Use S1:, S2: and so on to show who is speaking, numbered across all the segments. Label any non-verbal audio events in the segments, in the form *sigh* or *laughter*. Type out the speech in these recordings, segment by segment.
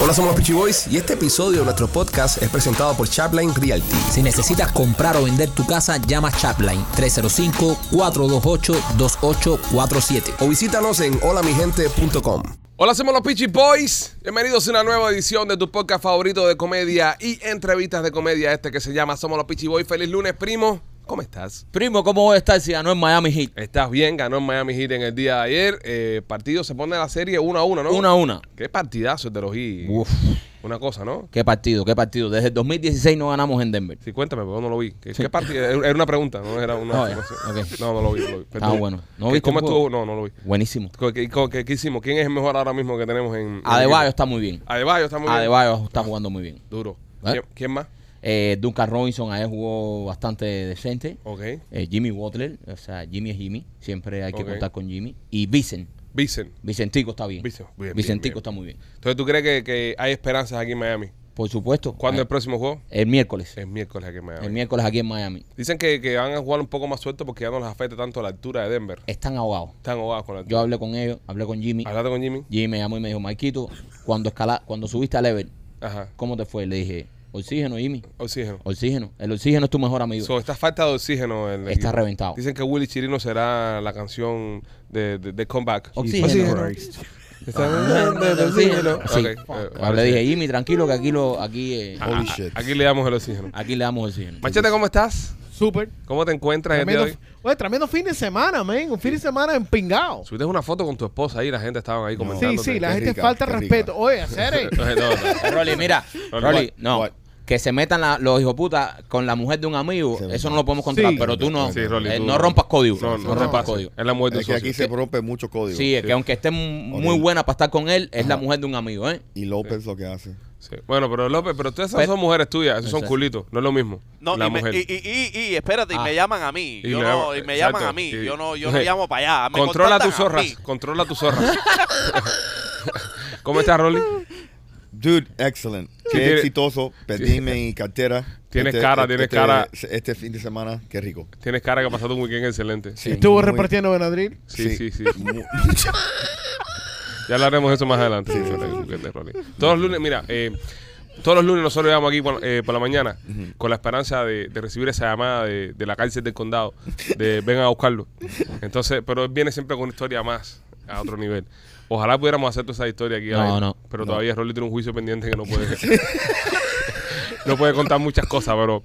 S1: Hola, somos los Peachy Boys y este episodio de nuestro podcast es presentado por Chapline Realty.
S2: Si necesitas comprar o vender tu casa, llama Chapline 305-428-2847.
S1: O visítanos en holamigente.com.
S3: Hola, somos los Peachy Boys. Bienvenidos a una nueva edición de tu podcast favorito de comedia y entrevistas de comedia, este que se llama Somos los Peachy Boys. Feliz lunes, primo. ¿Cómo estás?
S4: Primo, ¿cómo voy a estar si ganó en Miami Heat?
S3: ¿Estás bien? Ganó en Miami Heat en el día de ayer. Eh, partido se pone la serie 1 a 1, ¿no?
S4: 1 a 1.
S3: Qué partidazo el de los Heat.
S4: Uf,
S3: Una cosa, ¿no?
S4: qué partido, qué partido. Desde el 2016 no ganamos en Denver.
S3: Sí, cuéntame, porque no lo vi. ¿Qué, qué partido? Era una pregunta, no era una.
S4: Ah, ya.
S3: no, sé.
S4: Ok.
S3: no, no lo vi. No lo vi.
S4: Ah, bueno. ¿No
S3: ¿Qué-
S4: viste
S3: ¿Cómo
S4: el juego?
S3: estuvo? No, no lo vi.
S4: Buenísimo.
S3: ¿Qué, qué- qué- qué hicimos? ¿Quién es el mejor ahora mismo que tenemos en. en
S4: Adebayo
S3: equipo?
S4: está muy bien.
S3: Adebayo está muy bien.
S4: Adebayo está jugando muy bien.
S3: Duro.
S4: ¿Eh?
S3: ¿Quién, quién más?
S4: Eh, Duncan Robinson ayer jugó bastante decente.
S3: Ok.
S4: Eh, Jimmy Butler, o sea, Jimmy es Jimmy. Siempre hay que
S3: Ok.
S4: contar con Jimmy. Y Vicen.
S3: Vicen.
S4: Vicentico está bien.
S3: Vicen, bien, bien,
S4: Vicentico
S3: bien.
S4: está muy bien.
S3: Entonces, ¿tú crees que, que hay esperanzas aquí en Miami?
S4: Por supuesto.
S3: ¿Cuándo es el
S4: eh,
S3: próximo juego?
S4: el miércoles.
S3: El miércoles aquí en Miami.
S4: El miércoles aquí en Miami.
S3: Dicen que, que van a jugar un poco más suelto porque ya no les afecta tanto la altura de Denver.
S4: Están ahogados.
S3: Están ahogados con la altura.
S4: Yo hablé con ellos, hablé con Jimmy.
S3: ¿Hablaste con Jimmy?
S4: Jimmy me llamó y me dijo, Maikito, cuando escala, cuando subiste a level,
S3: Ajá.
S4: ¿cómo te fue? Le dije, oxígeno, Jimmy,
S3: Oxígeno.
S4: oxígeno. El oxígeno es tu mejor amigo.
S3: So, está falta de oxígeno. en el
S4: Está
S3: equipo.
S4: reventado.
S3: Dicen que Willy Chirino será la canción de, de, de comeback.
S4: Oxígeno.
S3: Está-
S4: Oxígeno.
S3: Ok,
S4: Sí.
S3: eh,
S4: Ahora
S3: ahora
S4: le
S3: sí.
S4: dije, Jimmy, tranquilo que aquí lo, aquí, eh,
S3: Ah, ah, Aquí le damos el oxígeno.
S4: aquí le damos oxígeno.
S3: Machete, ¿cómo estás?
S5: Súper.
S3: ¿Cómo te encuentras el día Eh, de
S5: Tremendo,
S3: hoy?
S5: oye, tremendo fin de semana, men. Un fin de semana empingado.
S3: Subiste una foto con tu esposa ahí, la gente estaba ahí
S5: Sí,
S3: comentando.
S5: sí, la
S6: qué
S5: gente
S6: rica,
S5: falta
S6: qué
S5: respeto. Oye, Acere.
S4: Eh, Rolly, mira,
S3: *laughs* Rolly,
S4: Rolly,
S3: what?
S4: no.
S6: What?
S4: Que se metan la- los hijoputas con la mujer de un amigo,
S6: Sí,
S4: eso no lo podemos controlar,
S5: Sí.
S4: pero tú no,
S3: Sí, Rolly,
S4: eh,
S3: tú-
S4: no rompas código, no, rompas
S3: pasa.
S4: código.
S3: Es la mujer de
S6: Es que aquí se rompe mucho código.
S4: Sí, es que aunque esté muy
S6: Ok.
S4: buena para estar con él, es la mujer de un amigo, ¿eh?
S6: Y López lo que hace.
S3: Bueno, pero López, pero todas esas
S4: Pero-
S3: son mujeres tuyas, esos son
S4: Exacto.
S3: culitos, no es lo mismo.
S7: No,
S3: la
S7: y, me-
S3: mujer.
S7: y, y- y- y espérate, y
S4: Ah.
S7: me llaman
S3: *laughs*
S7: a mí.
S3: Y
S7: yo
S3: le
S7: no,
S3: llama-
S7: y me llaman
S3: exacto,
S7: a mí.
S3: y-
S7: yo no,
S3: *laughs*
S7: yo no llamo para allá. Me
S3: Controla tus
S7: contactan a
S3: zorras,
S7: mí.
S3: controla tus
S7: *laughs*
S3: zorras. *laughs* ¿Cómo estás, Rolly?
S6: Dude, excellent. Qué
S3: tiene-
S6: exitoso. Pedime y cartera.
S3: Tienes cara, tienes cara.
S6: Este fin de semana, qué rico.
S3: Tienes cara que pasaste un weekend excelente.
S6: Sí,
S5: Estuvo
S6: muy-
S5: repartiendo Benadryl.
S3: Sí, sí, sí.
S6: Mu-
S3: Ya hablaremos de eso más adelante. de Rolly. Todos los lunes, mira, eh, todos los lunes nosotros llegamos aquí por, eh, por la mañana con la esperanza de, de recibir esa llamada de, de la cárcel del condado, de vengan a buscarlo. Entonces, pero él viene siempre con una historia más a otro nivel. Ojalá pudiéramos hacer toda esa historia aquí.
S4: No,
S3: Gabriel,
S4: no.
S3: Pero todavía Rolly tiene un juicio pendiente que no puede. *laughs* no puede contar muchas cosas, pero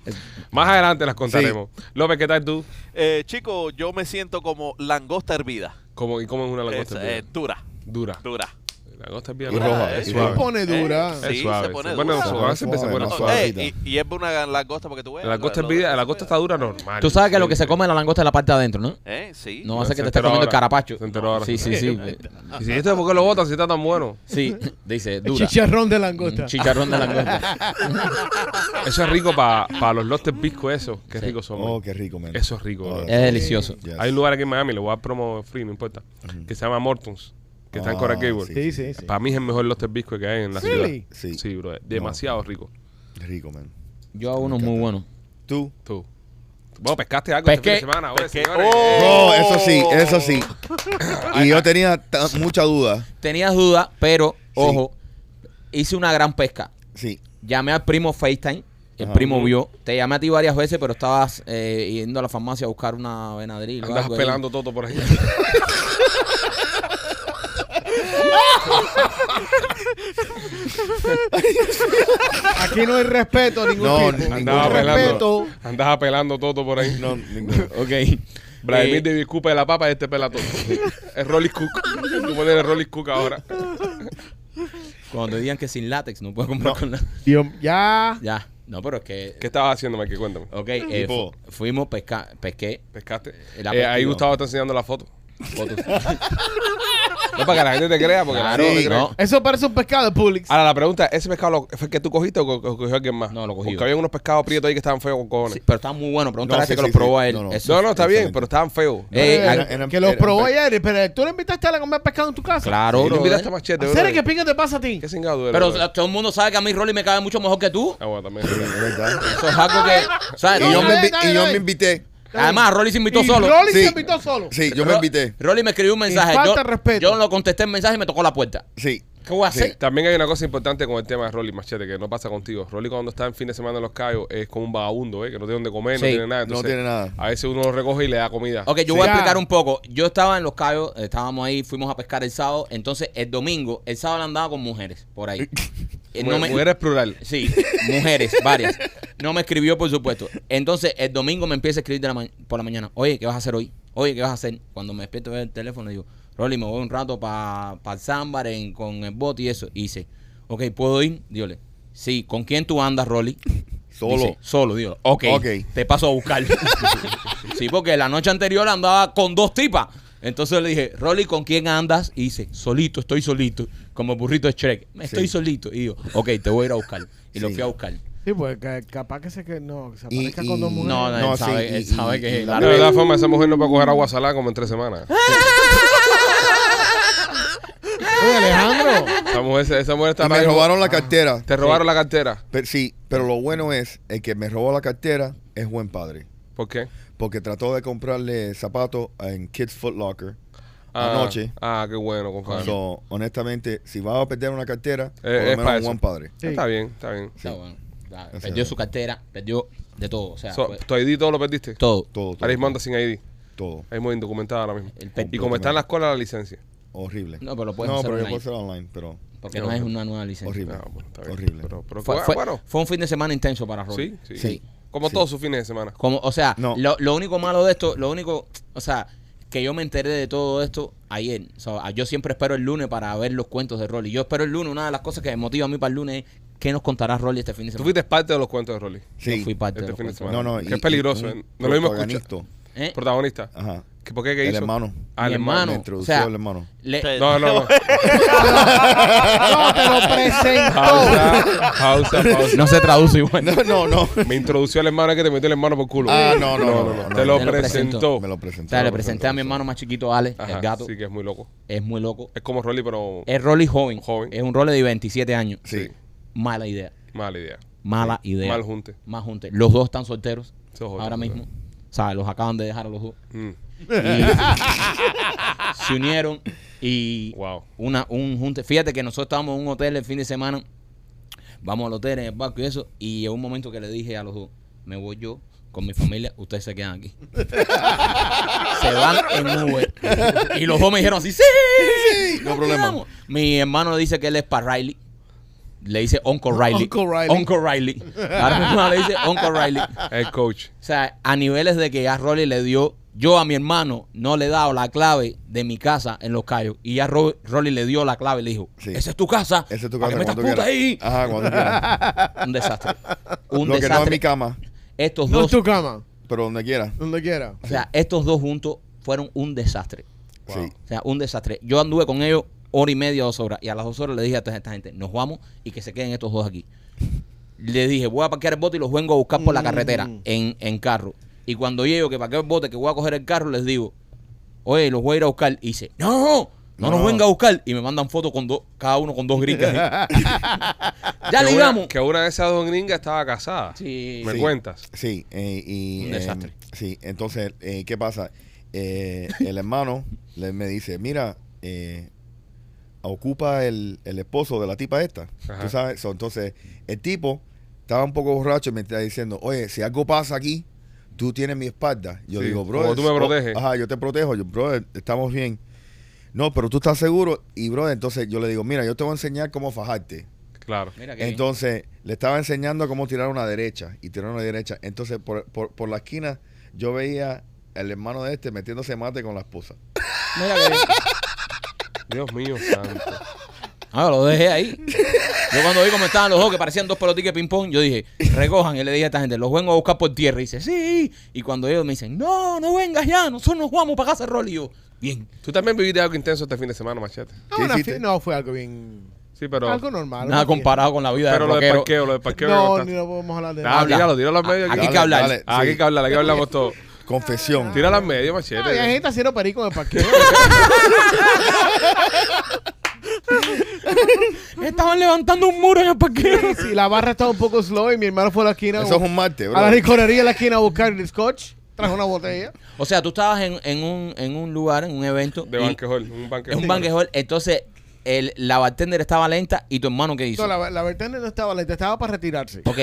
S3: más adelante las contaremos. López, ¿qué tal tú?
S7: Eh, chico, yo me siento como langosta hervida.
S3: ¿Cómo, ¿Y cómo es una langosta?
S7: Es-
S3: hervida? Ah.
S7: eh, dura,
S3: dura.
S7: dura. Eh,
S3: Langosta hervida,
S6: Y
S3: ¿no?
S6: roja,
S3: Es
S6: es
S5: Se
S3: suave.
S5: pone dura.
S7: Sí,
S3: Es suave.
S7: se pone
S3: se pone
S7: dura.
S3: suave, siempre se
S6: Suave,
S3: pone
S6: más
S3: suave.
S7: Eh,
S6: suavecita.
S7: y, y es una langosta porque tú ves.
S3: La langosta
S7: lo- lo-
S3: hervida, la langosta está dura normal.
S4: Tú sabes que lo que se come es la langosta de la parte de adentro, ¿no?
S7: Eh, sí.
S4: No va a
S3: Se
S4: ser que te estés
S3: enteró
S4: comiendo el
S3: ahora.
S4: carapacho.
S3: Se enteró ahora.
S4: Sí, sí, sí.
S3: Y si esto es porque lo botas si está tan bueno.
S4: Sí, dice,
S5: El
S4: dura.
S5: chicharrón de
S4: Un
S5: langosta.
S4: Chicharrón de *laughs* langosta.
S3: Eso es rico para los Lostes Pisco, eso. Qué ricos son.
S6: Oh,
S3: man.
S6: qué rico, man.
S3: Eso es rico.
S6: Oh,
S3: bro.
S4: Es delicioso.
S6: yes.
S3: Hay un lugar aquí en Miami, le voy a dar promo free, no importa, que se llama Morton's, que está en
S6: Ah,
S3: Coral Gables.
S6: sí.
S5: Sí, sí, sí.
S3: Para mí es el mejor Lostes Pisco que hay en la ciudad.
S5: Really?
S3: Sí,
S6: Sí.
S3: bro. Demasiado rico.
S6: Rico, man.
S4: Yo hago unos muy buenos.
S6: Tú.
S3: Tú. Bueno, pescaste algo
S4: Pesqué.
S3: este fin de semana. oye,
S7: Pesqué.
S3: señores.
S7: Oh.
S6: No, eso sí, eso sí. Y yo tenía ta- mucha duda.
S4: Tenías dudas, pero, ojo, hice una gran pesca.
S6: Sí.
S4: Llamé al primo FaceTime. El
S6: Ajá.
S4: primo vio. Te llamé a ti varias veces, pero estabas eh, yendo a la farmacia a buscar una Benadryl. o
S3: Andas
S4: algo ahí.
S3: pelando todo por ahí. *laughs*
S5: Aquí no hay respeto ningún
S6: No,
S5: tipo.
S6: ningún
S3: Andaba
S5: Ningún
S3: pelando.
S5: respeto.
S3: Andaba pelando todo por ahí.
S6: No, ninguno.
S4: *laughs* Ok.
S3: Vladimir
S4: Eh,
S3: David Cook es la papa y este pela
S4: *laughs*
S3: todo. es Rolly Cook. Tú pones el Rolly Cook ahora.
S4: cuando te digan que sin látex no puedo comprar con látex.
S5: Dios, ya.
S4: Ya. No, pero es que...
S3: ¿Qué estabas haciendo, Mike? Cuéntame.
S4: Ok, eh,
S6: Tipo-
S4: fu- fuimos pesca, pesqué.
S3: ¿Pescaste?
S4: El
S3: Eh, ahí
S4: aperitivo.
S3: Gustavo está enseñando la foto. No para que la gente te crea, porque la
S4: Claro,
S3: gente te cree.
S4: no.
S5: Eso parece un pescado de Publix.
S3: Ahora la pregunta, ¿ese pescado lo- fue el que tú cogiste o co- co- cogió alguien más?
S4: No, lo cogí
S3: Porque
S4: yo.
S3: había unos pescados prietos ahí que estaban feos con cojones.
S4: Sí, pero está muy bueno. Pregúntale
S6: No,
S4: a este
S6: sí,
S4: que
S6: sí,
S4: lo probó
S6: sí.
S4: a él.
S6: No, no.
S4: Eso-
S3: No, no, está bien,
S6: Exactamente.
S3: pero estaban feos.
S4: Eh,
S5: Eh,
S6: Era- era-
S5: que los
S6: era-
S5: probó ayer, pero tú le invitaste a la comer pescado en tu casa.
S4: Claro,
S3: Y no
S4: bro.
S3: invitaste a
S4: Ah,
S3: Machete, bro.
S5: Acere, ¿qué pinga te pasa a ti?
S3: ¿Qué cingado
S4: Pero o sea, todo el mundo sabe que a mí Rolly me cae mucho mejor que tú.
S3: Ah, bueno, también.
S4: *laughs*
S6: Sí, es verdad.
S4: Eso es algo que. ¿sabes?
S6: Y yo
S4: Tú-
S6: me invi- y yo me invité.
S4: Además, Rolly se invitó
S5: Y
S4: solo.
S5: Rolly
S6: Sí.
S5: se invitó solo.
S6: Sí, yo me
S4: Ro-
S6: invité.
S4: Rolly me escribió un mensaje. Yo,
S5: falta de respeto.
S4: yo no contesté el mensaje y me tocó la puerta.
S6: Sí.
S4: ¿Qué voy a hacer?
S3: También hay una cosa importante con el tema de Rolly Machete, que no pasa contigo. Rolly cuando está en fin de semana en Los Cayos es como un vagabundo, ¿eh? que no tiene donde comer, no
S4: Sí,
S3: tiene nada.
S6: no tiene nada.
S3: A veces uno lo recoge y le da comida.
S4: Ok, yo
S5: Sí.
S4: voy a
S5: Ya.
S4: explicar un poco. Yo estaba en Los Cayos, estábamos ahí, fuimos a pescar el sábado. Entonces, el domingo, el sábado andaba con mujeres por
S6: *laughs*
S4: ahí. Eh,
S3: Mujer-
S4: me-
S3: mujeres plural.
S4: Sí, mujeres, varias. No me escribió, por supuesto. Entonces, el domingo me empieza a escribir de la ma- por la mañana. Oye, ¿qué vas a hacer hoy? Oye, ¿qué vas a hacer? Cuando me despierto veo el teléfono, digo, Rolly, me voy un rato para el Zambar en- con el bote y eso. Y dice, ok, ¿puedo ir? Dígale, sí, ¿con quién tú andas, Rolly?
S6: Solo.
S4: Dice, solo, digo, ok,
S6: Ok.
S4: te paso a buscar. *laughs* sí, porque la noche anterior andaba con dos tipas. Entonces le dije, Rolly, ¿con quién andas? Y dice, solito, estoy solito, como burrito de Shrek. Estoy solito. Y yo, ok, te voy a ir a buscar. Y lo
S6: Sí.
S4: fui a buscar.
S5: Sí, pues ca- capaz que se que no, que se
S6: Y-
S5: aparezca
S6: y-
S5: con dos mujeres.
S4: No, no,
S6: No,
S4: él sabe,
S6: sí,
S4: él
S6: y-
S4: sabe
S6: y-
S4: que
S6: y
S4: es
S6: la-
S3: No, de todas formas, esa mujer no va a coger agua salada como en tres semanas.
S5: Oye, Alejandro.
S3: Esa mujer, esa mujer está...
S6: Y me robaron la cartera.
S3: Te robaron la cartera.
S6: ah, Pero, sí, pero lo bueno es, el que me robó la cartera es buen padre.
S3: ¿Por qué?
S6: Porque trató de comprarle zapatos en Kids Foot Locker
S3: Ah,
S6: anoche.
S3: Ah, qué bueno, compadre.
S6: So, honestamente, si vas a perder una cartera, por
S3: es pa'
S6: lo menos un
S3: eso.
S6: buen padre.
S5: Sí.
S3: Está bien, está bien.
S4: Está bueno. Está-
S6: O sea,
S4: perdió su cartera, perdió de todo. O sea,
S3: So,
S4: fue
S3: ¿Tu ID todo lo perdiste?
S4: pues. todo.
S6: Todo, todo.
S3: Aris manda sin ID.
S6: todo.
S3: Es muy indocumentada ahora mismo.
S4: El pe-
S3: Y como está en la escuela, la licencia.
S6: Horrible.
S4: No, pero lo puedes
S6: No,
S4: hacer
S6: pero yo
S4: online.
S6: puedo hacer online, pero
S4: Porque no es una nueva licencia.
S6: horrible.
S3: No, Ah, bueno, está bien.
S6: horrible.
S3: Pero, pero
S4: Fue,
S3: fue,
S4: fue-
S3: bueno.
S4: fue un fin de semana intenso para Rolly.
S3: Sí, sí.
S6: Sí.
S3: Como
S6: Sí.
S3: todos sus fines de semana.
S4: Como, o sea,
S6: No.
S4: lo, lo único malo de esto, lo único, o sea, que yo me enteré de todo esto ayer. O sea, yo siempre espero el lunes para ver los cuentos de Rolly. Yo espero el lunes, una de las cosas que me motiva a mí para el lunes es qué nos contará Rolly este fin de
S3: Tú
S4: semana.
S3: fuiste parte de los cuentos de Rolly.
S6: Sí.
S4: Yo fui parte
S3: Este
S4: de los
S3: fin de
S4: cuentos.
S3: semana.
S6: No, no.
S3: Qué
S6: y- y
S3: peligroso,
S6: un
S3: ¿eh? No lo mismo
S6: protagonista.
S4: ¿Eh?
S3: Protagonista.
S6: Ajá.
S3: ¿Qué- ¿Por qué? ¿Qué
S6: El
S3: hizo?
S6: hermano.
S3: Ah, el hermano.
S4: Mi hermano.
S6: Me introdució
S4: o sea,
S6: el hermano.
S4: le-
S7: Te-
S3: No, no, no.
S5: No, te lo presento.
S3: Pausa, pausa, pausa.
S4: no se
S3: *laughs*
S4: traduce igual.
S6: No, no, no.
S3: Me introdució el hermano que te metió el hermano por culo.
S6: Ah, no, no, no. no, no.
S3: Te lo
S4: Te lo
S3: presentó.
S6: Me lo
S4: O
S6: presentó.
S4: sea, le presenté a mi hermano más chiquito, Ale,
S3: Ajá,
S4: el gato.
S3: Sí, que es muy loco.
S4: Es muy loco.
S3: Es como Rolly, pero
S4: Es Rolly joven.
S3: Joven.
S4: Es un Rolly de 27 años.
S6: Sí.
S4: Mala idea.
S3: mala idea.
S4: Mala idea.
S3: Mal junte.
S4: Más junte. Los dos están solteros.
S3: Esos otros,
S4: ahora mismo.
S3: ¿verdad?
S4: O sea, los acaban de dejar a los dos.
S3: Mm,
S4: Se unieron y
S3: Wow.
S4: una, un junte. Fíjate que nosotros estábamos en un hotel el fin de semana. Vamos al hotel en el barco y eso. Y en un momento que le dije a los dos, me voy yo con mi familia, ustedes se quedan aquí. se van en Uber. Y los dos me dijeron así, sí,
S6: no
S4: nos
S6: problema.
S4: quedamos". Mi hermano le dice que él es para Riley. Le dice Uncle Riley.
S5: Uncle Riley.
S4: Uncle Riley. Ahora mismo le dice Uncle Riley.
S3: El coach.
S4: O sea, a niveles de que ya Rolly le dio, yo a mi hermano no le he dado la clave de mi casa en Los Cayos. Y ya Ro- Rolly le dio la clave y le dijo,
S6: Sí.
S4: esa es tu casa.
S6: Ese es tu
S4: ¿Para
S6: casa.
S4: qué metas
S6: cuando
S4: puta
S6: quieras.
S4: ahí?
S6: Ajá, cuando quieras.
S4: Un
S6: *laughs*
S4: desastre. Un
S6: Lo que no es
S4: desastre.
S6: mi cama,
S4: estos
S5: No en
S4: dos,
S5: tu cama,
S6: pero donde quiera.
S5: donde quiera.
S4: o sea, estos dos juntos fueron un desastre.
S6: Sí.
S4: O sea, un desastre. Yo anduve con ellos hora y media, dos horas. Y a las dos horas le dije a toda esta gente, nos vamos y que se queden estos dos aquí. Le dije, voy a parquear el bote y los vengo a buscar por la carretera
S5: Mm.
S4: en, en carro. Y cuando llego que parqueo el bote, que voy a coger el carro, les digo, oye, los voy a ir a buscar. Y dice, no, no,
S6: No.
S4: nos venga a buscar. Y me mandan fotos con dos, cada uno con dos gringas.
S6: *laughs*
S4: ya
S3: Que
S4: le
S3: una-
S4: íbamos.
S3: Que una de esas dos gringas estaba casada.
S4: Sí.
S3: ¿Me
S6: Sí.
S3: cuentas?
S6: Sí, eh, y.
S4: Un
S6: eh,
S4: desastre.
S6: sí, entonces, eh, ¿qué pasa? Eh, el hermano le, me dice: Mira, eh, ocupa el, el esposo de la tipa esta.
S3: Ajá.
S6: Tú sabes. So, entonces, el tipo estaba un poco borracho y me está diciendo: Oye, si algo pasa aquí, tú tienes mi espalda. Yo
S3: Sí,
S6: digo,
S3: como
S6: bro.
S3: tú me
S6: oh,
S3: proteges".
S6: ajá, yo te protejo. Yo, bro, estamos bien. No, pero tú estás seguro. Y, bro, entonces yo le digo: Mira, yo te voy a enseñar cómo fajarte.
S3: Claro.
S4: Mira que bien.
S6: Entonces, le estaba enseñando cómo tirar una derecha y tirar una derecha. Entonces, por, por, por la esquina, yo veía al hermano de este metiéndose mate con la esposa.
S4: Mira que bien.
S3: Dios mío, santo.
S4: Ah, lo dejé ahí. Yo cuando vi cómo estaban los dos, que parecían dos pelotiques de ping-pong, yo dije, recojan. Y le dije a esta gente, los vengo a buscar por tierra. Y dice, sí. Y cuando ellos me dicen, no, no vengas ya, nosotros nos vamos para casa, Rolly. Y yo, bien.
S3: Tú también viviste algo intenso este fin de semana, machete.
S5: No,
S6: ¿Qué
S5: una
S6: hiciste?
S5: fi- no, fue algo bien.
S3: Sí, pero.
S5: algo
S4: Nada
S5: normal. una fiesta.
S4: comparado con la vida
S3: Pero
S4: de
S3: lo del
S4: rockero.
S3: parqueo, lo del parqueo. que
S5: No,
S3: contaste.
S5: ni lo podemos hablar de
S3: Ah,
S5: nada.
S4: Habla.
S3: tíralo, tíralo al medio.
S4: Aquí
S3: Dale,
S4: que hablar.
S6: dale.
S3: Ah, Aquí
S6: Sí.
S3: que hablar, aquí hablamos todo.
S5: Ah.
S6: Confesión.
S3: Tíralo al medio,
S5: No, había
S3: machete.
S5: gente haciendo perico en el
S6: *laughs*
S5: parqueo.
S4: Estaban levantando un muro en el parqueo.
S5: Sí, la barra estaba un poco slow y mi hermano fue a la esquina.
S6: Eso es un mate, bro.
S5: a la licorería de la esquina a buscar el scotch. Trajo una
S6: *laughs*
S5: botella.
S4: O sea, tú estabas en, en un, en un lugar, en un evento.
S3: De
S4: y-
S3: banquejol. Un
S4: Es
S3: banquejol.
S4: un banquejol. Entonces, el, la bartender estaba lenta y tu hermano qué hizo.
S5: No, la, la bartender no estaba lenta, estaba para retirarse.
S4: Ok,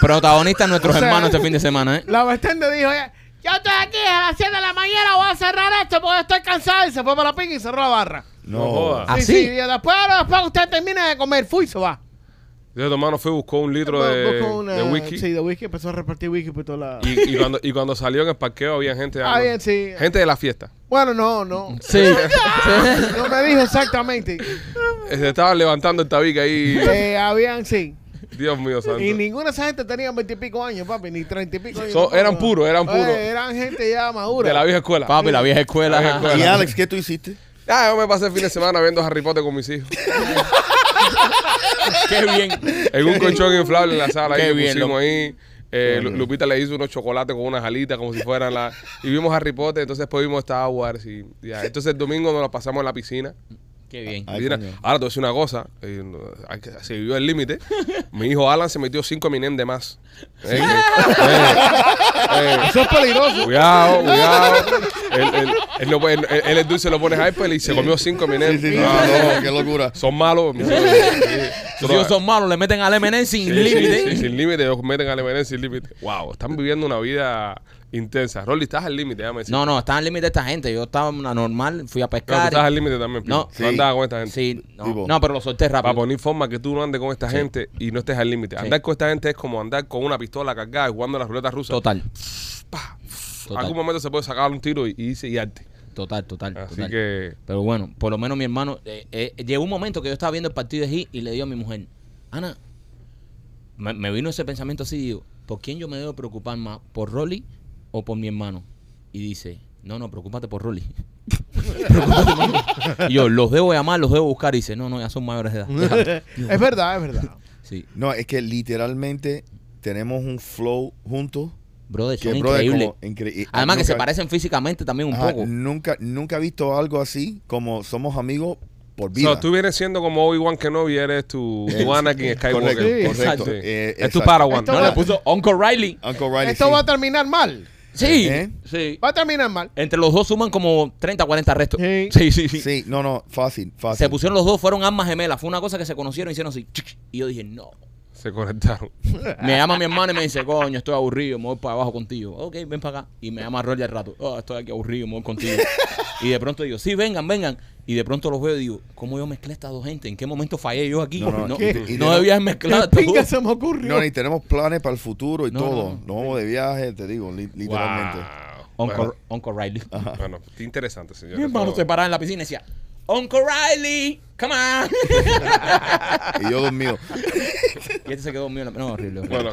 S4: protagonistas nuestros
S5: O sea,
S4: hermanos este fin de semana, ¿eh?
S5: La bartender dijo, "Oye, yo estoy aquí a las 7 de la mañana, voy a cerrar esto porque estoy cansado. Y se fue para la pinga y cerró la barra.
S3: No joda.
S4: ¿Ah,
S5: Sí,
S4: sí?
S5: sí, y después, ahora después usted termina de comer, fui, se va.
S3: Entonces tu hermano fue y buscó un litro de,
S5: Buscó una-
S3: de whisky.
S5: Sí, de whisky, empezó a repartir whisky por toda la...
S3: Y, y cuando, y cuando salió en el parqueo había gente
S5: Ah, bien, sí.
S3: gente de la fiesta.
S5: Bueno, no, no.
S4: Sí.
S5: No me dijo exactamente.
S3: Eh, Se estaban levantando el tabique ahí.
S5: Eh, habían, sí.
S3: Dios mío, santo.
S5: Y ninguna de esa gente tenía veintipico años, papi, ni treinta y pico años.
S3: So,
S5: tampoco.
S3: eran puros, eran
S5: Eh,
S3: puros.
S5: eran gente ya madura.
S3: de la vieja escuela.
S4: Papi, la vieja escuela.
S3: La vieja escuela.
S6: Y Alex, ¿qué tú hiciste?
S3: Ah, yo me pasé el fin de semana viendo Harry Potter con mis hijos.
S4: *laughs* Qué bien.
S3: En un colchón inflable en la sala
S4: Qué
S3: ahí que
S4: bien,
S3: pusimos
S4: loco.
S3: ahí. Eh, Lu- Lupita le hizo unos chocolates con unas alitas como si fueran la... Y vimos Harry Potter, entonces después vimos Star Wars y ya. Entonces el domingo nos la pasamos en la piscina.
S4: Qué bien.
S6: Ay,
S3: Mira,
S6: coño.
S3: ahora te voy a decir una cosa. eh, no, hay que- se vivió el
S4: *laughs*
S3: límite. Mi hijo Alan se metió cinco minem de más. Eh, eh, eh,
S5: Eso es peligroso.
S6: *laughs*
S3: Cuidado, cuidado. Él, él- él no puede- él- él- él el dulce lo pone hyper y se comió cinco
S6: Sí,
S3: minem.
S6: sí, sí.
S3: Ah, no.
S4: *laughs*
S6: no, qué locura.
S3: Son malos. mis hijos.
S4: Sus hijos son malos, le meten al MN sin
S3: Sí, sí,
S4: límite.
S3: sí, sin límite, ellos meten al MN sin límite. Wow, están viviendo una vida intensa. Rolly, estás al límite, déjame decir.
S4: No, no, estaba al límite esta gente. Yo estaba en una normal, fui a
S3: Pero tú
S4: pescar.
S3: estás al límite también. Pipo.
S4: No.
S3: Tú
S6: Sí.
S3: andabas con esta gente.
S4: Sí, no,
S6: Tipo-
S4: no, pero lo solté
S3: Para
S4: rápido.
S3: poner forma que tú no andes con esta gente y no estés al límite. Andar con esta gente es como andar con una pistola cargada y jugando a las ruletas rusas.
S4: Total.
S3: En algún
S4: Total,
S3: momento se puede sacar un tiro y, y, irse y darte.
S4: total, total.
S3: Así
S4: total.
S3: que.
S4: Pero bueno, por lo menos mi hermano. eh, eh, llegó un momento que yo estaba viendo el partido de G y le digo a mi mujer, Ana, me, me vino ese pensamiento así, digo, ¿por quién yo me debo preocupar más? ¿Por Rolly o por mi hermano? Y dice, no, no, preocúpate por Rolly. *laughs* Preocúpate por Rolly. Y yo, los debo llamar, los debo buscar. Y dice, no, no, ya son mayores de edad.
S5: *laughs*
S4: déjalo".
S5: es verdad, es verdad.
S4: Sí.
S6: No, es que literalmente tenemos un flow juntos.
S4: Brother,
S6: Que,
S4: son
S6: brother,
S4: increíbles.
S6: como increí-
S4: Además que se
S6: nunca-
S4: parecen físicamente también un
S6: Ajá,
S4: poco.
S6: Nunca, nunca he visto algo así como somos amigos por
S3: O
S6: vida.
S3: sea, tú vienes siendo como Obi-Wan Kenobi, eres tu, tu Anakin Skywalker.
S6: Correcto,
S5: Sí.
S6: correcto.
S3: Sí.
S6: Eh,
S3: es tu
S6: exacto.
S3: Paraguay.
S5: Esto va-
S4: puso Uncle Riley.
S6: Uncle Riley.
S5: Esto
S6: sí.
S5: va a terminar mal.
S4: Sí.
S6: ¿Eh?
S4: Sí.
S5: Va a terminar mal.
S4: Entre los dos suman como 30, 40 arrestos.
S5: Sí.
S4: Sí, sí, sí.
S6: Sí, no, no, fácil, fácil.
S4: Se pusieron los dos, fueron armas gemelas. Fue una cosa que se conocieron, hicieron así. chic, Y yo dije, no.
S3: Se conectaron.
S4: Me llama mi hermana y me dice, coño, estoy aburrido, me voy para abajo contigo. Ok, ven para acá. Y me llama Rolly al rato. Oh, estoy aquí aburrido, me voy contigo. y de pronto digo, sí, vengan, vengan. Y de pronto los veo y digo, ¿cómo yo mezclé estas dos gente? ¿En qué momento fallé yo aquí?
S6: No,
S4: No,
S6: no,
S4: no,
S6: y te- y
S4: no
S6: te-
S4: debías
S5: La
S4: mezclar todo.
S5: pinga se me ocurrió.
S6: No, ni tenemos planes para el futuro y
S4: No, no,
S6: todo.
S4: no.
S6: Nos vamos de viaje, te digo, li- literalmente.
S3: Wow.
S4: Uncle, Uncle Riley.
S3: Bueno, bueno, qué interesante, señor.
S4: Mi hermano se paraba en la piscina y decía, Uncle Riley, come on. *laughs*
S6: Y yo
S3: *laughs*
S6: dormido.
S4: y este se quedó mío. No, horrible. horrible.
S3: Bueno,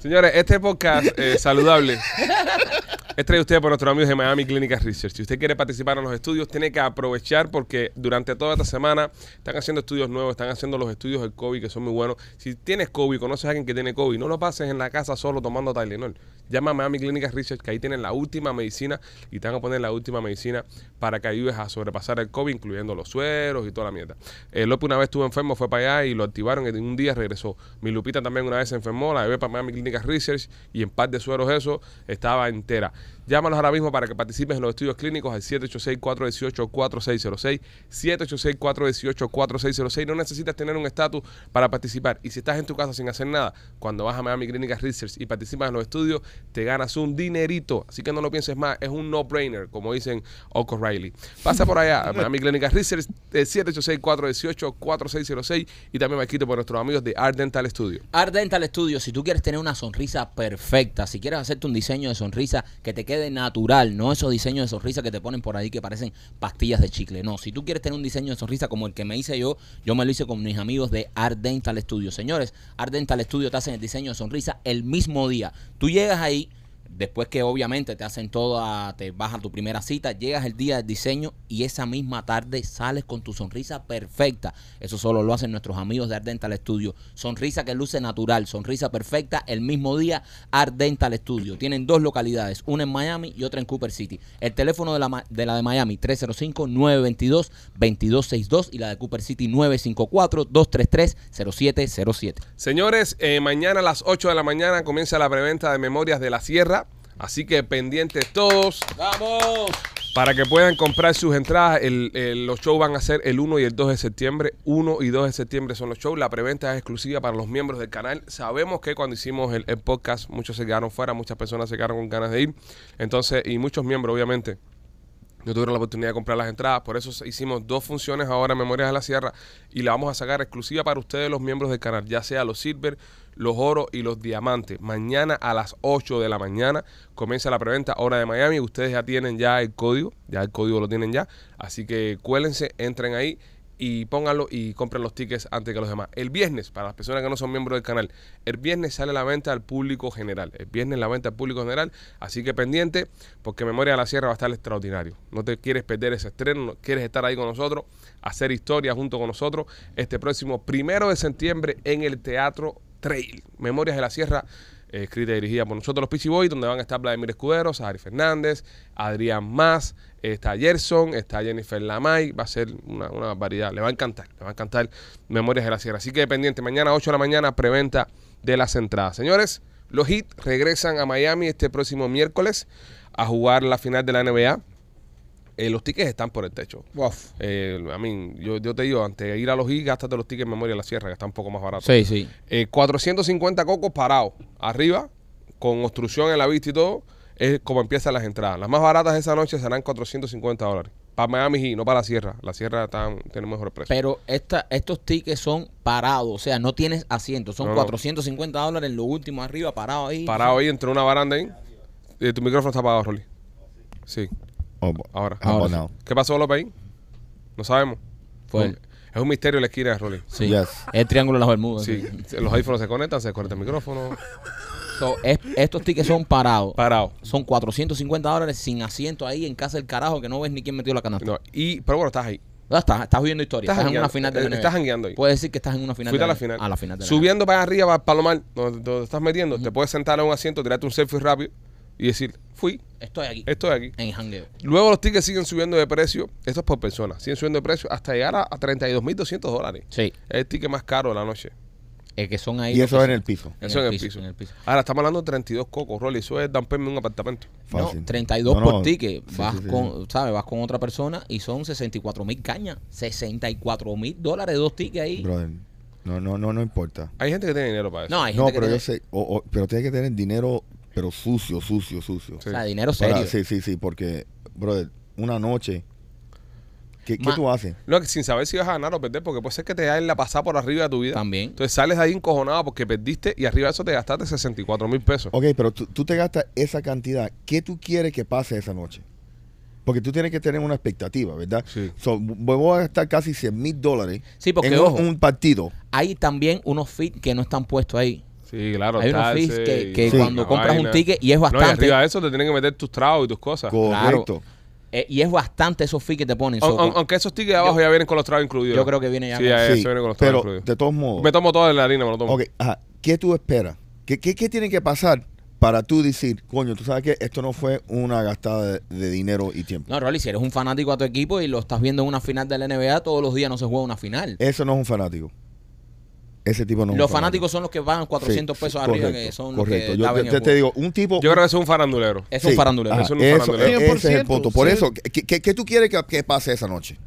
S3: señores, este podcast eh, saludable es traído a ustedes por nuestros amigos de Miami Clinical Research. Si usted quiere participar en los estudios, tiene que aprovechar porque durante toda esta semana están haciendo estudios nuevos, están haciendo los estudios del COVID que son muy buenos. Si tienes COVID, conoces a alguien que tiene COVID, no lo pases en la casa solo tomando Tylenol. Llama a Miami Clinical Research que ahí tienen la última medicina y te van a poner la última medicina para que ayudes a sobrepasar el COVID, incluyendo los sueros y toda la mierda. Eh, López una vez estuvo enfermo, fue para allá y lo activaron y en un día regresó. Mi Lupita también una vez se enfermó, la bebé para Miami Clinic Research y en par de sueros eso estaba entera. Llámanos ahora mismo para que participes en los estudios clínicos al 786-418-4606. 786-418-4606. No necesitas tener un estatus para participar. Y si estás en tu casa sin hacer nada, cuando vas a Miami Clinic Research y participas en los estudios, te ganas un dinerito. Así que no lo pienses más, es un no-brainer, como dicen Oco Riley. Pasa por allá, a Miami Clinic Research, eh, 786-418-4606 y también me quito por nuestros amigos de Art Dental Studio.
S4: Art Dental Studio, si tú quieres tener una sonrisa perfecta, si quieres hacerte un diseño de sonrisa que te quede natural, no esos diseños de sonrisa que te ponen por ahí que parecen pastillas de chicle, no, si tú quieres tener un diseño de sonrisa como el que me hice yo, yo me lo hice con mis amigos de Art Dental Studio. Señores, Art Dental Studio te hacen el diseño de sonrisa el mismo día. Tú llegas ahí, Después que obviamente te hacen toda, te bajan tu primera cita, llegas el día del diseño y esa misma tarde sales con tu sonrisa perfecta. Eso solo lo hacen nuestros amigos de Ardental Studio. Sonrisa que luce natural, sonrisa perfecta, el mismo día Ardental Studio. Tienen dos localidades, una en Miami y otra en Cooper City. El teléfono de la, ma- de, la de Miami 305-922-2262 y la de Cooper City 954-233-0707.
S3: Señores, eh, mañana a las 8 de la mañana comienza la preventa de Memorias de la Sierra. Así que pendientes todos.
S4: ¡Vamos!
S3: Para que puedan comprar sus entradas, el- el- los shows van a ser el 1 y el 2 de septiembre. 1 y 2 de septiembre son los shows. La preventa es exclusiva para los miembros del canal. Sabemos que cuando hicimos el, el podcast, muchos se quedaron fuera, muchas personas se quedaron con ganas de ir. Entonces, y muchos miembros, obviamente no tuvieron la oportunidad de comprar las entradas. Por eso hicimos dos funciones ahora en Memorias de la Sierra y la vamos a sacar exclusiva para ustedes, los miembros del canal, ya sea los Silver, los Oro y los Diamantes. Mañana a las 8 de la mañana comienza la preventa, hora de Miami. Ustedes ya tienen ya el código, ya el código lo tienen ya. Así que cuélense, entren ahí y pónganlo y compren los tickets antes que los demás. El viernes, para las personas que no son miembros del canal, el viernes sale la venta al público general. El viernes la venta al público general, así que pendiente, porque Memoria de la Sierra va a estar extraordinario. No te quieres perder ese estreno, no- quieres estar ahí con nosotros, hacer historia junto con nosotros este próximo primero de septiembre en el Teatro Trail. Memorias de la Sierra, eh, escrita y dirigida por nosotros los Pichi Boys, donde van a estar Vladimir Escudero, Sahari Fernández, Adrián Más, está Gerson, está Jennifer Lamay, va a ser una, una barbaridad, le va a encantar, le va a encantar Memorias de la Sierra. Así que pendiente, mañana 8 de la mañana, preventa de las entradas. Señores, los Heat regresan a Miami este próximo miércoles a jugar la final de la NBA. Eh, los tickets están por el techo.
S4: Uf.
S3: Eh, I mean, yo, yo te digo, antes de ir a los Heat, gástate los tickets en Memoria de la Sierra, que está un poco más barato.
S4: Sí, sí.
S3: Eh, 450 cocos parados, arriba, con obstrucción en la vista y todo, es como empiezan las entradas. Las más baratas esa noche serán 450 dólares. Para Miami Heat, no para la Sierra. La Sierra está- tiene mejor precio.
S4: Pero esta, estos tickets son parados, o sea, no tienes asiento. Son
S3: No, no.
S4: 450 dólares lo último arriba, parado ahí.
S3: Parado ahí entre una baranda ahí. Eh, tu micrófono está apagado, Rolly. Sí.
S6: Oh,
S3: Ahora.
S6: how about
S4: Ahora sí.
S6: now?
S3: ¿Qué pasó, López, ahí? No sabemos.
S4: Fue el,
S3: Es un misterio la esquina de Rolly.
S4: sí.
S6: Yes.
S4: el triángulo de las Bermudas.
S3: Sí,
S4: Pues sí.
S3: los audífonos se conectan, se desconecta el micrófono.
S4: So, es- estos tickets son parados.
S3: Parado.
S4: son 450 dólares sin asiento ahí en casa del carajo que no ves ni quién metió la canasta.
S3: No, y, pero bueno, estás ahí.
S4: No, estás, estás viendo historia.
S3: Estás
S4: Estás, en
S3: jangueando,
S4: una final de
S3: eh,
S4: la NBA.
S3: estás jangueando ahí.
S4: Puedes decir que estás en una final
S3: Fuiste
S4: de
S3: a la final.
S4: A la final de la
S3: Subiendo para arriba, para el Palomar, donde, donde te estás metiendo, te puedes sentar en un asiento, tirarte un selfie rápido y decir, fui,
S4: NBA. Estoy aquí.
S3: estoy aquí.
S4: En jangueo.
S3: Luego los tickets siguen subiendo de precio, esto es por persona, siguen subiendo de precio hasta llegar a, a 32.200 dólares.
S4: Sí.
S3: Es el ticket más caro de la noche.
S4: Es que son ahí.
S6: Y
S4: los
S6: eso
S4: que
S6: es en
S4: son-
S6: el piso.
S3: Eso en el piso.
S4: en el piso.
S3: Ahora estamos hablando de 32 cocos, Rolly, eso es down payment de un apartamento.
S4: No,
S6: Fácil.
S4: 32
S6: No, no,
S4: por ticket.
S6: sí,
S4: vas
S6: sí, sí,
S4: con, ¿sabes? Vas con otra persona y son 64 mil cañas. 64 mil dólares dos tickets ahí.
S6: Brother, no, no, no, no importa.
S3: Hay gente que tiene dinero para eso.
S4: no, hay
S6: No,
S4: gente
S6: pero
S4: que
S6: yo
S4: tiene-
S6: sé, o- o- pero tiene que tener dinero, pero sucio, sucio, sucio.
S3: Sí.
S4: O sea, dinero
S6: Para-
S4: serio.
S6: sí, sí, sí, porque, brother, una noche, ¿qué, qué
S4: Ma-
S6: tú haces?
S3: No, que sin saber si vas a ganar o perder, porque puede ser que te den la pasada por arriba de tu vida.
S4: También.
S3: Entonces sales ahí encojonado porque perdiste y arriba de eso te gastaste 64 mil pesos.
S6: Ok, pero tú, tú te gastas esa cantidad. ¿Qué tú quieres que pase esa noche? Porque tú tienes que tener una expectativa, ¿verdad?
S3: Sí.
S6: So, me voy a gastar casi 100 mil dólares
S4: Sí, porque,
S6: en un,
S4: ojo.
S6: un partido.
S4: Hay también unos fees que no están puestos ahí.
S3: Sí, claro.
S4: Hay unos
S3: taxi,
S4: fees que, que
S6: Sí.
S4: cuando
S3: una
S4: compras
S3: vaina.
S4: un ticket y es
S3: No, y
S4: bastante.
S3: arriba de eso te tienen que meter tus tragos y tus cosas.
S4: Claro.
S6: Correcto.
S4: eh, y es bastante esos fees que te ponen.
S3: Aun-
S4: so-
S3: aun- aunque esos tickets de abajo ya vienen con los tragos incluidos.
S4: yo creo que viene ya
S3: Sí,
S4: con-
S3: ya, ya,
S6: Sí,
S3: eso viene con los tragos
S6: pero
S3: incluidos.
S6: de todos modos.
S3: Me tomo toda la harina, me lo tomo.
S6: Ok, ajá. ¿Qué tú esperas? ¿Qué, qué, qué tiene que pasar para tú decir, coño, tú sabes que esto no fue una gastada de, de dinero y tiempo?
S4: No, Rolly, si eres un fanático a tu equipo y lo estás viendo en una final de la NBA, todos los días no se juega una final.
S6: Eso no es un fanático. Ese tipo Eh, no es
S4: los
S6: un fanático.
S4: fanáticos son los que pagan 400
S6: Sí,
S4: pesos
S6: sí,
S4: arriba,
S6: correcto,
S4: que son los
S6: Correcto.
S4: que
S6: Yo
S4: laven
S6: te,
S4: el
S6: te- te
S4: juego.
S6: digo, un tipo...
S3: Yo creo que es un farandulero.
S4: Es un
S6: Sí,
S4: farandulero.
S6: ajá,
S3: Eso es un
S6: eso- eh,
S3: farandulero.
S6: Ese es el
S5: 100%,
S6: punto. Por
S5: sí.
S6: eso, ¿qué, qué, qué tú quieres que, que pase esa noche?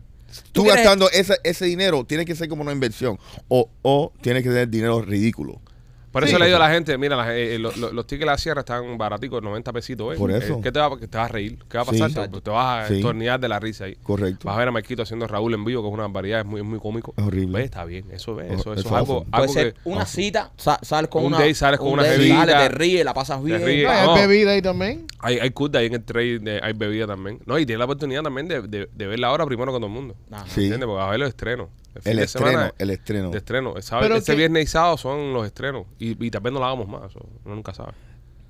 S6: Tú,
S4: quieres-
S6: gastando ese, ese dinero tiene que ser como una inversión o, o tiene que ser dinero ridículo.
S3: Por eso le digo a la gente, mira, las- eh, eh, lo- lo- los tickets de la sierra están baraticos, 90 pesitos. eh.
S6: Por
S3: Eh,
S6: eso.
S3: ¿Qué te va, que te vas a reír? ¿Qué va a
S6: Sí.
S3: pasar?
S6: Exacto.
S3: Te vas a
S6: Sí.
S3: estornear de la risa ahí.
S6: Correcto.
S3: Vas a ver a Marquito haciendo a Raúl en vivo, que es una variedad, es muy, es muy cómico.
S6: Es horrible.
S3: Ve, está bien, eso ve,
S6: Oh,
S3: eso, eso
S6: eso
S3: es algo,
S6: awesome.
S4: Puede
S3: algo
S4: ser
S3: que...
S4: una cita, sa- sales con
S3: Un
S4: una.
S3: day, sales con
S4: un
S3: una
S4: day,
S3: bebida.
S4: sales, te ríes, la pasas bien.
S3: ríes.
S5: No,
S3: no.
S5: Hay bebida ahí también.
S3: Hay, hay curda ahí en el trade, de- hay bebida también. No, y tienes la oportunidad también de, de, de ver la hora primero con todo el mundo.
S4: Ajá.
S6: Sí.
S3: ¿Entiendes? Porque vas a ver los estrenos. fin
S6: El
S3: de
S6: estreno,
S3: semana
S6: el estreno.
S3: De estreno. ¿Sabes?
S5: Pero
S3: Este
S5: que-
S3: viernes y sábado son los estrenos. Y, y tal vez no la hagamos más. eso uno nunca sabe.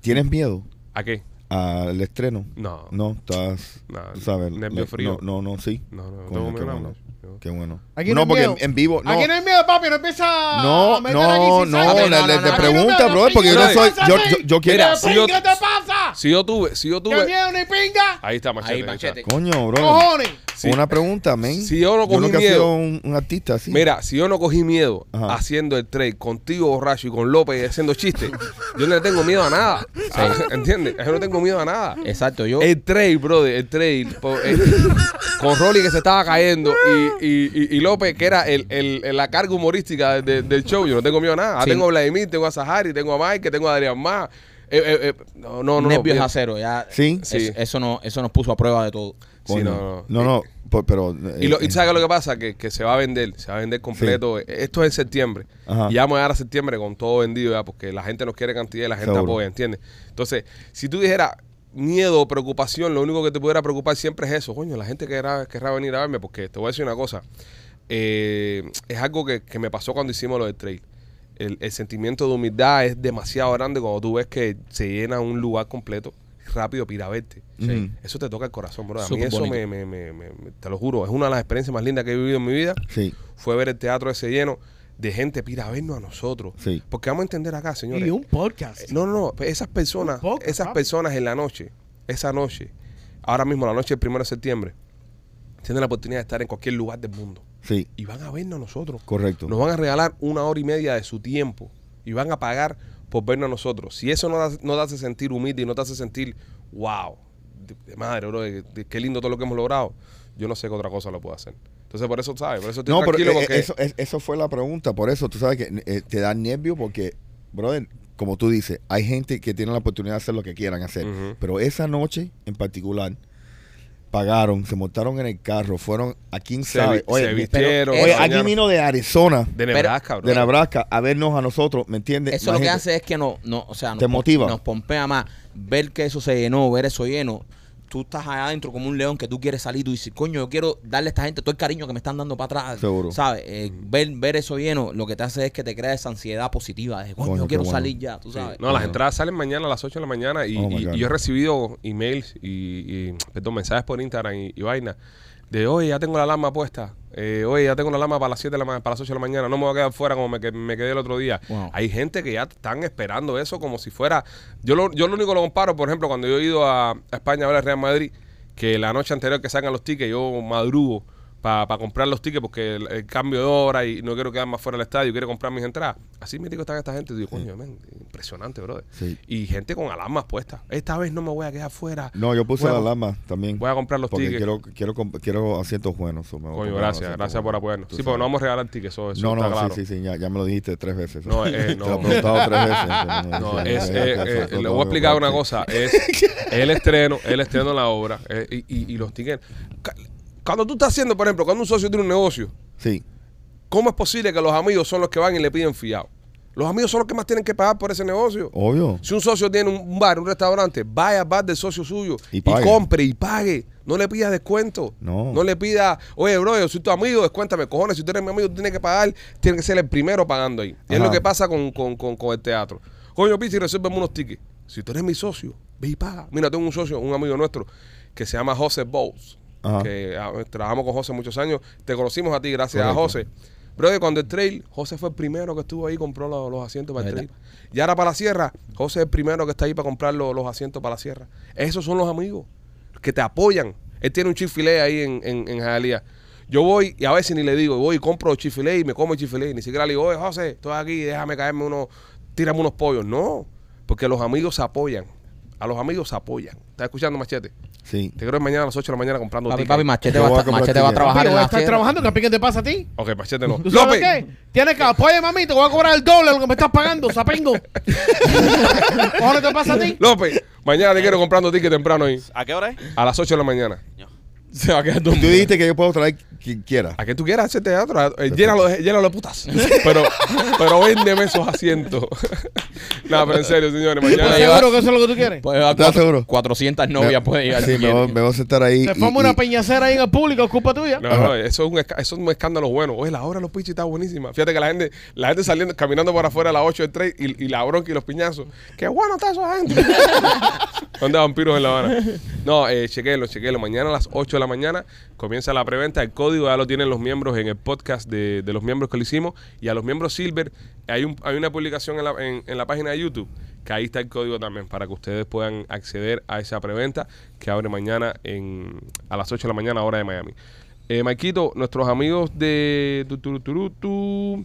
S6: ¿Tienes miedo
S3: ¿A qué?
S6: al estreno?
S3: No.
S6: No, estás...
S3: No,
S6: tú sabes,
S3: nervio
S6: le-
S3: frío.
S6: No, no, no, sí.
S3: No, no, no
S6: Coño,
S3: tengo
S6: qué
S3: miedo,
S6: bueno.
S3: no.
S6: Qué bueno.
S5: Aquí no
S6: no,
S5: hay
S6: porque en,
S5: miedo.
S6: en vivo... No.
S5: Aquí no hay miedo, papi. No empieza
S6: No,
S5: a
S6: no,
S5: meter aquí sin
S6: no,
S5: saber.
S4: no,
S6: le,
S4: no,
S6: le
S4: no, no.
S6: pregunta, bro, porque yo no
S3: Brother.
S6: soy, yo, yo, yo quiero,
S3: Mira, si yo-
S5: ¿Qué te pasa?
S3: Si yo tuve, si yo
S5: ¡Qué
S3: tuve.
S5: miedo ni pinga!
S3: Ahí está, machete.
S4: Ahí,
S3: ahí está.
S4: machete.
S6: Coño, bro.
S5: ¡Cojones!
S3: Sí.
S6: Una pregunta, men.
S3: Si yo no cogí
S6: nunca he
S3: miedo.
S6: sido un, un artista así.
S3: Mira, si yo no cogí miedo
S6: Ajá.
S3: haciendo el trade contigo borracho y con López haciendo chistes, yo no le tengo miedo a nada. ¿Entiendes? Yo no tengo miedo a nada.
S4: Exacto, yo.
S3: El trade, brother, el trade. po-
S4: *laughs*
S3: eh, con Rolly que se estaba cayendo y, y, y- y López, que era el, el- el- la carga humorística de- del show. Yo no tengo miedo a nada. Ah,
S4: Sí.
S3: Tengo a Vladimir, tengo a Sahari, tengo a Mike, tengo a Adrián Más. Eh, eh, eh, no, no, no.
S4: nervios
S3: no,
S4: a cero. Ya,
S6: Sí.
S4: es-
S3: Sí.
S4: eso, no, eso nos puso a prueba de todo.
S3: Sí,
S6: Coño.
S3: no, no.
S6: no. no, po- pero.
S3: Y, lo,
S6: eh,
S3: y sabes lo que pasa, que, que se va a vender, se va a vender completo. Esto es en septiembre.
S6: Ajá.
S3: Y ya vamos a llegar a septiembre con todo vendido ya, porque la gente nos quiere cantidad y la gente
S6: Seguro.
S3: apoya, ¿entiendes? Entonces, si tú dijeras miedo o preocupación, lo único que te pudiera preocupar siempre es eso. Coño, la gente querrá, querrá venir a verme, porque te voy a decir una cosa. Eh, es algo que, que me pasó cuando hicimos lo del trail. El, el sentimiento de humildad es demasiado grande cuando tú ves que se llena un lugar completo rápido para ir a verte.
S6: Sí.
S3: Eso te toca el corazón, bro. A mí
S4: Súper
S3: eso
S4: bonito.
S3: me, me- me- me- me- te lo juro, es una de las experiencias más lindas que he vivido en mi vida.
S6: Sí.
S3: Fue ver el teatro ese lleno de gente pira a vernos a nosotros.
S6: Sí.
S3: Porque vamos a entender acá, señores. Eh,
S5: Y un podcast.
S3: No, no, no. Esas personas,
S5: Un poco,
S3: esas
S5: papi.
S3: personas en la noche, esa noche, ahora mismo la noche del primero de septiembre, tienen la oportunidad de estar en cualquier lugar del mundo.
S6: Sí.
S3: Y van a vernos a nosotros.
S6: Correcto.
S3: Nos van a regalar una hora y media de su tiempo y van a pagar por vernos a nosotros. Si eso no, da- no te hace sentir humilde y no te hace sentir, wow, de, de madre, bro, de- de- qué lindo todo lo que hemos logrado, yo no sé qué otra cosa lo puedo hacer. Entonces, por eso, ¿sabes? Por eso estoy
S6: No, pero
S3: tranquilo
S6: eh,
S3: porque...
S6: eso, es- eso fue la pregunta. Por eso, tú sabes que eh, te da nervio porque, brother, como tú dices, hay gente que tiene la oportunidad de hacer lo que quieran hacer.
S3: Ujú.
S6: Pero esa noche en particular, pagaron, se montaron en el carro, fueron a quién
S3: se,
S6: sabe.
S3: vi-
S6: Oye,
S3: se
S6: mi-
S3: vistieron,
S4: pero-
S3: se
S6: oye,
S4: eh,
S6: alguien
S3: bañaron.
S6: vino de Arizona,
S3: De Nebraska, bro.
S6: de Nebraska, a vernos a nosotros, ¿me entiendes?
S4: Eso lo que
S6: Imagínate.
S4: hace es que no, no, o sea, nos,
S6: Te
S4: pom-
S6: motiva.
S4: nos pompea más. Ver que eso se llenó, ver eso lleno. Tú estás allá adentro como un león que tú quieres salir. Tú dices, coño, yo quiero darle a esta gente todo el cariño que me están dando para atrás.
S6: Seguro.
S4: ¿Sabes? Eh, ver, ver eso lleno, lo que te hace es que te crea esa ansiedad positiva. De, coño,
S6: Coño,
S4: yo
S6: qué
S4: quiero
S6: bueno.
S4: salir ya, tú sabes.
S3: No, las entradas salen mañana a las 8 de la mañana y,
S6: Oh, my
S3: y-
S6: God.
S3: y yo he recibido emails y, y, perdón, mensajes por Instagram y, y vaina de, oye, ya tengo la alarma puesta, eh, oye, ya tengo la alarma para las 7 de la ma- para las 8 de la mañana, no me voy a quedar fuera como me, que- me quedé el otro día.
S4: Wow.
S3: Hay gente que ya están esperando eso como si fuera... Yo lo, yo lo único que lo comparo, por ejemplo, cuando yo he ido a, a España a ver al Real Madrid, que la noche anterior que sacan los tickets yo madrugo para comprar los tickets porque el, el cambio de hora y no quiero quedar más fuera del estadio, quiero comprar mis entradas. Así me digo están esta gente, digo, coño, men, impresionante, brother.
S6: Sí.
S3: Y gente con alarmas puestas. Esta vez no me voy a quedar fuera.
S6: No, yo puse
S3: Voy a-
S6: la alarma también.
S3: voy a comprar los
S6: porque
S3: tickets.
S6: Quiero, quiero, comp- quiero asientos buenos. o me voy a
S3: Coño,
S6: comprar
S3: gracias,
S6: asientos
S3: gracias por
S6: buenos.
S3: apoyarnos.
S6: Tú
S3: Sí, porque no
S6: sabes.
S3: vamos a regalar tickets, eso, eso
S6: No,
S3: está
S6: no,
S3: claro.
S6: sí, sí, sí, ya, ya me lo dijiste tres veces.
S3: No, eh, no.
S6: *laughs* Te lo he preguntado tres
S3: *laughs*
S6: veces.
S3: No,
S6: Sí,
S3: es,
S6: sí,
S3: eh,
S6: sí, sí,
S3: eh,
S6: sí,
S3: le
S6: sí,
S3: voy a explicar
S6: sí.
S3: una
S6: *laughs*
S3: cosa. Es el estreno, el estreno de la obra eh, y, y- y los tickets. Ca- Cuando tú estás haciendo, por ejemplo, cuando un socio tiene un negocio,
S6: Sí,
S3: ¿cómo es posible que los amigos son los que van y le piden fiado? Los amigos son los que más tienen que pagar por ese negocio.
S6: obvio.
S3: Si un socio tiene un bar, un restaurante, vaya al bar del socio suyo
S6: Y
S3: y,
S6: pague.
S3: compre y pague. No le pida descuento.
S6: No.
S3: le pida, oye, bro, yo soy tu amigo, descuéntame, cojones. Si tú eres mi amigo, tú tienes que pagar, tienes que ser el primero pagando ahí. Y es
S6: Ajá.
S3: lo que pasa con, con- con- con el teatro. Coño, Pizzi, resuélveme unos tickets. Si tú eres mi socio, ve y paga. Mira, tengo un socio, un amigo nuestro, que se llama José Bowles,
S6: Ajá.
S3: que ah, trabajamos con José muchos años. Te conocimos a ti gracias a
S6: Correcto.
S3: José. Bro, cuando el trail, José fue el primero que estuvo ahí y compró los, los asientos para el
S4: ¿Verdad?
S3: trail. Y ahora para la sierra, José es el primero que está ahí para comprar los, los asientos para la sierra. Esos son los amigos que te apoyan. Él tiene un chifilé ahí en, en, en Hialeah. Yo voy y a veces ni le digo, voy y compro chifilé y me como el chifilé. Ni siquiera le digo, oye, José, estoy aquí, déjame caerme unos, tírame unos pollos. No, porque los amigos se apoyan. A los amigos se apoyan. ¿Estás escuchando, Machete? *laughs*
S6: Sí.
S3: Te creo que mañana a las 8 de la mañana comprando
S4: Papi,
S3: tickets.
S4: papi, Machete,
S6: Yo
S4: va,
S6: voy
S4: a
S6: a
S4: estar-
S6: comprar
S4: Machete va a
S6: tickets.
S4: trabajar
S5: Papi,
S4: en
S5: voy a
S4: la
S5: estar
S4: fiesta.
S5: trabajando, que a pique te pasa a ti.
S3: Ok, Machete no.
S5: ¿Tú
S3: ¡López!
S5: sabes qué? Tienes que, oye, mami, te voy a cobrar el doble de lo que me estás pagando, sapengo. ¿Ahora te pasa a ti?
S3: López, mañana te
S5: Eh.
S3: quiero comprando tickets temprano ahí.
S7: ¿A qué hora es?
S3: A las 8 de la mañana.
S4: Se va a quedar
S6: Tú dijiste que yo puedo traer quien quiera.
S3: A que tú quieras hacer teatro, a- eh, llénalo, de- llénalo de
S5: *laughs*
S3: putas. Pero, pero véndeme esos asientos. *laughs* Nada, pero en serio, señores,
S4: Puede
S5: ¿Estás
S3: mañana.
S4: llevar-
S5: Pues seguro que eso es lo que tú quieres?
S4: Puede llevar
S6: ¿Estás
S4: cuatro-
S6: seguro?
S4: 400 novias
S6: Me-
S4: puede llegar.
S6: Sí,
S4: si
S6: me voy,
S4: quiere.
S6: me voy a sentar ahí.
S5: Se
S6: y-
S5: forma
S6: y-
S5: una peñacera ahí en el público, es culpa tuya.
S3: No, no, eso es, un esca- eso es un escándalo bueno. Oye, la obra de los pichis está buenísima. Fíjate que la gente, la gente saliendo, caminando por afuera a las 8 del 3 y, y la bronca y los piñazos. Qué bueno está esa
S5: *laughs*
S3: gente. ¿Dónde vampiros en La Habana? No, eh, chequéenlo, chequéenlo. Mañana a las 8 de la mañana comienza la preventa. El código ya lo tienen los miembros en el podcast de, de los miembros que lo hicimos. Y a los miembros Silver, Hay, un, hay una publicación en la, en- en la página de YouTube que ahí está el código también para que ustedes puedan acceder a esa preventa que abre mañana en, a las 8 de la mañana, hora de Miami. Eh, Maikito, nuestros amigos de tu, tu, tu, tu,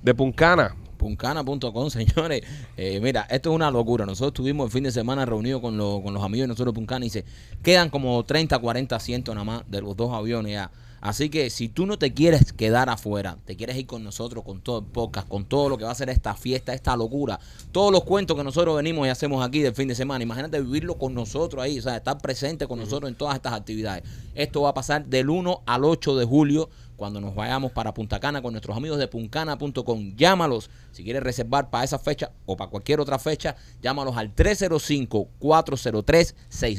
S3: de Puncana.
S4: Puncana.com, *laughs* señores. Eh, mira, esto es una locura. Nosotros estuvimos el fin de semana reunidos con, los- con los amigos de nosotros de Puncana y se quedan como 30, 40 asientos nada más de los dos aviones ya. Así que si tú no te quieres quedar afuera, te quieres ir con nosotros, con todo el podcast, con todo lo que va a ser esta fiesta, esta locura, todos los cuentos que nosotros venimos y hacemos aquí del fin de semana, imagínate vivirlo con nosotros ahí, o sea, estar presente con nosotros en todas estas actividades. Esto va a pasar del 1 al 8 de julio cuando nos vayamos para Punta Cana con nuestros amigos de puncana.com. Llámalos si quieres reservar para esa fecha o para cualquier otra fecha. Llámalos al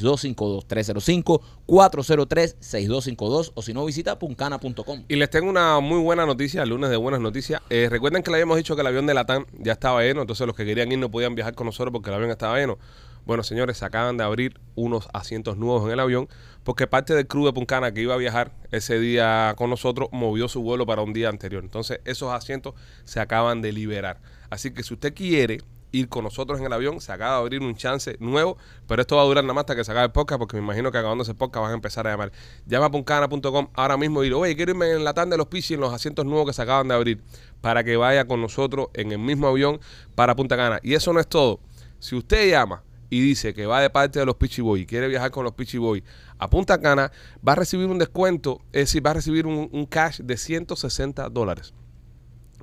S4: 305-403-6252. 305-403-6252 o si no visita puncana.com.
S3: Y les tengo una muy buena noticia, el lunes de buenas noticias. Eh, recuerden que le habíamos dicho que el avión de Latam ya estaba lleno, entonces los que querían ir no podían viajar con nosotros porque el avión estaba lleno. Bueno, señores, se acaban de abrir unos asientos nuevos en el avión porque parte del crew de Puncana que iba a viajar ese día con nosotros movió su vuelo para un día anterior. Entonces, esos asientos se acaban de liberar. Así que si usted quiere ir con nosotros en el avión, se acaba de abrir un chance nuevo, pero esto va a durar nada más hasta que se acabe el podcast, porque me imagino que acabando ese podcast vas a empezar a llamar. Llama a puncana.com ahora mismo y dile, oye, quiero irme en la tanda de los pisos y en los asientos nuevos que se acaban de abrir, para que vaya con nosotros en el mismo avión para Punta Cana. Y eso no es todo. Si usted llama y dice que va de parte de los Pichi Boy y quiere viajar con los Pichi Boy a Punta Cana, va a recibir un descuento, es decir, va a recibir un, un cash de 160 dólares.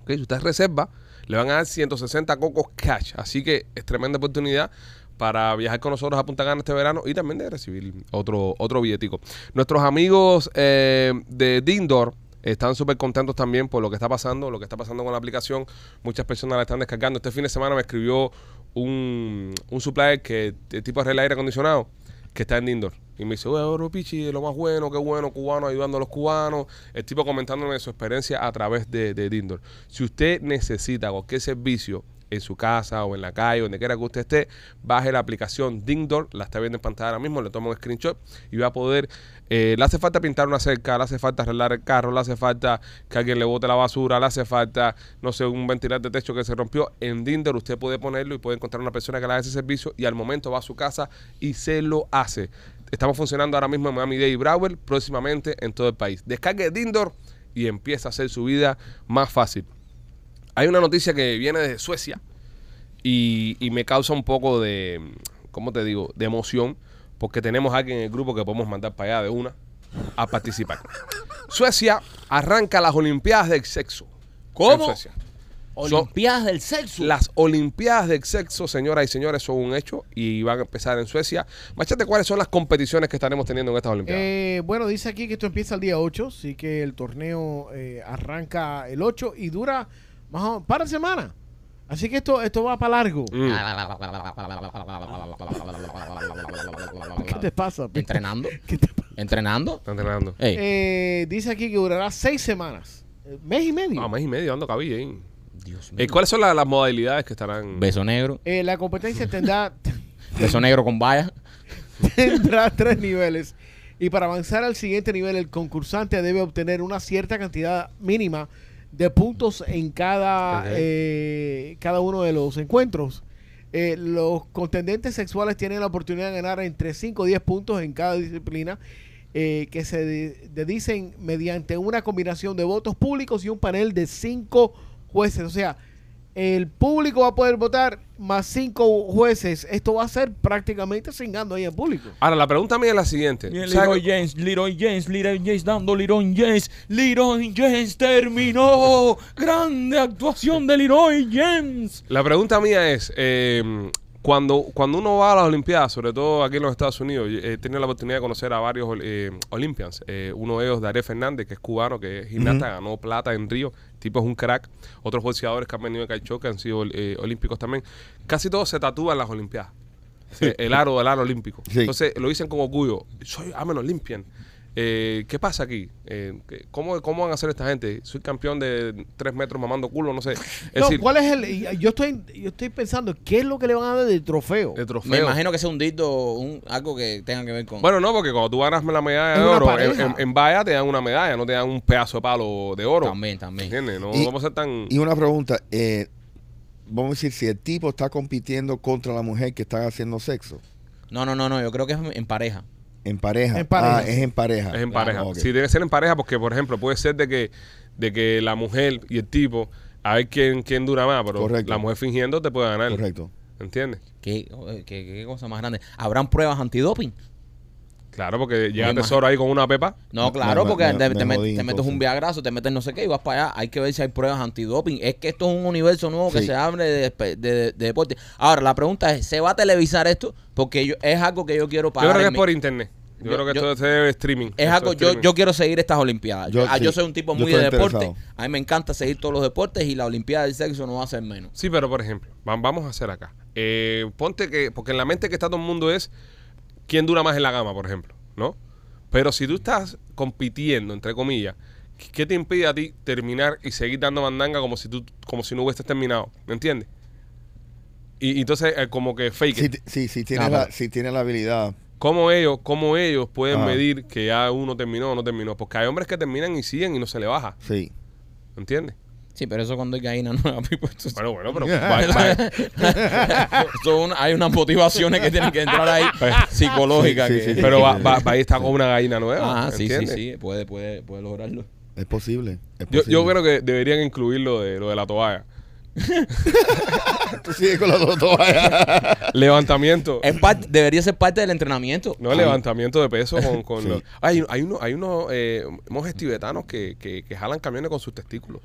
S3: Ok, Si usted reserva, le van a dar 160 cocos cash. Así que es tremenda oportunidad para viajar con nosotros a Punta Cana este verano y también de recibir otro, otro billetico. Nuestros amigos eh, de Dindor están súper contentos también por lo que está pasando, lo que está pasando con la aplicación. Muchas personas la están descargando. Este fin de semana me escribió un, un supplier que de tipo arregla aire acondicionado que está en Dindor. Y me dice, oye, Oro Pichi, lo más bueno, qué bueno, cubano, ayudando a los cubanos. El tipo comentándome su experiencia a través de, de Dindor. Si usted necesita cualquier servicio en su casa o en la calle, donde quiera que usted esté, baje la aplicación Dindor, la está viendo en pantalla ahora mismo, le toma un screenshot y va a poder, eh, le hace falta pintar una cerca, le hace falta arreglar el carro, le hace falta que alguien le bote la basura, le hace falta, no sé, un ventilador de techo que se rompió. En Dindor usted puede ponerlo y puede encontrar una persona que le haga ese servicio y al momento va a su casa y se lo hace. Estamos funcionando ahora mismo en Miami Dade y Broward, próximamente en todo el país. Descargue Dindor y empieza a hacer su vida más fácil. Hay una noticia que viene desde Suecia y, y me causa un poco de, ¿cómo te digo?, de emoción, porque tenemos a alguien en el grupo que podemos mandar para allá de una a participar. Suecia arranca las Olimpiadas del Sexo.
S4: ¿Cómo?
S3: En Suecia.
S4: Olimpiadas del sexo.
S3: Las Olimpiadas del Sexo, señoras y señores, son un hecho y van a empezar en Suecia. Machete, ¿cuáles son las competiciones que estaremos teniendo en estas Olimpiadas?
S5: Eh, bueno, dice aquí que esto empieza el día 8, así que el torneo eh, arranca el 8 y dura más o para semana. Así que esto, esto va para largo.
S3: Mm.
S5: ¿Qué te pasa? Pi?
S4: Entrenando.
S5: ¿Qué te pasa?
S4: Entrenando.
S3: Están entrenando.
S4: Ey,
S5: Eh, dice aquí que durará seis semanas. Eh, Mes y medio.
S3: Ah, mes y medio dando cabilla ahí.
S4: Dios mío.
S3: Eh, ¿Cuáles son la- las modalidades que estarán?
S4: Beso negro.
S5: Eh, la competencia tendrá, *laughs*
S4: Beso negro con vallas.
S5: tendrá tres niveles. Y para avanzar al siguiente nivel, el concursante debe obtener una cierta cantidad mínima de puntos en cada,
S3: Ok.
S5: eh, cada uno de los encuentros. Eh, los contendientes sexuales tienen la oportunidad de ganar entre 5 o 10 puntos en cada disciplina eh, que se de- dedicen mediante una combinación de votos públicos y un panel de 5 jueces. O sea, el público va a poder votar más 5 jueces. Esto va a ser prácticamente cingando ahí al público.
S3: Ahora, la pregunta mía es la siguiente. ¿Sabes-
S4: James, Leroy James, Leroy James dando Leroy James, Leroy James terminó. Grande actuación de Leroy James.
S3: La pregunta mía es, eh, cuando, cuando uno va a las Olimpiadas, sobre todo aquí en los Estados Unidos, yo eh, he tenido la oportunidad de conocer a varios ol- eh, Olympians. Eh, uno de ellos, Daré Fernández, que es cubano, que es gimnasta, ganó plata en Río, tipo es un crack. Otros boxeadores que han venido de Caichó, que han sido eh, olímpicos también. Casi todos se tatúan las Olimpiadas. Sí, el aro, el aro olímpico.
S6: Sí.
S3: Entonces lo dicen con orgullo. Soy I'm an Olympian. Eh, ¿Qué pasa aquí? Eh, ¿cómo, ¿Cómo van a hacer esta gente? Soy campeón de tres metros mamando culo, no sé. Es
S5: no,
S3: decir,
S5: ¿cuál es el? Yo estoy, yo estoy pensando, ¿qué es lo que le van a dar de trofeo?
S3: de trofeo.
S4: Me imagino que sea un dito, un, algo que tenga que ver con.
S3: Bueno, no, porque cuando tú ganas la medalla
S5: Es
S3: de
S5: una
S3: oro en,
S5: pareja.
S3: en, en valla, te dan una medalla, no te dan un pedazo de palo de oro.
S4: también, también.
S3: ¿Entiendes? No
S6: Y-
S3: vamos a ser tan.
S6: Y una pregunta, eh, vamos a decir, si el tipo está compitiendo contra la mujer que están haciendo sexo.
S4: No, no, no, no, yo creo que es en pareja.
S6: En pareja.
S5: En pareja.
S6: Ah, es en pareja.
S3: Es en pareja.
S6: Ah, ok.
S3: Sí, tiene que ser en pareja porque, por ejemplo, puede ser de que, de que la mujer y el tipo, a ver quién, quién dura más, pero
S6: Correcto.
S3: la mujer fingiendo te puede ganar.
S6: Correcto.
S3: ¿Entiendes?
S4: ¿Qué, eh, qué- qué cosa más grande? ¿Habrán pruebas antidoping?
S3: Claro, porque llega
S4: imagino.
S3: tesoro ahí con una pepa.
S4: No,
S6: Me-
S4: claro,
S6: me-
S4: porque
S6: me-
S4: te,
S6: me
S4: te met-
S6: jodí,
S4: te metes
S6: entonces.
S4: un viagrazo, te metes no sé qué y vas para allá. Hay que ver si hay pruebas antidoping. Es que esto es un universo nuevo que
S6: Sí.
S4: se abre de, despe- de- de deporte. Ahora, la pregunta es, ¿se va a televisar esto? Porque yo- es algo que yo quiero
S3: yo
S4: pagar.
S3: creo que
S4: en
S3: es
S4: mi-
S3: por internet. Yo,
S4: Yo-
S3: creo que
S4: yo-
S3: esto se debe streaming.
S4: es
S3: Esto
S4: algo, yo,
S3: streaming.
S4: yo quiero seguir estas Olimpiadas. Yo,
S6: Yo-
S4: ah, yo
S6: sí.
S4: soy un tipo
S6: Yo
S4: muy de
S6: estoy
S4: deporte.
S6: interesado.
S4: A mí me encanta seguir todos los deportes y la Olimpiada del Sexo no va a ser menos.
S3: Sí, pero por ejemplo, vam- vamos a hacer acá. Eh, ponte que, porque en la mente que está todo el mundo es quién dura más en la gama, por ejemplo, ¿no? Pero si tú estás compitiendo, entre comillas, ¿qué- ¿qué te impide a ti terminar y seguir dando mandanga como si tú, como si no hubieses terminado? ¿Me entiendes? Y, y entonces, eh, como que Ah, fake.
S6: Si,
S3: it.
S6: ti- si, si tienes
S4: No,
S6: la,
S4: pero-
S6: si tienes la habilidad.
S3: ¿Cómo ellos, cómo ellos pueden
S6: Ajá.
S3: medir que ya uno terminó o no terminó? Porque hay hombres que terminan y siguen y no se le baja.
S6: Sí.
S3: ¿Entiendes?
S4: Sí, pero eso cuando hay gallina nueva, *laughs* pues, pipo, eso-
S3: Bueno, bueno, pero va- va-
S4: *laughs* eso es una- hay unas motivaciones que tienen que entrar ahí psicológicas.
S6: Pues, Sí, sí,
S4: que-
S6: sí, sí.
S3: pero *laughs* va, va- va ahí está con una gallina nueva.
S4: Ah, sí, sí,
S3: ¿entiendes?
S4: sí, puede, puede, puede lograrlo.
S6: Es posible. es
S3: Yo, yo
S6: *laughs* posible.
S3: creo que deberían incluir lo de, lo de la toalla.
S6: Tú sigues con la
S3: *laughs*
S6: toalla.
S3: Levantamiento.
S4: *laughs* Es parte, debería ser parte del entrenamiento.
S3: No, levantamiento de peso con... con
S6: Sí.
S3: los- hay, hay unos, hay unos eh, monjes tibetanos que, que, que jalan camiones con sus testículos.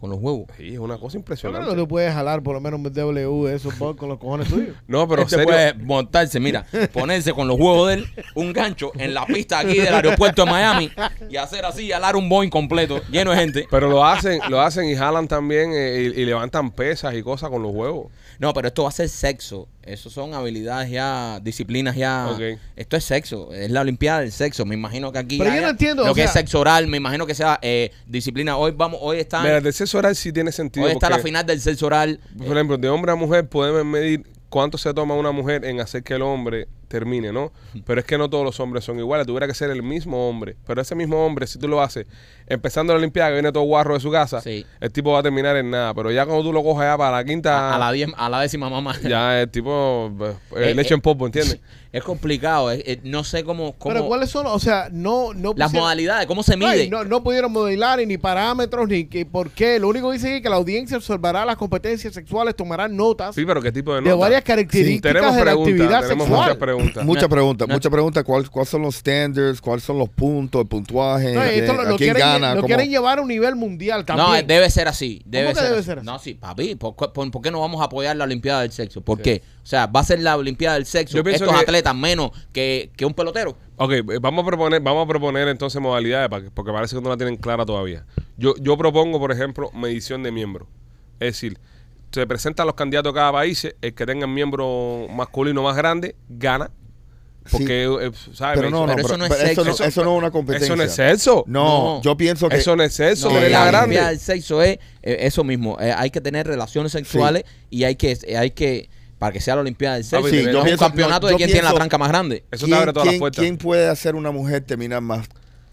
S4: Con los huevos.
S3: Sí, es una cosa
S5: Yo creo
S3: impresionante.
S5: que tú puedes jalar por lo menos un W de esos bots con los cojones
S6: *laughs*
S5: tuyos.
S3: No, pero
S4: Este
S3: serio,
S4: puede montarse, mira, ponerse con los huevos de él, un gancho en la pista aquí del aeropuerto de Miami y hacer así, y alar un Boeing completo, lleno de gente.
S3: Pero lo hacen, lo hacen y jalan también eh, y, y levantan pesas y cosas con los huevos.
S4: No, pero esto va a ser sexo. Eso son habilidades ya, disciplinas ya.
S3: Ok.
S4: Esto es sexo. Es la Olimpiada del sexo. Me imagino que aquí.
S5: Pero
S4: haya
S5: yo no entiendo,
S4: Lo
S5: o
S4: que
S5: sea-
S4: es sexo oral, me imagino que sea eh, disciplina. Hoy vamos, hoy está.
S3: Mira, el sexo oral sí tiene sentido.
S4: hoy está la
S3: porque,
S4: final del sexo oral.
S3: Por ejemplo, de hombre a mujer podemos medir cuánto se toma una mujer en hacer que el hombre termine, ¿no? Pero es que no todos los hombres son iguales. Tuviera que ser el mismo hombre. Pero ese mismo hombre, si tú lo haces, empezando la Olimpiada, que viene todo guarro de su casa,
S4: Sí.
S3: el tipo va a terminar en nada. Pero ya cuando tú lo cojas ya para la quinta,
S4: A, a la diez- a la décima mamá.
S3: *laughs* ya el tipo eh,
S4: Eh,
S3: le echa
S4: eh,
S3: en popo, ¿entiendes?
S4: *laughs* Es complicado. es- es- no sé cómo. cómo-
S5: Pero ¿cuáles son? O sea, no, no
S4: las
S5: pusieron-
S4: modalidades, cómo se
S5: Ay,
S4: mide.
S5: no, no pudieron modelar ni parámetros ni que por qué. Lo único que dicen es que la audiencia observará las competencias sexuales, tomará notas
S3: Sí, pero ¿qué tipo de
S5: de
S3: nota?
S5: varias
S3: Sí,
S5: características
S3: tenemos
S5: de la
S3: preguntas,
S5: actividad
S3: tenemos muchas
S5: sexual.
S3: preguntas.
S6: Muchas
S4: No,
S6: preguntas,
S4: no.
S6: muchas preguntas. ¿Cuáles son los standards? ¿Cuáles son los puntos, el puntuaje?
S5: No, esto
S6: eh,
S5: lo,
S6: ¿a
S5: lo
S6: ¿Quién
S5: quieren,
S6: gana?
S5: lo
S6: ¿Cómo?
S5: quieren llevar a un nivel mundial también.
S4: No, eh, debe ser así. Debe
S5: que
S4: ser
S5: debe
S4: así.
S5: ser así?
S4: No, sí, papi. ¿Por, cu- por, por qué no vamos a apoyar la Olimpiada del Sexo? ¿Por qué? O sea, va a ser la Olimpiada del Sexo.
S3: Yo pienso
S4: Estos
S3: que-
S4: atletas menos que, que un pelotero.
S3: Ok, eh, vamos a proponer, vamos a proponer entonces modalidades para que- porque parece que no la tienen clara todavía. Yo, yo propongo, por ejemplo, medición de miembros. Es decir, se presentan los candidatos de cada país, el que tenga el miembro masculino más grande gana. Porque, eh, ¿sabes?
S6: Pero no, no,
S4: Pero
S6: pero-
S4: eso no es
S6: pero eso no-
S4: sexo.
S6: eso no es una competencia.
S3: Eso no es sexo.
S6: No,
S4: No.
S6: yo pienso que
S3: Eso no es sexo,
S4: No,
S3: tener
S4: la
S3: la
S4: Olimpiada
S3: grande.
S4: del sexo es eh, eso mismo. eh, hay que tener relaciones sexuales y hay que, eh, hay que, para que sea la Olimpiada del sexo,
S3: Sí,
S4: es
S3: yo
S4: un
S6: pienso-
S4: campeonato
S6: yo-
S4: de
S6: yo
S4: quién tiene la
S6: pienso-
S4: tranca más grande.
S3: Eso te abre todas las
S6: quién-
S3: puertas.
S6: quién puede hacer una mujer terminar más,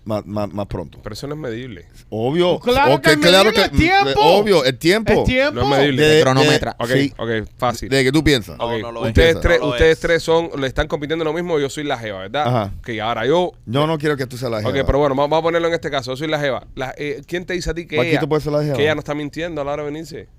S6: más, más, más pronto?
S3: Pero eso no es medible.
S6: Obvio.
S5: Pues claro
S6: Ok,
S5: que es medible, es
S6: mm,
S5: tiempo.
S6: Obvio, el tiempo.
S5: ¿Es tiempo?
S3: No es medible.
S6: De-
S4: Cronometra.
S3: ok,
S6: sí,
S3: ok, fácil.
S6: De que tú piensas.
S7: No,
S3: Ok,
S7: no lo es.
S3: ustedes
S6: No
S3: tres,
S7: lo
S3: ustedes
S7: es.
S3: tres son, le están compitiendo lo mismo, yo soy la jeva, ¿verdad?
S6: Ajá.
S3: Ok, ahora yo.
S6: Yo no quiero que tú seas la
S3: Ok,
S6: jeva.
S3: pero bueno, vamos vamos a ponerlo en este caso. Yo soy la jeva. La- eh, ¿Quién te dice a ti que
S6: Paquito
S3: ella,
S6: puede ser la jeva.
S3: que ella no está mintiendo a la hora de venirse?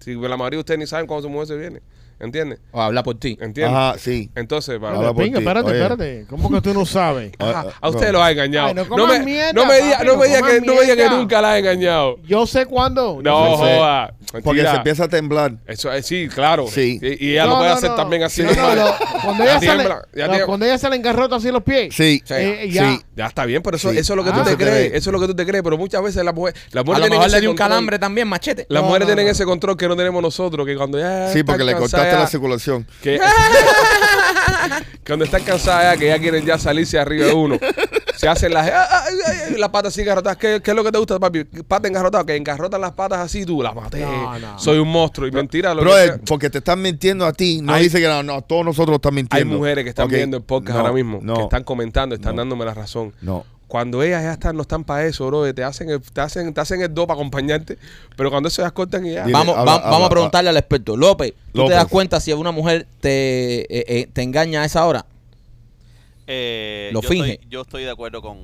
S3: Si la mayoría de ustedes ni saben cuándo su mujer se viene. ¿Entiendes?
S4: O habla por ti.
S3: ¿Entiendes?
S6: Ajá, sí.
S3: Entonces, para...
S6: Habla
S5: Pero,
S6: por
S5: pinga,
S6: ti,
S5: espérate,
S6: oye.
S5: espérate. ¿Cómo que tú no sabes?
S3: Ajá,
S6: Ah,
S3: a usted
S6: no.
S3: los ha engañado.
S5: Ay, no
S3: no,
S5: comas
S3: me,
S5: mierda,
S3: no me diga,
S5: papi,
S3: no
S5: no
S3: me diga
S5: comas
S3: que, no me diga que
S5: mierda.
S3: nunca la ha engañado.
S5: Yo sé cuándo. yo
S3: No,
S6: no sé.
S3: joda.
S6: Porque
S3: Mentira.
S6: se empieza a temblar.
S3: Eso, eh, sí, claro.
S6: Sí.
S3: Y, y ella lo
S5: No,
S3: puede
S5: no,
S3: hacer
S5: no.
S3: también así.
S5: No, no, lo- cuando, ella
S3: Ya
S5: sale,
S3: tiembla, ya
S5: no,
S3: tiembla.
S5: cuando ella sale en garrote así los pies.
S6: Sí.
S5: Eh, ya.
S6: Sí.
S3: Ya está bien, pero eso,
S6: Sí.
S3: eso es lo que
S5: Ah.
S3: tú te
S6: Eso te
S3: crees.
S6: ve.
S3: Eso es lo que tú te crees, pero muchas veces las mujeres. Las
S4: A
S3: mujeres
S4: lo
S3: tienen
S4: mejor
S3: ese
S4: le dio un
S3: control.
S4: calambre también, machete.
S3: Las
S5: No,
S3: mujeres
S5: no,
S3: tienen
S5: no.
S3: ese control que no tenemos nosotros, que cuando ya.
S6: Sí,
S3: están
S6: porque le
S3: cansadas
S6: cortaste
S3: ya-
S6: la circulación.
S3: que- que *laughs* Cuando están cansadas ya, que ya quieren ya salirse arriba de uno. Se hacen las. ah, ah, ay, ay, ay, las patas así engarrotadas. ¿Qué, qué es lo que te gusta, papi? Pata engarrotada, que engarrotan las patas así tú las maté.
S5: No, no.
S3: Soy un monstruo. Y mentira, lo que sea.
S6: Brother, porque te están mintiendo a ti. No
S3: Hay-
S6: dice que no, no, todos nosotros están mintiendo.
S3: Hay mujeres que están
S6: Ok,
S3: viendo el podcast
S6: no,
S3: ahora mismo,
S6: No,
S3: que están comentando, están
S6: No.
S3: dándome la razón.
S6: no.
S3: Cuando ellas ya están, no están para eso, bro. Te hacen el, te hacen, te hacen el do para acompañarte, pero cuando eso ya cortan y ya.
S6: Dile,
S4: Vamos,
S6: habla,
S4: va- vamos
S6: habla,
S4: a preguntarle al experto. López, ¿tú
S6: López.
S4: te das cuenta si una mujer te, eh, eh, te engaña a esa hora?
S7: Eh,
S4: Lo
S7: yo
S4: finge.
S7: Estoy, yo estoy de acuerdo con,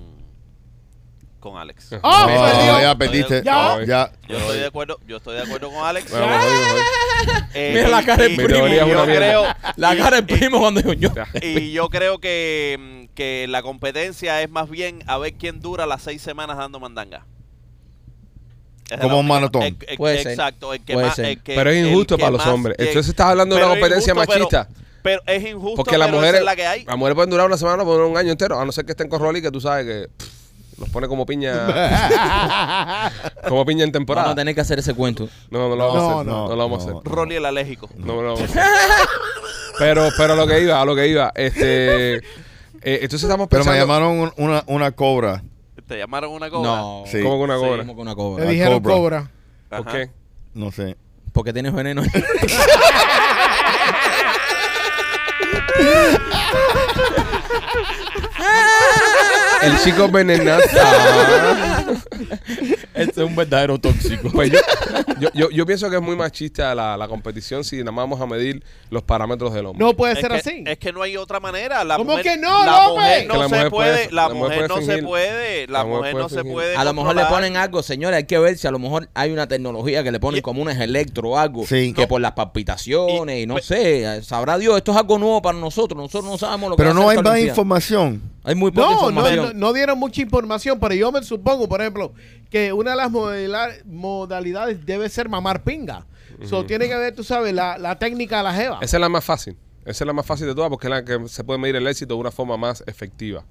S7: con Alex.
S3: Ah.
S5: ¡Oh,
S6: No,
S5: perdió!
S6: ya perdiste.
S5: Ya.
S6: Ya.
S7: Yo estoy de acuerdo, yo estoy de acuerdo con Alex.
S3: Bueno, me jodí, me jodí.
S7: Eh,
S4: Mira la cara del
S7: y-
S3: primo. Mi teoría es
S7: y
S3: una
S7: yo creo,
S3: mierda.
S4: *laughs* La cara del primo cuando digo yo.
S3: O sea,
S6: *laughs*
S7: y yo creo que, mm, que la competencia es más bien a ver quién dura las seis semanas dando mandanga. Esa es
S6: Como un
S7: la única-
S6: maratón.
S7: el- el-
S4: Puede ser.
S7: Exacto. El que
S4: Puede
S7: más,
S4: ser.
S7: el que-
S3: pero es
S7: el
S3: injusto
S7: que
S3: para los
S7: más-
S3: hombres.
S7: que-
S3: Entonces estás hablando de
S7: pero
S3: una
S7: es
S3: competencia
S7: injusto, pero-
S3: machista.
S7: Pero, es injusto.
S3: porque las
S7: pero esa
S3: mujeres,
S7: es la que hay.
S3: las mujeres pueden durar una semana, pueden durar un año entero, a no ser que estén con Rolly, que tú sabes que pff, los pone como piña, *laughs* como piña en
S4: Vamos a
S3: temporada.
S4: tener que hacer ese cuento.
S3: No, no lo vamos a
S5: No,
S3: hacer.
S6: no,
S3: No, lo vamos a
S6: no.
S3: hacer.
S7: Rolly el alérgico.
S3: No me lo vamos a hacer. Pero, pero a lo que iba, a lo que iba, este, eh, entonces estamos
S6: Pero
S3: pensando.
S6: me llamaron un- una, una cobra.
S7: Te llamaron una cosa.
S4: No.
S6: Sí.
S3: como una
S7: Sí.
S3: cobra.
S4: Como que una
S5: Le
S4: cobra.
S6: Ay.
S5: dijeron
S6: Cobra.
S5: cobra.
S7: Ajá.
S3: ¿Por qué?
S6: No sé.
S4: Porque tienes veneno.
S3: El chico
S6: *laughs*
S3: venenaza.
S4: Este es un verdadero tóxico.
S3: Pues yo, yo, yo- yo pienso que es muy machista la, la competición si nada más vamos a medir los parámetros del hombre.
S5: No puede
S7: Es
S5: ser
S7: que,
S5: así.
S7: es que no hay otra manera. La
S5: ¿Cómo
S7: mujer,
S5: que no,
S7: la
S5: López?
S7: mujer no
S3: Que la
S7: se
S3: mujer
S7: puede,
S3: puede-
S7: la
S3: la
S7: mujer,
S3: mujer
S7: no
S3: puede
S7: se
S3: fingir.
S7: puede, la,
S3: La mujer
S7: mujer,
S3: puede
S7: no se
S3: fingir.
S7: puede.
S4: A lo mejor le
S7: controlar.
S4: ponen algo, señores, hay que ver si a lo mejor hay una tecnología que le ponen como unas electro o algo,
S6: Sí.
S4: que
S6: No.
S4: por las palpitaciones y, no sé, sabrá Dios, esto es algo nuevo para nosotros, nosotros no sabemos lo que
S6: Pero
S4: va a hacer
S6: no hay
S4: esta
S6: más
S4: Olimpiada.
S6: información.
S4: Hay muy poca
S5: No, no,
S4: información.
S5: no, no dieron mucha información, pero yo me supongo, por ejemplo, que una de las modela- modalidades debe ser mamar pinga. So, tiene que ver, tú sabes, la, la técnica de la jeva.
S3: Ah. Esa es la más fácil. Esa es la más fácil de todas porque es la que se puede medir el éxito de una forma más efectiva.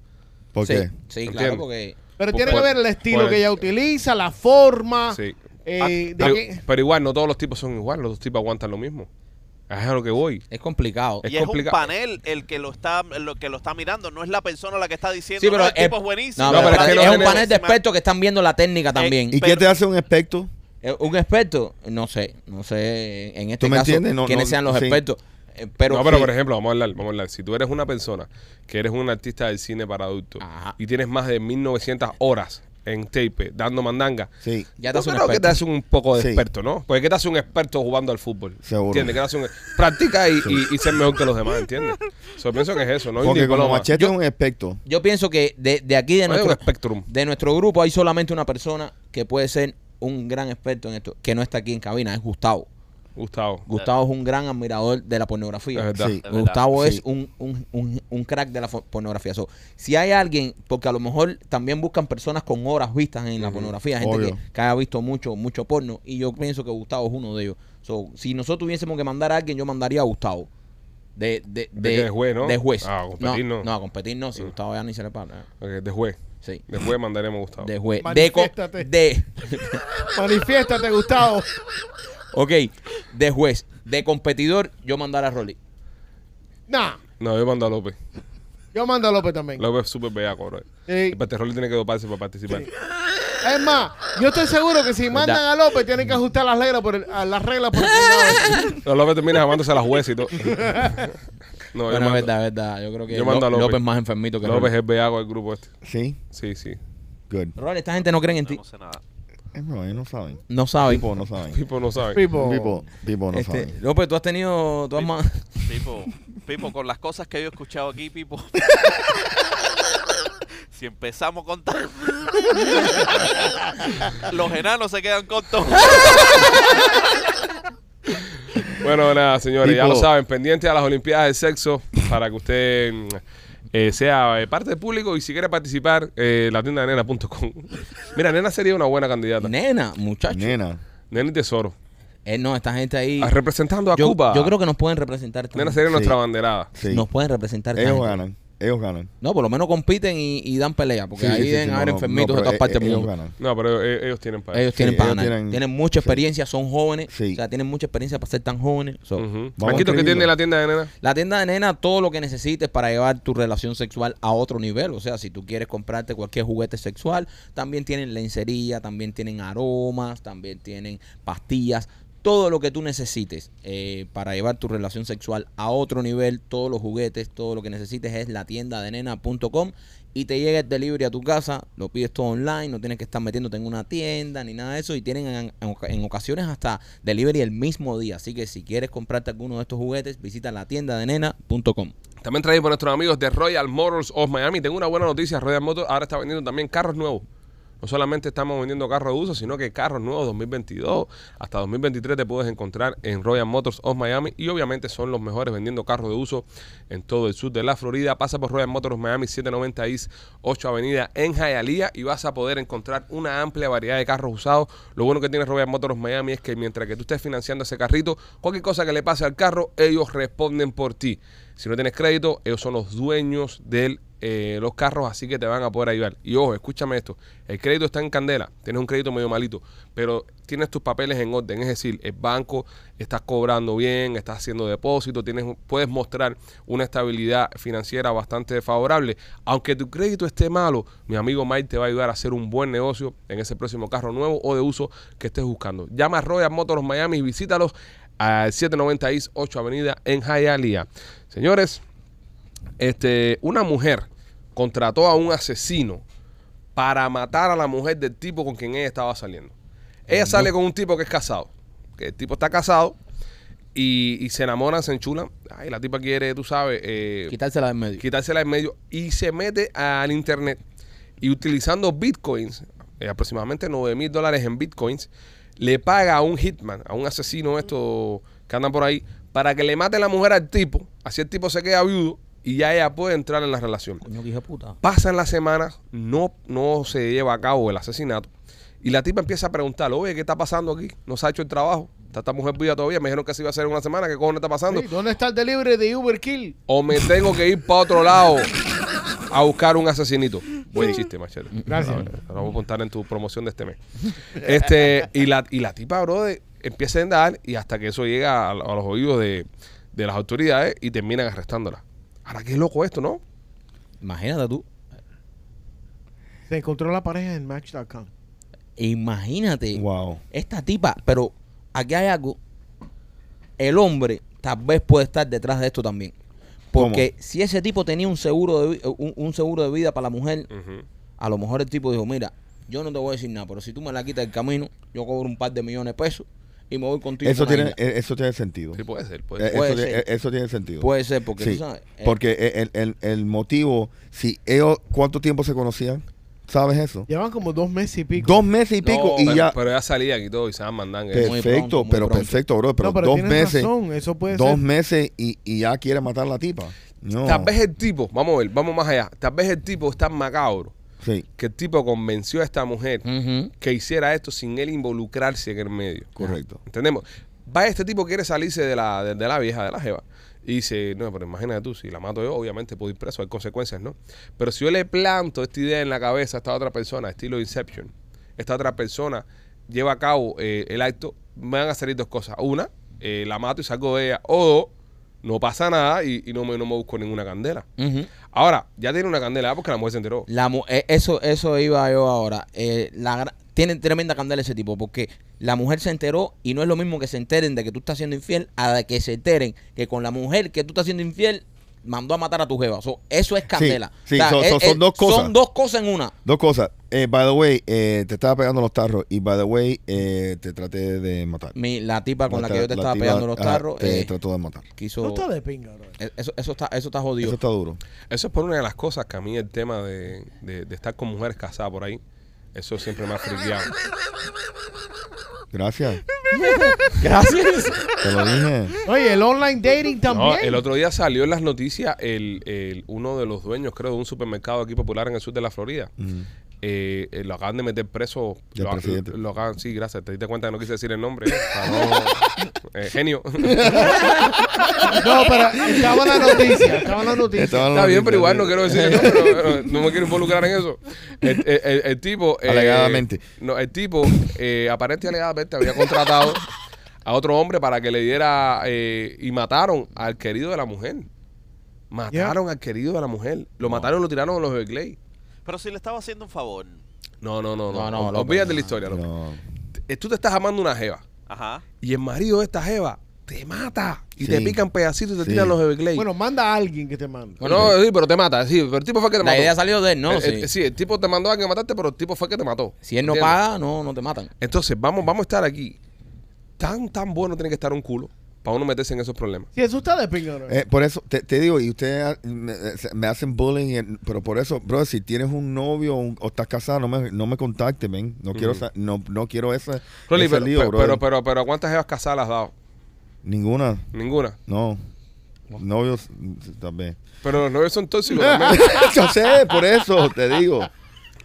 S6: ¿Por
S4: sí,
S6: qué?
S4: sí,
S3: ¿Entiendes?
S4: claro, porque
S5: pero
S3: pu-
S5: tiene que
S3: puede-
S5: ver el estilo
S3: puede- Ah,
S5: que ella utiliza, la forma.
S3: Sí.
S5: eh, de
S3: Pero,
S5: qué-
S3: pero igual, no todos los tipos son igual. Los dos tipos aguantan lo mismo. Es a lo que voy.
S4: es complicado.
S3: Es
S7: y es un
S3: complicado.
S7: panel el que lo está lo que lo está mirando, no es la persona la que está diciendo,
S4: Sí, pero
S7: "No, el
S4: es-
S7: tipo es buenísimo.
S4: No,
S3: No,
S4: pero
S3: pero es que
S4: es,
S3: no
S4: un
S3: tenemos-
S4: panel de expertos que están viendo la técnica también.
S6: ¿Y
S7: Pero-
S6: qué te hace un espectro?
S4: Eh, ¿Un experto? No sé, no sé en este
S6: ¿Tú me
S4: caso
S6: entiendes? No,
S4: quiénes
S6: no,
S4: sean los
S6: sí.
S4: expertos. eh, Pero,
S3: no, pero
S4: sí.
S3: por ejemplo, vamos a hablar, vamos a hablar. Si tú eres una persona que eres un artista del cine para adultos
S4: Ajá.
S3: y tienes más de 1900 horas en tape dando mandanga,
S6: Sí.
S4: ya te
S3: yo
S4: hace un
S3: creo que
S4: experto.
S3: te hace un poco de
S6: Sí.
S3: experto, ¿no? Porque ¿qué te hace un experto jugando al fútbol?
S6: Seguro.
S3: ¿Entiendes? ¿Qué te hace un- Practica y, y, y ser mejor que los demás, ¿entiendes? So, pienso que es eso, ¿no? hay un
S6: Porque como
S3: diploma.
S6: machete es un espectro.
S4: Yo pienso que de, de aquí de
S3: No hay un
S4: nuestro,
S3: espectrum.
S4: de nuestro grupo hay solamente una persona que puede ser un gran experto en esto, que no está aquí en cabina, es Gustavo.
S3: Gustavo.
S4: Gustavo es un gran admirador de la
S3: Es
S4: pornografía.
S3: verdad.
S6: Sí.
S7: Es verdad.
S4: Gustavo
S6: Sí.
S4: es un, un- un- un crack de la fo- pornografía. So, si hay alguien, porque a lo mejor también buscan personas con horas vistas en la pornografía, gente que,
S6: Obvio.
S4: que haya visto mucho, mucho porno, y yo pienso que Gustavo es uno de ellos. So, si nosotros tuviésemos que mandar a alguien, yo mandaría a Gustavo. De, de,
S3: De que de juez, ¿no?
S4: de juez.
S3: Ah, a competir no. Mm.
S4: a competir no, si Gustavo ya ni se le para.
S3: Ok, de juez.
S4: Sí.
S3: De juez mandaremos a Gustavo.
S4: De juez. De, co-
S5: Manifiéstate.
S4: de, *laughs*
S5: Manifiéstate, Gustavo.
S4: ok, de juez. De competidor, yo mandar a Rolly.
S5: Nah,
S3: No, yo mando a López.
S5: yo mando a López también.
S3: López es súper bellaco, bro.
S5: Sí.
S3: El paterrol tiene que doparse para participar.
S5: Es más, yo estoy seguro que si mandan a López tienen que ajustar las reglas por el- a las reglas por el lado.
S3: *laughs* No, López termina llamándose a la jueza y
S4: *laughs*
S3: todo. No,
S4: Bueno, es
S3: mando-
S4: verdad, es verdad. Yo creo que
S3: yo mando a
S4: Ló-
S3: López.
S4: López es más enfermito que
S3: López es
S4: Rolly.
S3: el bellaco del grupo este.
S6: Sí.
S3: Sí, sí.
S6: Good.
S4: Rolly, esta gente no creen en
S7: No
S4: ti.
S7: hemos cenado.
S6: Eh, No, ellos no saben.
S4: No saben.
S6: People no saben.
S3: Pipo no sabe.
S5: Pipo.
S6: People, people no
S4: Este,
S6: saben.
S4: López, tú has tenido. Tú has ma-
S7: Pipo, Pipo, con las cosas que yo he escuchado aquí, Pipo. *laughs* si empezamos con tal. *laughs* los enanos se quedan cortos.
S3: Bueno, nada, señores, ya
S6: Pipo.
S3: lo saben. Pendiente a las Olimpiadas del Sexo para que usted mm, eh, sea eh, parte del público y si quiere participar, eh, la tienda de nena.com. Mira, nena sería una buena candidata.
S4: Nena, muchacho.
S6: Nena.
S3: Nena y Tesoro.
S4: Eh, no, esta gente ahí.
S3: Ah, Representando a
S4: Yo,
S3: Cuba.
S4: yo creo que nos pueden representar. esta
S3: Nena
S4: gente.
S3: sería nuestra
S6: Sí.
S3: banderada.
S6: Sí.
S4: Nos pueden representar. esta
S6: Ellos
S4: gente.
S6: ganan. Ellos ganan.
S4: No, por lo menos compiten y, y dan pelea. Porque
S6: Sí,
S4: ahí
S6: sí, sí,
S4: deben
S6: no,
S4: haber
S6: no,
S4: enfermitos
S6: no,
S4: de
S6: pero
S4: todas partes
S6: e-
S4: del
S6: Ellos
S4: mundo.
S6: ganan.
S3: No, pero eh, ellos tienen para
S4: Ellos
S3: eso.
S4: tienen
S6: ellos
S4: para ganar. Tienen,
S6: tienen-
S4: mucha
S6: sí.
S4: experiencia, son jóvenes.
S6: Sí.
S4: O sea, tienen mucha experiencia para ser tan jóvenes. So,
S3: Ujú.
S6: Vamos a
S3: Marquito, ¿qué
S6: escribirlo.
S3: tiene la tienda de nena?
S4: La tienda de nena, todo lo que necesites para llevar tu relación sexual a otro nivel. O sea, si tú quieres comprarte cualquier juguete sexual, también tienen lencería, también tienen aromas, también tienen pastillas. todo lo que tú necesites eh, para llevar tu relación sexual a otro nivel, todos los juguetes, todo lo que necesites es la tienda de nena.com y te llega el delivery a tu casa, lo pides todo online, no tienes que estar metiéndote en una tienda ni nada de eso y tienen en, en oca- en ocasiones hasta delivery el mismo día, así que si quieres comprarte alguno de estos juguetes, visita la tienda de nena.com.
S3: También traído por nuestros amigos de Royal Motors of Miami. Tengo una buena noticia. Royal Motors ahora está vendiendo también carros nuevos. No solamente estamos vendiendo carros de uso, sino que carros nuevos 2022 hasta 2023 te puedes encontrar en Royal Motors of Miami y obviamente son los mejores vendiendo carros de uso en todo el sur de la Florida. Pasa por Royal Motors of Miami 790 East 8 Avenida en Hialeah y vas a poder encontrar una amplia variedad de carros usados. Lo bueno que tiene Royal Motors Miami es que mientras que tú estés financiando ese carrito, cualquier cosa que le pase al carro, ellos responden por ti. Si no tienes crédito, ellos son los dueños de eh, los carros, así que te van a poder ayudar. Y ojo, escúchame esto: el crédito está en candela, tienes un crédito medio malito, pero tienes tus papeles en orden, es decir, el banco estás cobrando bien, estás haciendo depósito, tienes, un- puedes mostrar una estabilidad financiera bastante favorable. Aunque tu crédito esté malo, mi amigo Mike te va a ayudar a hacer un buen negocio en ese próximo carro nuevo o de uso que estés buscando. Llama a Royal Motors Miami y visítalos al 790 East 8 Avenida en Hialeah. Señores, este, una mujer contrató a un asesino para matar a la mujer del tipo con quien ella estaba saliendo. Ella sale con un tipo que es casado. Que el tipo está casado y, y se enamoran, se enchulan. Ay, la tipa quiere, tú sabes, eh,
S4: Quitársela del medio.
S3: quitársela en medio y se mete al internet y utilizando bitcoins, eh, aproximadamente 9 mil dólares en bitcoins, le paga a un hitman, a un asesino esto que andan por ahí, para que le mate la mujer al tipo, así el tipo se queda viudo y ya ella puede entrar en la relación.
S4: Coño, que hijo de puta.
S3: Pasan las semanas, no, no se lleva a cabo el asesinato. Y la tipa empieza a preguntar, oye, ¿qué está pasando aquí? No se ha hecho el trabajo. Está esta mujer viva todavía. Me dijeron que se iba a hacer en una semana. ¿Qué cojones está pasando?
S5: Sí, ¿Dónde está el delivery de Uber Kill?
S3: o me tengo que ir para otro lado a buscar un asesinito. Buen chiste, Machete.
S5: Gracias.
S3: Ahora, ahora vamos a contar en tu promoción de este mes. Este, y la, y la tipa, bro, de- empieza a andar y hasta que eso llega a, a los oídos de, de las autoridades y terminan arrestándola. Ahora, qué loco esto, ¿no?
S4: Imagínate tú.
S5: Se encontró la pareja en Match.com.
S4: Imagínate.
S6: Wow.
S4: Esta tipa, pero aquí hay algo. El hombre tal vez puede estar detrás de esto también. Porque si ese tipo tenía un seguro de, vi- un, un seguro de vida para la mujer,
S3: Ujú.
S4: a lo mejor el tipo dijo, mira, yo no te voy a decir nada, pero si tú me la quitas del camino, yo cobro un par de millones de pesos y me voy contigo.
S6: Eso
S4: para
S6: tiene,
S4: la isla".
S6: eh, eso tiene sentido.
S3: Sí, puede ser. Puede ser.
S6: Eh, Eso,
S4: Puede
S6: tiene-
S4: ser.
S6: eh, eso tiene sentido.
S4: Puede ser, porque
S6: Sí,
S4: tú sabes, eh,
S6: porque el, el- el motivo, si ellos, ¿cuánto tiempo se conocían? ¿Sabes eso?
S5: Llevan como dos meses y pico.
S6: Dos meses y pico
S3: pero,
S6: y ya.
S3: pero ya salían y todo y se van mandando. eh.
S4: Pe- muy
S6: perfecto,
S4: pronto, muy
S6: pero
S4: pronto.
S6: perfecto, bro. Pero,
S5: no, pero
S6: dos
S5: tienes
S6: meses,
S5: razón. Eso puede
S6: dos
S5: ser.
S6: meses y, y ya quiere matar a la tipa. No.
S3: Tal vez el tipo, vamos a ver, vamos más allá. Tal vez el tipo es tan macabro
S6: Sí,
S3: que el tipo convenció a esta mujer
S4: Ujú.
S3: que hiciera esto sin él involucrarse en el medio.
S6: correcto.
S3: ¿Entendemos? Va este tipo quiere salirse de la, de, de la vieja, de la jeva. Y dice, no, pero imagínate tú, si la mato yo, obviamente puedo ir preso, hay consecuencias, ¿no? Pero si yo le planto esta idea en la cabeza a esta otra persona, estilo Inception, esta otra persona lleva a cabo eh, el acto, me van a salir dos cosas. Una, eh, la mato y salgo de ella. O dos, no pasa nada y, y no, me, no me busco ninguna candela.
S4: Ujú.
S3: Ahora, ya tiene una candela ah, porque la mujer se enteró.
S4: La mu- eh, eso, eso iba yo ahora. Eh, la gra- tiene tremenda candela ese tipo, porque la mujer se enteró y no es lo mismo que se enteren de que tú estás siendo infiel a de que se enteren que con la mujer que tú estás siendo infiel mandó a matar a tu jeva. So, eso es candela.
S6: sí, so- so- son dos cosas.
S4: Son dos cosas en una.
S6: Dos cosas. Eh, by the way, eh, te estaba pegando los tarros y by the way, eh, te traté de matar.
S4: Mi- la tipa con la, que yo te
S6: La
S4: estaba
S6: tipa,
S4: pegando los
S6: ajá,
S4: tarros
S6: Te
S4: eh,
S6: trató de matar.
S4: quiso.
S5: No está de pinga, bro.
S4: Eh, eso, eso está, eso está jodido.
S6: Eso está duro.
S3: Eso es por una de las cosas que a mí el tema de, de- de estar con mujeres casadas por ahí, eso siempre me ha
S6: *laughs*
S3: friqueado.
S6: Gracias.
S4: Gracias.
S6: Te lo dije.
S5: Oye, el online dating también.
S3: No, el otro día salió en las noticias el, el- uno de los dueños, creo, de un supermercado aquí popular en el sur de la Florida.
S6: Mm.
S3: Eh, eh, lo acaban de meter preso.
S6: Del
S3: lo,
S6: presidente.
S3: lo acaban, sí, gracias. Te diste cuenta que no quise decir el nombre.
S6: *laughs*
S3: para no- eh, genio.
S5: *laughs* No, pero estaba la noticia. Estaba la noticia.
S6: Estaba en la
S3: Está bien, pero igual no
S6: noticia.
S3: quiero decir el nombre. No, no, no me quiero involucrar en eso. El, el- el- el tipo. eh,
S6: Alegadamente.
S3: no, el tipo, eh, aparente y alegadamente, había contratado a otro hombre para que le diera. eh, y mataron al querido de la mujer. Mataron al querido de la mujer. Lo mataron y lo tiraron a los de Clay.
S7: Pero si le estaba haciendo un favor.
S3: No, no, no, no.
S4: No, no,
S3: Ol-
S4: loco,
S3: Olvídate
S4: no.
S3: la historia, loco.
S6: No.
S3: Eh, Tú te estás amando una jeva.
S7: Ajá.
S3: y el marido de esta jeva te mata y te
S6: Sí.
S3: pican pedacitos y te
S6: Sí.
S3: tiran los everglades.
S5: Bueno, manda a alguien que te mande.
S3: Bueno, sí, pero te mata. Sí, pero el tipo fue el que te
S4: La
S3: mató.
S4: idea salió de él, ¿no?
S3: El- el-
S4: sí.
S3: Eh, sí. el tipo te mandó a que matarte, pero el tipo fue el que te mató.
S4: Si él no
S3: ¿Entiendes?
S4: paga, no, no te matan.
S3: Entonces, vamos, vamos a estar aquí. Tan, tan bueno tiene que estar un culo para uno meterse en esos problemas.
S5: Si eso está de pinga, bro.
S6: Eh, por eso te, te digo, y ustedes ha- me, eh, me hacen bullying, eh, pero por eso, bro, si tienes un novio un- o estás casado, no me, no me contactes, men. No quiero esa- no, no quiero ese,
S3: Rolly,
S6: ese
S3: pero,
S6: lío,
S3: pero,
S6: brother.
S3: pero, pero, pero ¿cuántas jevas casadas le has dado?
S6: Ninguna,
S3: Ninguna.
S6: no. Novios, mm, también.
S3: Pero los novios son
S6: *laughs*
S3: tóxicos también.
S6: Yo sé, por eso te digo.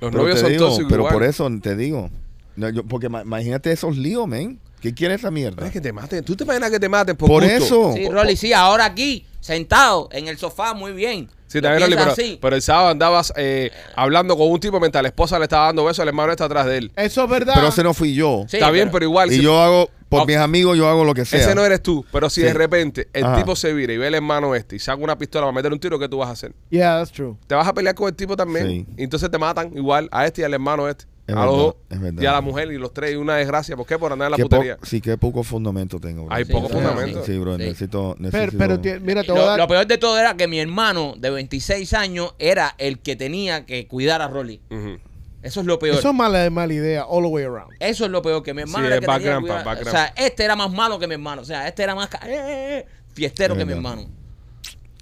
S3: Los
S6: Pero
S3: novios
S6: te
S3: son
S6: digo,
S3: tóxicos
S6: Pero
S3: igual.
S6: por eso te digo. No, yo- porque ma- imagínate esos líos, men. ¿Qué quiere esa
S3: No
S6: mierda?
S3: es que te maten. ¿Tú te imaginas que te maten por,
S6: Por
S3: gusto?
S6: eso.
S4: Sí, Rolly, sí, ahora aquí, sentado en el sofá, muy bien.
S3: Sí,
S4: Lo
S3: también, Rolly,
S4: piensas
S3: pero,
S4: así.
S3: pero el sábado andabas eh, hablando con un tipo mientras la esposa le estaba dando besos, el hermano está atrás de él.
S5: Eso es verdad.
S6: Pero ese no fui yo.
S4: Sí,
S3: está bien, pero igual.
S6: Y
S3: si-
S6: yo hago, por
S3: Ok.
S6: mis amigos, yo hago lo que sea.
S3: Ese no eres tú. Pero si de
S6: Sí.
S3: repente el
S6: Ajá.
S3: tipo se vira y ve al hermano este y saca una pistola para meter un tiro, ¿qué tú vas a hacer?
S5: Yeah, that's true.
S3: Te vas a pelear con el tipo también.
S6: Sí.
S3: Y entonces te matan igual a este y al hermano este.
S6: Es
S3: a los
S6: verdad,
S3: dos.
S6: es verdad.
S3: Y a la mujer y los tres. Y una desgracia. ¿Por qué? Por andar en la
S6: Qué
S3: putería.
S6: *laughs* po- Sí, qué poco fundamento tengo. Bro.
S3: Hay
S6: Sí,
S3: poco
S6: sí,
S3: fundamento.
S6: Sí, bro,
S4: Sí.
S6: necesito,
S5: Pero,
S6: necesito.
S5: pero ti- mira, te voy a
S4: Lo,
S5: dar.
S4: lo peor de todo era que mi hermano de 26 años era el que tenía que cuidar a Rolly.
S3: Ujú.
S4: Eso es lo peor.
S5: Eso
S4: Eso,
S5: es mala, mala idea, all the way around.
S4: es lo peor, que mi hermano
S3: Sí,
S4: era el
S3: es
S4: que tenía que
S3: background,
S4: cuidar.
S3: pa-
S4: O
S3: background.
S4: sea, este era más malo que mi hermano. O sea, este era más ca- eh, eh, fiestero
S6: Es
S4: que mi
S6: verdad.
S4: hermano.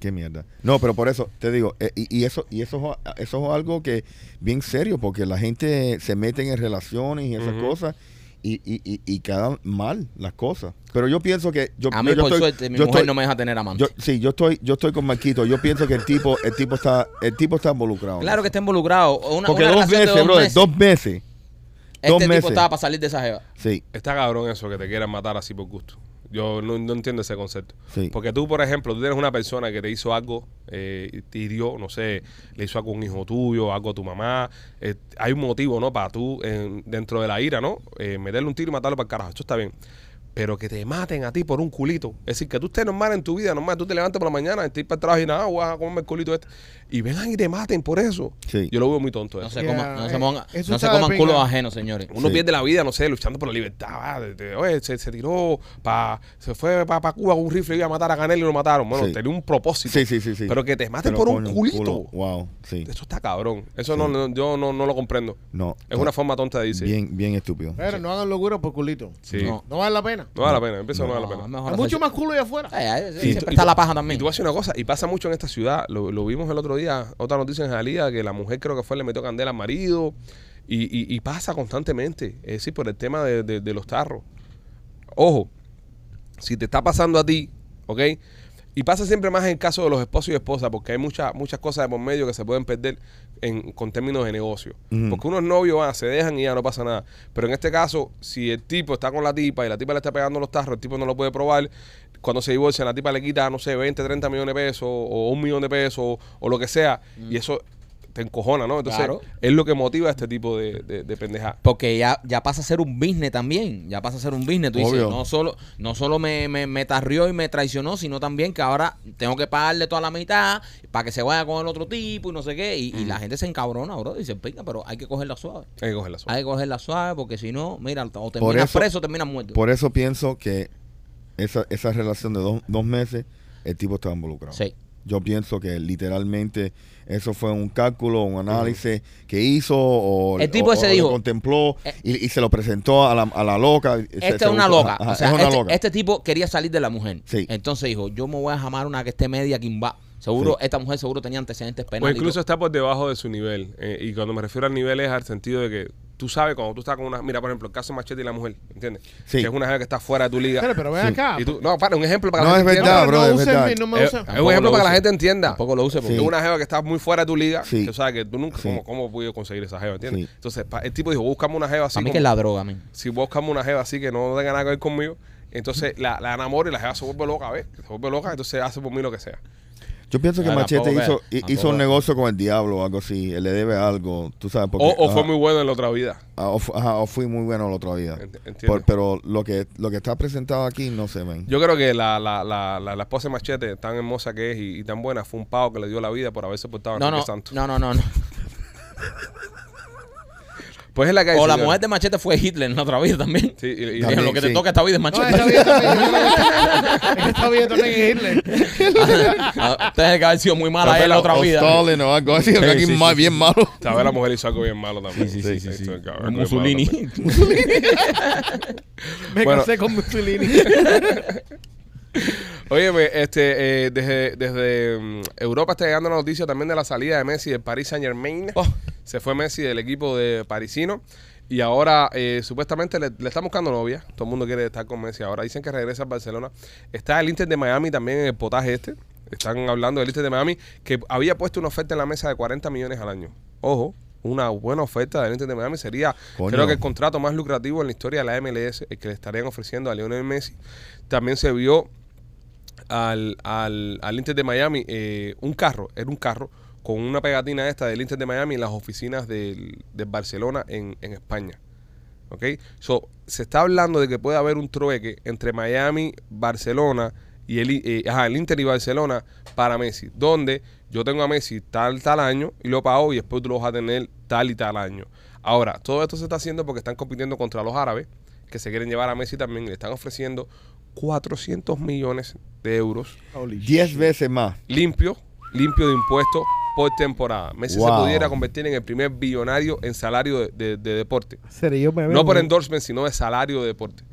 S6: Qué mierda. No, pero por eso te digo, eh, y, y eso y eso, es- eso es algo que bien serio, porque la gente se mete en relaciones y esas
S3: Ujú.
S6: cosas y, y, y, y quedan mal las cosas. Pero yo pienso que yo,
S4: A mí,
S6: yo
S4: por
S6: estoy-
S4: suerte, mi
S6: yo
S4: mujer
S6: estoy-
S4: no me deja tener amante.
S6: yo- sí, yo estoy yo estoy con Marquito. Yo pienso que el tipo el tipo está el tipo está involucrado.
S4: claro que está involucrado. Una,
S6: porque
S4: una
S6: dos
S4: relación de
S6: veces, brother, dos meses.
S4: Este
S6: dos
S4: tipo
S6: meses.
S4: estaba para salir de esa jeva.
S6: Sí,
S3: Está cabrón eso que te quieran matar así por gusto. Yo no, no entiendo ese concepto.
S6: Sí.
S3: Porque tú, por ejemplo, tú tienes una persona que te hizo algo, eh, y te hirió, no sé, le hizo algo a un hijo tuyo, algo a tu mamá. eh, hay un motivo, ¿no? Para tú, en- dentro de la ira, ¿no? Eh, meterle un tiro y matarlo para el carajo. Esto está bien. Pero que te maten a ti por un culito. Es decir, que tú estés normal en tu vida, normal. Tú te levantas por la mañana, te ir para el trabajo y nada, "Ah, voy a comerme el culito este. Y vengan y te maten por eso.
S6: Sí.
S3: Yo lo veo muy tonto eso.
S4: No se,
S5: Yeah,
S4: coman, no se,
S5: eh,
S4: pongan-
S5: eso
S4: no se
S5: está de
S4: coman
S5: pinga.
S4: culos ajenos, señores.
S3: Uno
S6: Sí.
S3: pierde la vida, no sé, luchando por la libertad. va, de- de- oye, se, se tiró, pa, se fue para Cuba con un rifle, iba a matar a Canelo y lo mataron. Bueno,
S6: Sí.
S3: tenía un propósito.
S6: sí, sí, sí, sí.
S3: Pero que te maten
S6: Pero
S3: por un
S6: coño,
S3: culito.
S6: culo. Wow, sí.
S3: Eso está cabrón. Eso no, no- yo no, no lo comprendo.
S6: No.
S3: Es una forma tonta de decir.
S6: bien bien estúpido.
S5: Pero no hagan locura por culito.
S3: Sí.
S4: No.
S3: No.
S5: No vale la pena.
S3: vale la pena, empieza no,
S4: No,
S3: vale la
S4: es
S3: pena.
S4: mejor
S5: Hay
S4: hacer-
S5: mucho más culo allá afuera.
S4: Ay, ay,
S3: Y tú-
S4: siempre
S3: y
S4: está
S3: tú-
S4: la paja
S3: Y
S4: también.
S3: tú haces una cosa, y pasa mucho en esta ciudad, lo, lo vimos el otro día, otra noticia en Jalía, que la mujer creo que fue, le metió candela al marido, y, y- y pasa constantemente, es decir, por el tema de, de- de los tarros. Ojo, si te está pasando a ti, ¿ok? Y pasa siempre más en el caso de los esposos y esposas, porque hay muchas muchas cosas de por medio que se pueden perder en, con términos de negocio.
S6: Ujú.
S3: Porque unos novios van, se dejan y ya no pasa nada. Pero en este caso, si el tipo está con la tipa y la tipa le está pegando los tarros, el tipo no lo puede probar. Cuando se divorcian, la tipa le quita, no sé, 20, 30 millones de pesos o un millón de pesos o, o lo que sea. Y eso te encojona, ¿no? Entonces,
S4: Claro.
S3: es lo que motiva a este tipo de, de, de pendeja.
S4: Porque ya, ya pasa a ser un business también. Ya pasa a ser un business. Tú dices,
S6: Obvio.
S4: no solo, no solo me, me, me tarrió y me traicionó, sino también que ahora tengo que pagarle toda la mitad para que se vaya con el otro tipo y no sé qué. Y, y la gente se encabrona, bro. Dice, venga, pero hay que cogerla suave.
S3: Hay que cogerla sola.
S4: Hay que cogerla suave porque si no, mira, o
S6: Por
S4: terminas
S6: eso-
S4: preso o terminas muerto.
S6: Por eso pienso que esa, esa relación de dos, dos meses, el tipo estaba involucrado.
S4: Sí.
S6: Yo pienso que literalmente eso fue un cálculo, un análisis que hizo o
S4: El tipo
S6: o-
S4: ese
S6: o lo
S4: dijo,
S6: contempló
S4: eh,
S6: y, y se lo presentó a la, a la loca. Se- se
S4: Esta es una
S6: buscó-
S4: loca.
S6: ajá,
S4: O sea,
S6: es una
S4: este,
S6: loca.
S4: este tipo quería salir de la mujer.
S6: Sí.
S4: Entonces dijo, yo me voy a jamar una que esté media quimba. Seguro,
S6: Sí.
S4: esta mujer seguro tenía antecedentes
S3: O
S4: penales. y
S3: Pues incluso este
S4: todo.
S3: está por debajo de su nivel. Eh, y cuando me refiero al nivel es al sentido de que tú sabes cuando tú estás con una... Mira, por ejemplo, el caso de Machete y la mujer, ¿entiendes? Que
S6: Sí.
S3: es una mujer que está fuera de tu liga.
S5: Pero, pero ven acá.
S3: Y tú- no, para, un ejemplo para que
S6: No,
S3: la
S6: es
S3: gente entienda.
S6: verdad,
S5: no, pero
S6: bro,
S5: no
S6: es
S5: usen
S6: verdad.
S5: mi- no me
S3: Eh,
S5: usen.
S3: Es
S4: Tampoco
S3: un ejemplo
S4: lo
S3: para que la
S4: use.
S3: gente entienda.
S4: Tampoco lo use porque
S3: Es una jeva que está muy fuera de tu liga.
S6: Sí.
S3: Que tú sabes que tú nunca...
S6: Sí.
S3: ¿cómo, ¿Cómo pude conseguir esa jeva, entiendes?
S6: Sí.
S3: Entonces, pa- el tipo dijo, búscame una jeva así
S4: Para mí
S3: como-
S4: que es la droga, man.
S3: si buscamos una jeva así que no tenga nada que ver conmigo, entonces la, la enamoro y la jeva se vuelve loca, ¿ves? Se vuelve loca, entonces hace por mí lo que sea.
S6: Yo pienso que
S4: Ah,
S6: Machete
S4: tampoco
S6: hizo,
S4: es-
S6: hi- hizo
S4: tampoco
S6: un
S4: es.
S6: negocio con el diablo o algo así. Él le debe algo, tú sabes. Porque,
S3: o o fue
S6: ah,
S3: muy bueno en la otra vida.
S6: ah, o fu- ajá, o fui muy bueno la otra vida.
S3: Ent- entiendo.
S6: Por- pero lo que, lo que está presentado aquí, no sé, ven.
S3: Yo creo que la, la, la, la, la esposa de Machete, tan hermosa que es y, y tan buena, fue un pavo que Ah, *laughs* le dio la vida por haberse portado a
S4: No,
S3: Enrique
S4: no,
S3: Santos.
S4: no, no, no, no.
S3: Pues es la calle.
S4: O la
S3: señora.
S4: mujer de Machete fue Hitler en la otra vida también.
S3: Sí, y- y- *laughs*
S4: Dijeron, *laughs*
S6: También,
S4: lo que te
S6: sí.
S4: toca esta vida es
S5: No,
S4: Machete.
S5: está bien, está bien. *laughs* Está bien, también es Hitler.
S4: *laughs* Ah, Usted debe que haber sido muy mala en la otra
S6: O
S4: vida.
S6: Stalin o algo así, que aquí
S3: sí,
S6: más
S3: sí,
S6: bien malo.
S3: Sabes, la mujer hizo algo bien malo también. Esto es cabrón, bien malo
S4: Mussolini.
S3: también.
S5: Me
S3: Bueno.
S5: casé con Mussolini.
S3: Óyeme, este, eh, desde, desde mm, Europa está llegando la noticia también de la salida de Messi del Paris Saint Germain. Se fue Messi del equipo de parisino. Y ahora eh, supuestamente le, le están buscando novia. Todo el mundo quiere estar con Messi. Ahora dicen que regresa a Barcelona. Está el Inter de Miami también en el potaje este. Están hablando del Inter de Miami que había puesto una oferta en la mesa de 40 millones al año. Ojo, una buena oferta del Inter de Miami sería,
S6: Coño.
S3: creo que el contrato más lucrativo en la historia de la MLS el que le estarían ofreciendo a Lionel Messi. También se vio al, al, al Inter de Miami eh, un carro, era un carro con una pegatina esta del Inter de Miami en las oficinas del, del Barcelona en, en España. ¿Ok? So, se está hablando de que puede haber un trueque entre Miami, Barcelona y el, I- eh, ajá, el Inter y Barcelona para Messi, donde yo tengo a Messi tal, tal año y lo pago y después tú lo vas a tener tal y tal año. Ahora, todo esto se está haciendo porque están compitiendo contra los árabes que se quieren llevar a Messi también y le están ofreciendo 400 millones de euros
S6: Diez veces más.
S3: limpio, limpio de impuestos por temporada. Messi se
S6: Wow.
S3: pudiera convertir en el primer billonario en salario de, de- de deporte.
S5: *laughs* Seré yo, me
S3: No por endorsement, sino de salario de deporte.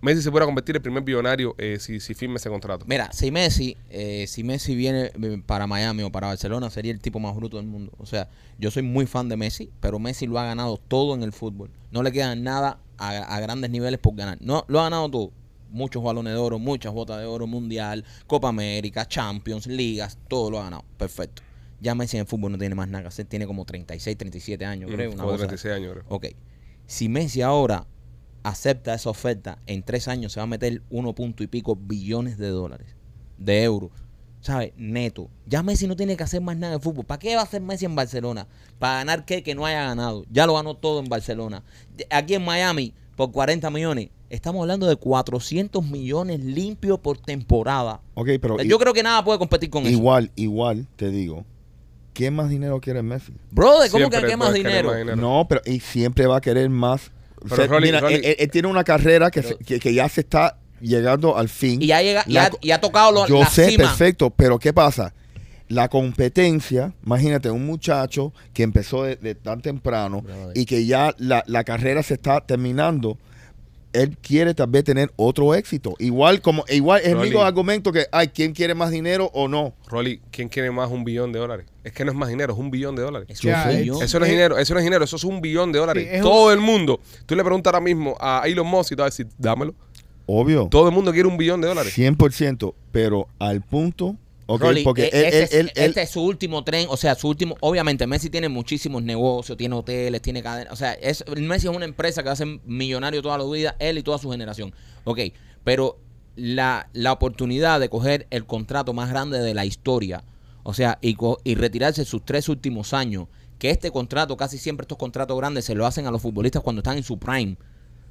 S3: Messi se pudiera convertir en el primer billonario eh, si, si firme ese contrato.
S4: Mira, si Messi, eh, si Messi viene eh, para Miami o para Barcelona, sería el tipo más bruto del mundo. O sea, yo soy muy fan de Messi, pero Messi lo ha ganado todo en el fútbol. No le queda nada a, a grandes niveles por ganar. No, lo ha ganado todo. Muchos balones de oro, muchas botas de oro, mundial, Copa América, Champions, ligas, todo lo ha ganado. Perfecto. Ya Messi en el fútbol no tiene más nada que hacer. Tiene como 36, 37 años,
S3: Mm,
S4: creo. Una
S3: como
S4: cosa.
S3: 36 años, creo.
S4: Ok. Si Messi ahora acepta esa oferta, en tres años se va a meter uno punto y pico billones de dólares, de euros. ¿Sabes? Neto. Ya Messi no tiene que hacer más nada en fútbol. ¿Para qué va a hacer Messi en Barcelona? ¿Para ganar qué que no haya ganado? Ya lo ganó todo en Barcelona. De- Aquí en Miami, por 40 millones. Estamos hablando de 400 millones limpios por temporada.
S6: Ok, pero
S4: Yo
S6: i-
S4: creo que nada puede competir con eso.
S6: igual, igual, te digo. ¿Qué más dinero quiere Messi?
S4: Brother, ¿cómo que
S3: Siempre
S6: pues,
S4: qué más
S3: puedes querer
S4: dinero?
S3: más dinero.
S6: No, pero y siempre va a querer más.
S3: Pero
S6: O sea,
S3: Rolly,
S6: mira,
S3: Rolly-
S6: él, él- él tiene una carrera que, se- que, que ya se está llegando al fin.
S4: Y ya llega, y
S6: La
S4: ha,
S6: co-
S4: y ha tocado lo,
S6: Yo
S4: la
S6: sé,
S4: cima.
S6: perfecto, pero ¿qué pasa? La competencia, imagínate, un muchacho que empezó de, de tan temprano
S4: Brother.
S6: y que ya la, la carrera se está terminando, él quiere tal vez tener otro éxito. Igual como igual es el
S3: Rolly.
S6: mismo argumento que, ay, ¿quién quiere más dinero o no?
S3: Rolly, ¿quién quiere más un billón de dólares? Es que no es más dinero, es un billón de dólares.
S4: Eso
S5: Yo
S4: soy
S5: sé.
S4: yo.
S3: Eso no es
S5: Eh,
S3: dinero, eso no es dinero, eso es un billón de dólares.
S5: Sí, es
S3: Todo el mundo. Tú le preguntas ahora mismo a Elon Musk y te va a decir, dámelo.
S6: Obvio.
S3: Todo el mundo quiere un billón de dólares.
S6: 100%, pero al punto, ok,
S4: Rolly,
S6: porque
S4: eh,
S6: él,
S4: este,
S6: él-
S4: es-
S6: él- él-
S4: este es su último tren, o sea, su último. Obviamente, Messi tiene muchísimos negocios, tiene hoteles, tiene cadenas. O sea, es, Messi es una empresa que va a ser millonario toda la vida, él y toda su generación. Ok, pero la, la oportunidad de coger el contrato más grande de la historia, o sea, y, co- y retirarse sus tres últimos años, que este contrato, casi siempre estos contratos grandes se lo hacen a los futbolistas cuando están en su prime.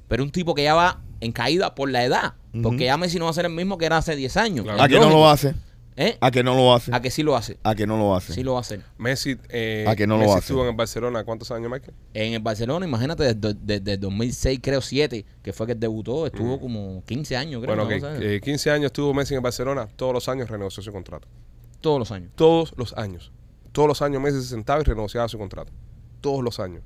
S4: Pero un tipo que ya va en caída por la edad, porque ya Messi no va a ser el mismo que era hace 10 años.
S3: Claro.
S6: a Ah, que no
S4: Lógico.
S6: lo Ah, hace,
S4: ¿Eh?
S6: a que no lo hace,
S4: A que sí lo hace.
S6: a que no lo hace.
S4: Sí lo va a hacer.
S3: Messi, eh,
S6: A Ah, que no lo
S3: Messi
S6: hace.
S3: estuvo en el Barcelona, ¿cuántos años, Michael?
S4: En el Barcelona, imagínate, desde, desde el 2006, creo, 7, que fue que él debutó, estuvo como 15 años, creo.
S3: Bueno,
S4: una
S3: que
S4: cosa así.
S3: 15 años estuvo Messi en el Barcelona, todos los años renegoció su contrato.
S4: Todos los años.
S3: Todos los años. Todos los años Messi se sentaba y renegociaba su contrato. Todos los años.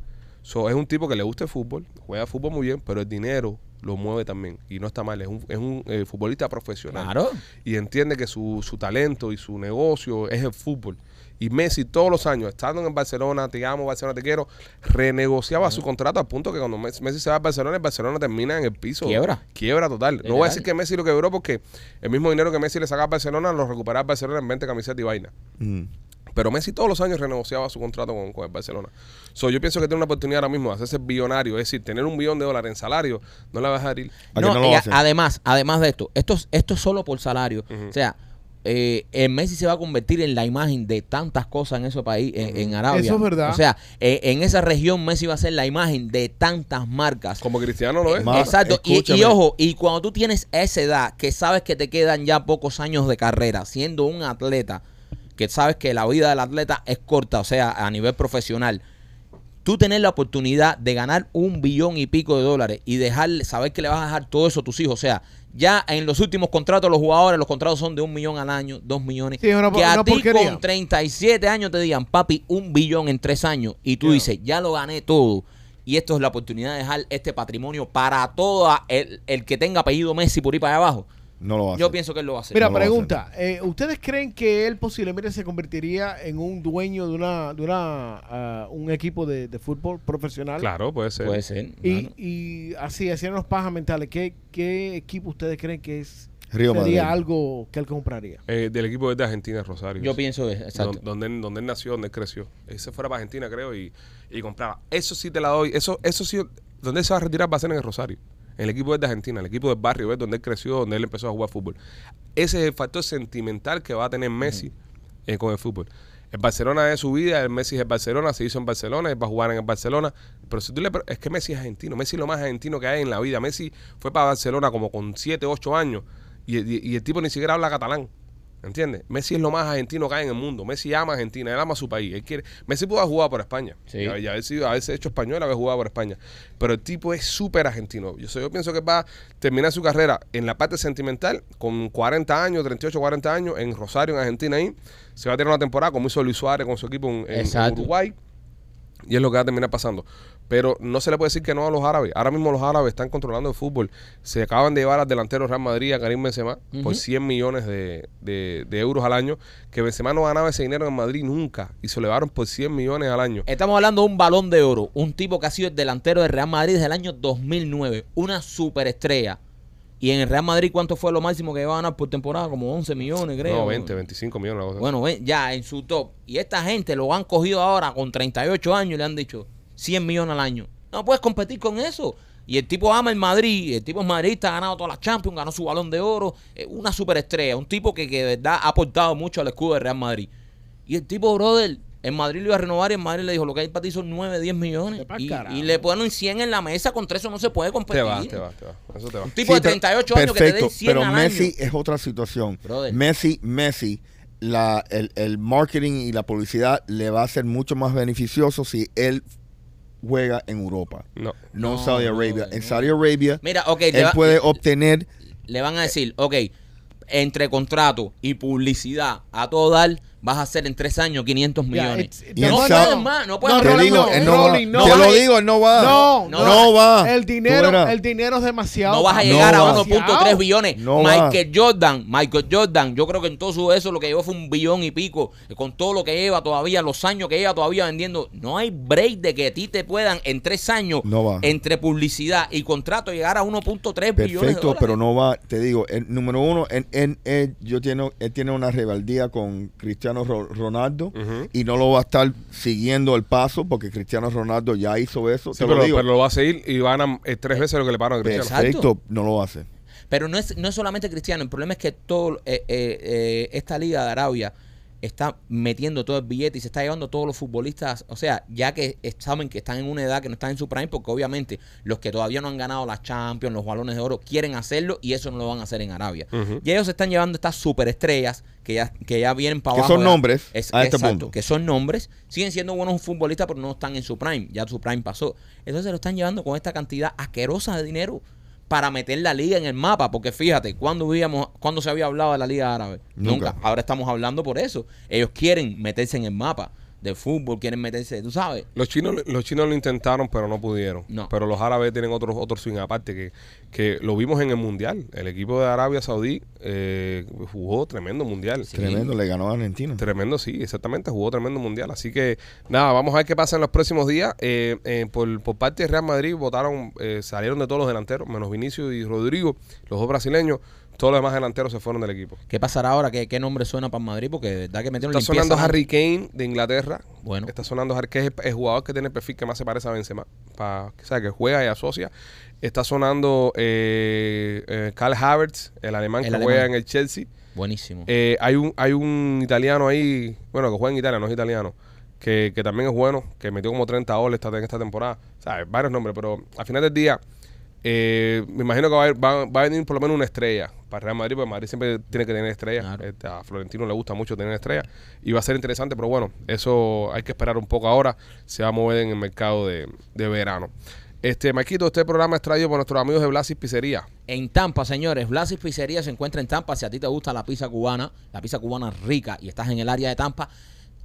S3: So, es un tipo que le gusta el fútbol, juega fútbol muy bien, pero el dinero lo mueve también. Y no está mal, es un, es un eh, futbolista profesional.
S4: Claro.
S3: Y entiende que su, su talento y su negocio es el fútbol. Y Messi todos los años, estando en Barcelona, te amo, Barcelona, te quiero, renegociaba su contrato al punto que cuando Messi, Messi se va a Barcelona, el Barcelona termina en el piso.
S4: Quiebra.
S3: Quiebra total. No voy a
S4: Literal.
S3: decir que Messi lo quebró porque el mismo dinero que Messi le sacaba a Barcelona lo recuperaba a Barcelona en 20 camisetas y vaina.
S6: Mm.
S3: Pero Messi todos los años renegociaba su contrato con, con el Barcelona. So, yo pienso que tiene una oportunidad ahora mismo de hacerse billonario. Es decir, tener un billón de dólares en salario no la vas a dejar ir.
S6: ¿A
S4: No,
S6: que no lo
S4: y a-
S6: hace?
S4: además, además de esto, esto, es- esto es solo por salario. O sea, eh, el Messi se va a convertir en la imagen de tantas cosas en ese país, en, en Arabia.
S5: Eso es verdad.
S4: O sea, eh, en esa región Messi va a ser la imagen de tantas marcas.
S3: Como cristiano lo es.
S6: Ma- Mar,
S4: Exacto. Y- Y,
S6: escúchame.
S4: ojo, y cuando tú tienes esa edad, que sabes que te quedan ya pocos años de carrera, siendo un atleta, que sabes que la vida del atleta es corta, o sea, a nivel profesional, tú tener la oportunidad de ganar un billón y pico de dólares y dejarle, saber que le vas a dejar todo eso a tus hijos, o sea, ya en los últimos contratos los jugadores, los contratos son de un millón al año, dos millones.
S5: Sí, es una po-
S4: que a
S5: una
S4: ti
S5: porquería.
S4: con 37 años te digan, papi, un billón en tres años. Y tú dices, ya lo gané todo. Y esto es la oportunidad de dejar este patrimonio para toda el, el que tenga apellido Messi por ir para allá abajo.
S6: No lo hace.
S4: Yo pienso que él lo va a hacer.
S5: Mira,
S6: no lo va a
S5: pregunta, eh, ¿ustedes creen que él posiblemente se convertiría en un dueño de una, de una ah, un equipo de, de fútbol profesional?
S3: Claro, puede ser.
S4: Puede ser.
S5: Y,
S4: claro.
S5: y así, haciéndonos pajas mentales, ¿qué, ¿qué equipo ustedes creen que es
S6: Río
S5: sería
S6: Madrid.
S5: algo que él compraría?
S3: Eh, del equipo de Argentina, Rosario.
S4: Yo pienso eso, exacto.
S3: Don- Donde, él- donde él nació, donde él creció. Él se fuera para Argentina, creo, y, y compraba. Eso sí te la doy. Eso, eso sí, donde él se va a retirar va a ser en el Rosario. En el equipo de Argentina, el equipo del barrio, ¿ves? donde él creció, donde él empezó a jugar fútbol. Ese es el factor sentimental que va a tener Messi eh, con el fútbol. El Barcelona es su vida, el Messi es el Barcelona, se hizo en Barcelona, él va a jugar en el Barcelona. Pero si tú le pre- es que Messi es argentino, Messi es lo más argentino que hay en la vida. Messi fue para Barcelona como con 7, 8 años y, y- y el tipo ni siquiera habla catalán. ¿Entiendes? Messi es lo más argentino que hay en el mundo. Messi ama a Argentina, él ama su país. Él quiere... Messi pudo haber jugado por España.
S4: Sí.
S3: Y, a- y haber sido, haberse hecho español, haber jugado por España. Pero el tipo es súper argentino. Yo, sé- yo pienso que va a terminar su carrera en la parte sentimental, con 40 años, 38, 40 años, en Rosario, en Argentina, ahí. Se va a tener una temporada como hizo Luis Suárez con su equipo en- en- en
S4: Exacto.
S3: Uruguay. Y es lo que va a terminar pasando. Pero no se le puede decir que no a los árabes. Ahora mismo los árabes están controlando el fútbol. Se acaban de llevar al delantero Real Madrid, a Karim Benzema, por 100 millones de, de- de euros al año. Que Benzema no ganaba ese dinero en Madrid nunca. Y se lo llevaron por 100 millones al año.
S4: Estamos hablando de un balón de oro, un tipo que ha sido el delantero del Real Madrid desde el año 2009, una superestrella. Y en el Real Madrid, ¿cuánto fue lo máximo que iba a ganar por temporada? Como 11 millones, creo.
S3: No, 20, 25 millones. una cosa así.
S4: Bueno, ve- ya en su top. Y esta gente lo han cogido ahora con 38 años y le han dicho 100 millones al año. No puedes competir con eso. Y el tipo ama el Madrid, el tipo es madridista, ha ganado todas las Champions, ganó su balón de oro, eh, una superestrella, un tipo que, que de verdad ha aportado mucho al escudo del Real Madrid. Y el tipo, brother, en Madrid lo iba a renovar y en Madrid le dijo, lo que hay para ti son 9, 10 millones.
S5: Te pa'l
S4: Y,
S5: carajo.
S4: y le ponen 100 en la mesa, contra eso no se puede competir.
S3: te vas, te vas, te vas. Eso te va.
S4: Un tipo de
S6: Sí, pero-
S4: 38 años que te
S6: perfecto,
S4: den 100
S6: pero
S4: al
S6: Messi
S4: año.
S6: es otra situación.
S4: Brother.
S6: Messi, Messi, la, el, el marketing y la publicidad le va a ser mucho más beneficioso si él juega en Europa,
S3: No.
S6: no, en
S4: No,
S6: Saudi Arabia.
S4: brother,
S6: En
S4: no.
S6: Saudi Arabia,
S4: Mira, ok, le
S6: él
S4: va-
S6: puede obtener
S4: le van a decir, ok, entre contrato y publicidad a todo dar, vas a hacer en tres años 500 millones.
S5: it's-
S6: Y
S5: no,
S6: en
S5: no,
S6: Sao-
S5: no,
S4: más, no
S5: no,
S4: puedes
S6: te
S5: Rolling,
S6: digo,
S5: no,
S6: él no va-
S5: Rolling, no.
S6: te
S4: vas
S6: lo
S4: a-
S6: digo, él no va,
S5: No,
S4: no.
S6: va.
S5: El
S6: Tú
S5: dinero,
S6: verás.
S5: el dinero es demasiado.
S4: No vas a
S6: No
S4: llegar a
S6: va.
S4: 1.3 billones.
S6: No va.
S4: Michael Jordan, Michael Jordan, yo creo que en todo su eso lo que llevó fue un billón y pico. Con todo lo que lleva todavía, los años que lleva todavía vendiendo, no hay break de que a ti te puedan en tres años,
S6: No va.
S4: entre publicidad y contrato, llegar a 1.3 billones. de
S6: Perfecto,
S4: dólares.
S6: pero no va, te digo, el, número uno, en en- él, yo tiene, él tiene una rebeldía con Cristiano Ro- Ronaldo
S3: Ujú.
S6: y no lo va a estar siguiendo el paso porque Cristiano Ronaldo ya hizo eso.
S3: Sí,
S6: te
S3: pero,
S6: lo digo.
S3: pero lo va a seguir y van a eh, tres veces lo que le pagaron a Cristiano.
S4: Exacto.
S6: Perfecto, no lo hace.
S4: Pero no es, no es solamente cristiano, el problema es que todo eh, eh, eh, esta liga de Arabia está metiendo todo el billete y se está llevando todos los futbolistas, o sea, ya que es- saben que están en una edad que no están en su prime, porque obviamente los que todavía no han ganado las Champions, los balones de oro, quieren hacerlo y eso no lo van a hacer en Arabia.
S3: Ujú.
S4: Y ellos se están llevando estas superestrellas que ya, que ya vienen para
S6: Que
S4: abajo.
S6: son
S4: de la-
S6: nombres a este punto.
S4: que son nombres, siguen siendo buenos futbolistas, pero no están en su prime. Ya su prime pasó. Entonces se lo están llevando con esta cantidad asquerosa de dinero para meter la liga en el mapa. Porque fíjate, cuando vivíamos, cuando se había hablado de la Liga Árabe?
S6: Nunca.
S4: Ahora estamos hablando por eso. Ellos quieren meterse en el mapa de fútbol, quieren meterse, tú sabes.
S3: Los chinos, los chinos lo intentaron, pero no pudieron.
S4: No.
S3: Pero los árabes tienen otro, otro swing aparte, que, que lo vimos en el Mundial. El equipo de Arabia Saudí eh, jugó tremendo Mundial.
S6: Tremendo, le ganó a Argentina.
S3: Tremendo, sí, exactamente. Jugó tremendo mundial. Así que, nada, vamos a ver qué pasa en los próximos días. Eh, eh, por, por parte de Real Madrid, votaron, eh, salieron de todos los delanteros, menos Vinicius y Rodrigo, los dos brasileños. Todos los demás delanteros se fueron del equipo.
S4: ¿Qué pasará ahora? ¿Qué, qué nombre suena para el Madrid? Porque de verdad que metieron
S3: Está
S4: limpieza,
S3: sonando
S4: ¿no?
S3: Harry Kane de Inglaterra.
S4: Bueno.
S3: Está sonando Harry, que es el, el jugador que tiene el perfil que más se parece a Benzema. Pa, o sea, que juega y asocia. Está sonando eh, eh, Karl Havertz, el alemán
S4: El
S3: que juega
S4: alemán.
S3: en el Chelsea.
S4: Buenísimo.
S3: Eh, hay, un, hay un italiano ahí, bueno, que juega en Italia, no es italiano, que, que también es bueno, que metió como 30 goles esta, en esta temporada. O sea, hay varios nombres, pero al final del día, Eh, me imagino que va a, haber- va, va a venir por lo menos una estrella para Real Madrid, porque Madrid siempre tiene que tener estrellas.
S4: Claro.
S3: Este, a Florentino le gusta mucho tener estrellas. Y va a ser interesante, pero bueno, eso hay que esperar un poco ahora. Se va a mover en el mercado de, de verano. Este, Maquito, este programa es traído por nuestros amigos de Blasis Pizzería.
S4: En Tampa, señores, Blasis Pizzería se encuentra en Tampa. Si a ti te gusta la pizza cubana, la pizza cubana rica y estás en el área de Tampa,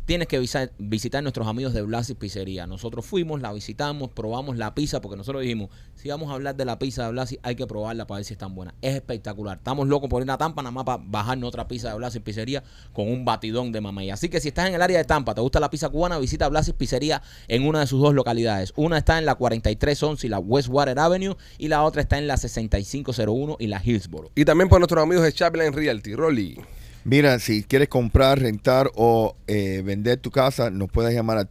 S4: tienes que visa- visitar nuestros amigos de Blasis Pizzería. Nosotros fuimos, la visitamos, probamos la pizza porque nosotros dijimos, si vamos a hablar de la pizza de Blasis, hay que probarla para ver si es tan buena. Es espectacular. Estamos locos por ir a Tampa nada más para bajarnos otra pizza de Blasis Pizzería con un batidón de mamey. Así que si estás en el área de Tampa, te gusta la pizza cubana, visita Blasis Pizzería en una de sus dos localidades. Una está en la 4311 y la Westwater Avenue y la otra está en la 6501 y la Hillsboro.
S3: Y también por nuestros amigos de Chaplin Realty, Rolly.
S6: Mira, si quieres comprar, rentar o eh, vender tu casa, nos puedes llamar al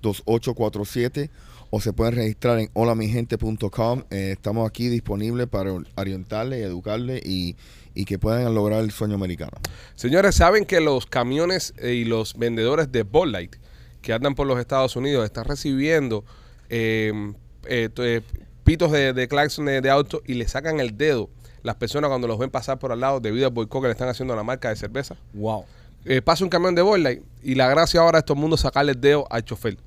S6: 305-428-2847 o se pueden registrar en holamigente.com. Eh, estamos aquí disponibles para orientarle y educarle y, y que puedan lograr el sueño americano.
S3: Señores, ¿saben que los camiones eh, y los vendedores de Bud Light que andan por los Estados Unidos están recibiendo eh, eh, to- eh, pitos de, de claxon de, de auto y le sacan el dedo las personas cuando los ven pasar por al lado debido al boicot que le están haciendo a la marca de cerveza?
S4: Wow.
S3: Eh, pasa un camión de Bud Light y la gracia ahora es todo el mundo sacarle el dedo al chofer.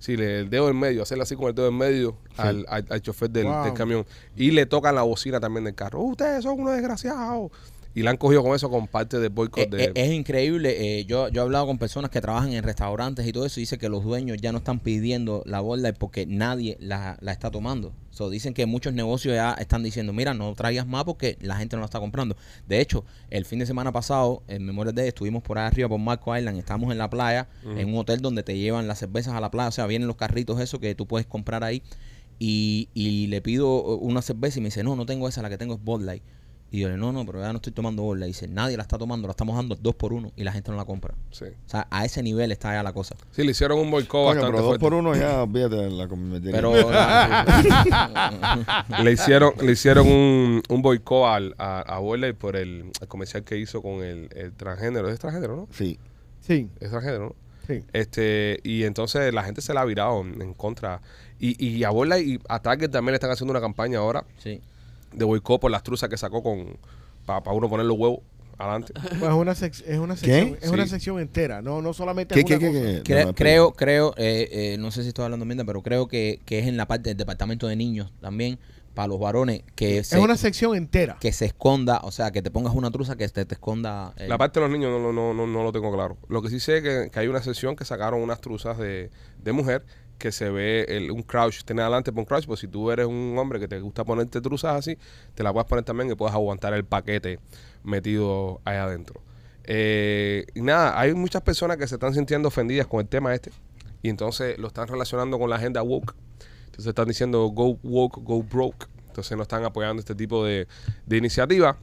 S3: Sí, le- el dedo en medio, hacerle así con el dedo en medio al, al- al chofer del,
S5: Wow.
S3: del camión. Y le tocan la bocina también del carro. Ustedes son unos desgraciados. Y la han cogido con eso con parte del boicot
S4: Eh,
S3: de...
S4: eh, Es, increíble. eh, yo, yo he hablado con personas que trabajan en restaurantes y todo eso y dice que los dueños ya no están pidiendo la bola porque nadie la, la está tomando. So, dicen que muchos negocios ya están diciendo, mira, no traigas más porque la gente no la está comprando. De hecho, el fin de semana pasado, en Memorial Day, estuvimos por ahí arriba por Marco Island, estamos en la playa, en un hotel donde te llevan las cervezas a la playa, o sea, vienen los carritos esos que tú puedes comprar ahí. Y, y le pido eh, una cerveza y me dice, no, no tengo esa, la que tengo es Bud Light. Y yo le no, no, pero ya no estoy tomando bola. Dice, nadie la está tomando, la estamos dando dos por uno y la gente no la compra.
S3: Sí.
S4: O sea, a ese nivel está ya la cosa.
S3: Sí, le hicieron un boicot
S6: Coño,
S3: Oh, bastante
S6: pero dos
S3: fuerte.
S6: por uno ya, olvídate de la comida. *laughs*
S4: Pero
S3: Le hicieron, le hicieron un, un boicot al, a, a Bud Light por el, el comercial que hizo con el, el transgénero. ¿Es transgénero, no?
S6: Sí.
S5: Sí,
S3: Es transgénero, ¿no?
S5: sí.
S3: Este, y entonces la gente se la ha virado en, en contra. Y, y a Bud Light y a Target también le están haciendo una campaña ahora
S4: sí.
S3: de boicot por las truzas que sacó con para uno poner los huevos adelante.
S5: Pues es una, sec- es una sección, es una
S3: Sí.
S5: sección entera, no, no solamente
S6: ¿Qué,
S5: es una
S6: qué, qué,
S5: cosa.
S6: qué?
S4: Cre-
S6: No, no,
S4: creo, creo, eh, eh, no sé si estoy hablando mierda, pero creo que, que es en la parte del departamento de niños también, para los varones, que
S5: Es
S4: se,
S5: una sección entera.
S4: que se esconda, o sea, que te pongas una truza que te, te esconda. eh,
S3: La parte de los niños no, lo- no, no, no lo tengo claro. Lo que sí sé es que, que hay una sesión que sacaron unas truzas de, de mujer que se ve el- un crouch, tener adelante por un crouch, pues si tú eres un hombre que te gusta ponerte truzas así, te la puedes poner también que puedes aguantar el paquete metido ahí adentro. Eh, y nada, hay muchas personas que se están sintiendo ofendidas con el tema este y entonces lo están relacionando con la agenda woke. Entonces están diciendo go woke, go broke. Entonces no están apoyando este tipo de, de iniciativas.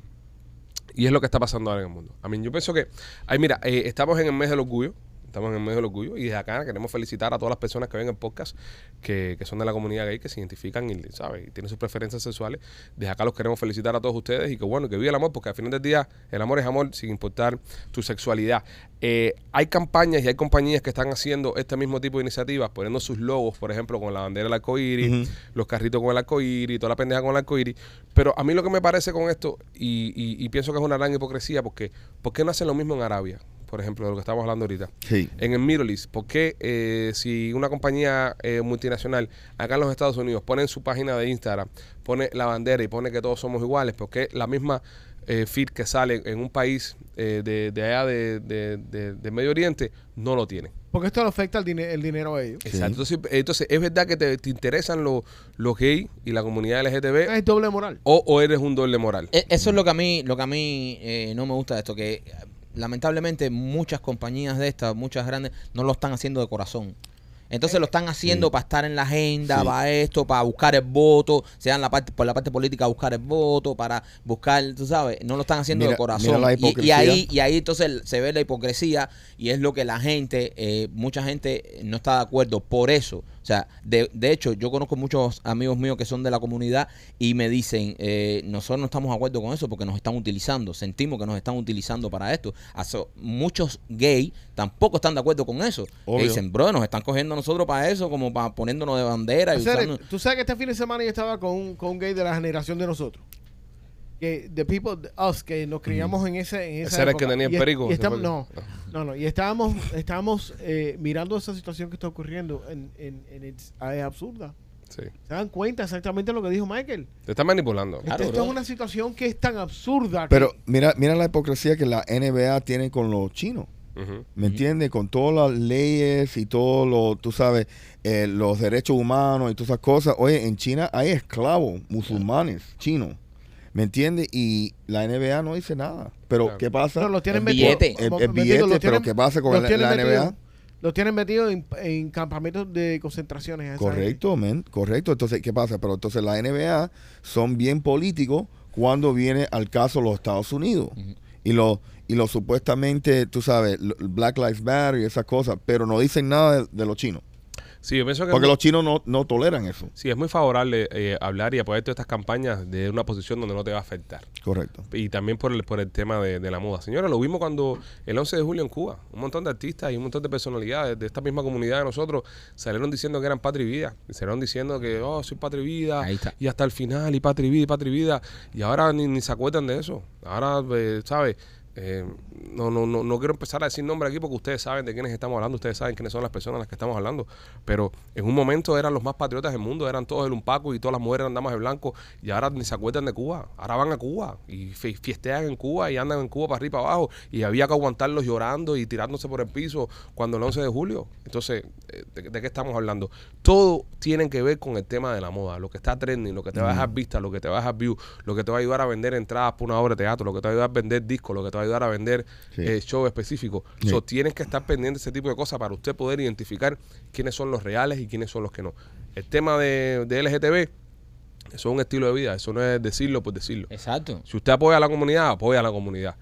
S3: Y es lo que está pasando ahora en el mundo. A mí, yo pienso que, ay, mira, eh, estamos en el mes del orgullo. Estamos en el mes del orgullo. Y desde acá queremos felicitar a todas las personas que ven el podcast, que, que son de la comunidad gay, que se identifican y, ¿sabes? y tienen sus preferencias sexuales. Desde acá los queremos felicitar a todos ustedes y que, bueno, que viva el amor, porque al final del día el amor es amor sin importar tu sexualidad. Eh, hay campañas y hay compañías que están haciendo este mismo tipo de iniciativas, poniendo sus logos, por ejemplo, con la bandera del arcoíris, los carritos con el arcoíris, toda la pendeja con el arcoíris. Pero a mí lo que me parece con esto, y, y- y pienso que es una gran hipocresía, porque ¿por qué no hacen lo mismo en Arabia? Por ejemplo, de lo que estamos hablando ahorita.
S6: Sí.
S3: En el Middle East, ¿por qué eh, si una compañía eh, multinacional acá en los Estados Unidos pone en su página de Instagram, pone la bandera y pone que todos somos iguales? ¿Por qué la misma eh, feed que sale en un país eh, de, de allá de, de- de- de Medio Oriente no lo tiene?
S5: Porque esto le afecta el, dine- el dinero a
S4: Eh,
S5: ellos.
S3: Exacto. Entonces, entonces, ¿es verdad que te, te interesan los, los gays y la comunidad LGTB
S5: Es doble moral.
S4: eh,
S3: o, o eres un doble moral?
S4: E- Eso es lo que a mí, lo que a mí eh, no me gusta de esto, que eh, lamentablemente muchas compañías de estas, muchas grandes, no lo están haciendo de corazón. Entonces lo están haciendo para estar en la agenda,
S6: Eh, Sí.
S4: para esto, para buscar el voto, sea en la parte, por la parte política buscar el voto, para buscar, tú sabes, no lo están haciendo de
S6: Mira-
S4: corazón.
S6: mira la
S4: Y- y,
S6: hipocresía.
S4: ahí, y ahí entonces se ve la hipocresía y es lo que la gente, eh, mucha gente no está de acuerdo por eso. O sea, de, de hecho, yo conozco muchos amigos míos que son de la comunidad y me dicen, eh, nosotros no estamos de acuerdo con eso porque nos están utilizando, sentimos que nos están utilizando Ah, para esto. Aso- muchos gays tampoco están de acuerdo con eso.
S6: Obvio.
S4: Y dicen, bro, nos están cogiendo nosotros para eso, como para poniéndonos de bandera y
S5: Hacer-
S4: usando-
S5: Tú sabes que este fin de semana yo estaba con un, con un gay de la generación de nosotros. Que the people, the us, que nos criamos en ese. En esa
S3: Ese era el
S5: época.
S3: que tenía el
S5: Y es-
S3: perico,
S5: y
S3: ese
S5: estamos-
S3: fue Ah. el-
S5: no, no, no. Y estábamos, estábamos eh, mirando esa situación que está ocurriendo. En, en- en it's- ah, es absurda.
S3: Sí.
S5: ¿Se dan cuenta exactamente lo que dijo Michael?
S3: Te están manipulando.
S4: Claro,
S5: Esto es
S4: bro.
S5: una situación que es tan absurda. que-
S6: Pero mira, mira la hipocresía que la NBA tiene con los chinos.
S3: Ujú.
S6: ¿Me entiendes? Con todas las leyes y todo lo, tú sabes, eh, los derechos humanos y todas esas cosas. Oye, en China hay esclavos musulmanes chinos. ¿Me entiendes? Y la NBA no dice nada. Pero,
S3: Claro.
S6: ¿qué pasa?
S5: No, lo tienen
S4: El
S5: metido-
S4: billete.
S6: El- el
S5: mo- metido,
S6: billete,
S5: lo
S6: pero
S5: tienen-
S6: ¿qué pasa con
S5: lo
S6: la-
S5: tienen
S6: la
S5: metido-
S6: NBA?
S5: Lo tienen metido en, en campamentos de concentraciones. a esa
S6: Correcto, men, correcto. Entonces, ¿qué pasa? Pero entonces la NBA son bien políticos cuando viene al caso los Estados Unidos. Y los y los supuestamente, tú sabes, lo- Black Lives Matter y esas cosas, pero no dicen nada de, de los chinos.
S3: Sí, yo pienso que.
S6: Porque
S3: no-
S6: los chinos no, no toleran eso.
S3: Sí, es muy favorable eh, hablar y apoyar todas estas campañas de una posición donde no te va a afectar.
S6: Correcto.
S3: Y también por el, por el tema de, de la moda. Señora, lo vimos cuando el 11 de julio en Cuba. Un montón de artistas y un montón de personalidades de esta misma comunidad de nosotros salieron diciendo que eran patria y vida. Y salieron diciendo que, oh, soy patria y vida.
S4: Ahí está.
S3: Y hasta el final, y patria y vida, y patria y vida. Y ahora ni, ni se acuerdan de eso. Ahora, eh, ¿sabes? Eh, no, no, no, no quiero empezar a decir nombre aquí porque ustedes saben de quiénes estamos hablando, ustedes saben quiénes son las personas de las que estamos hablando, pero en un momento eran los más patriotas del mundo, eran todos el Umpaco y todas las mujeres eran damas de blanco y ahora ni se acuerdan de Cuba, ahora van a Cuba y fe- fiestean en Cuba y andan en Cuba para arriba y para abajo y había que aguantarlos llorando y tirándose por el piso cuando el 11 de julio. Entonces, eh, ¿de, de qué estamos hablando? Todo tiene que ver con el tema de la moda, lo que está trending, lo que te va a dejar vista, lo que te va a dejar view, lo que te va a ayudar a vender entradas por una obra de teatro, lo que te va a ayudar a vender discos, lo que te va a ayudar a vender
S6: Sí.
S3: eh, shows específicos. So, tienes que estar pendiente de ese tipo de cosas para usted poder identificar quiénes son los reales y quiénes son los que no. El tema de, de LGTB, eso es un estilo de vida, eso no es decirlo por decirlo.
S4: Exacto.
S3: Si usted apoya a la comunidad, apoya a la comunidad.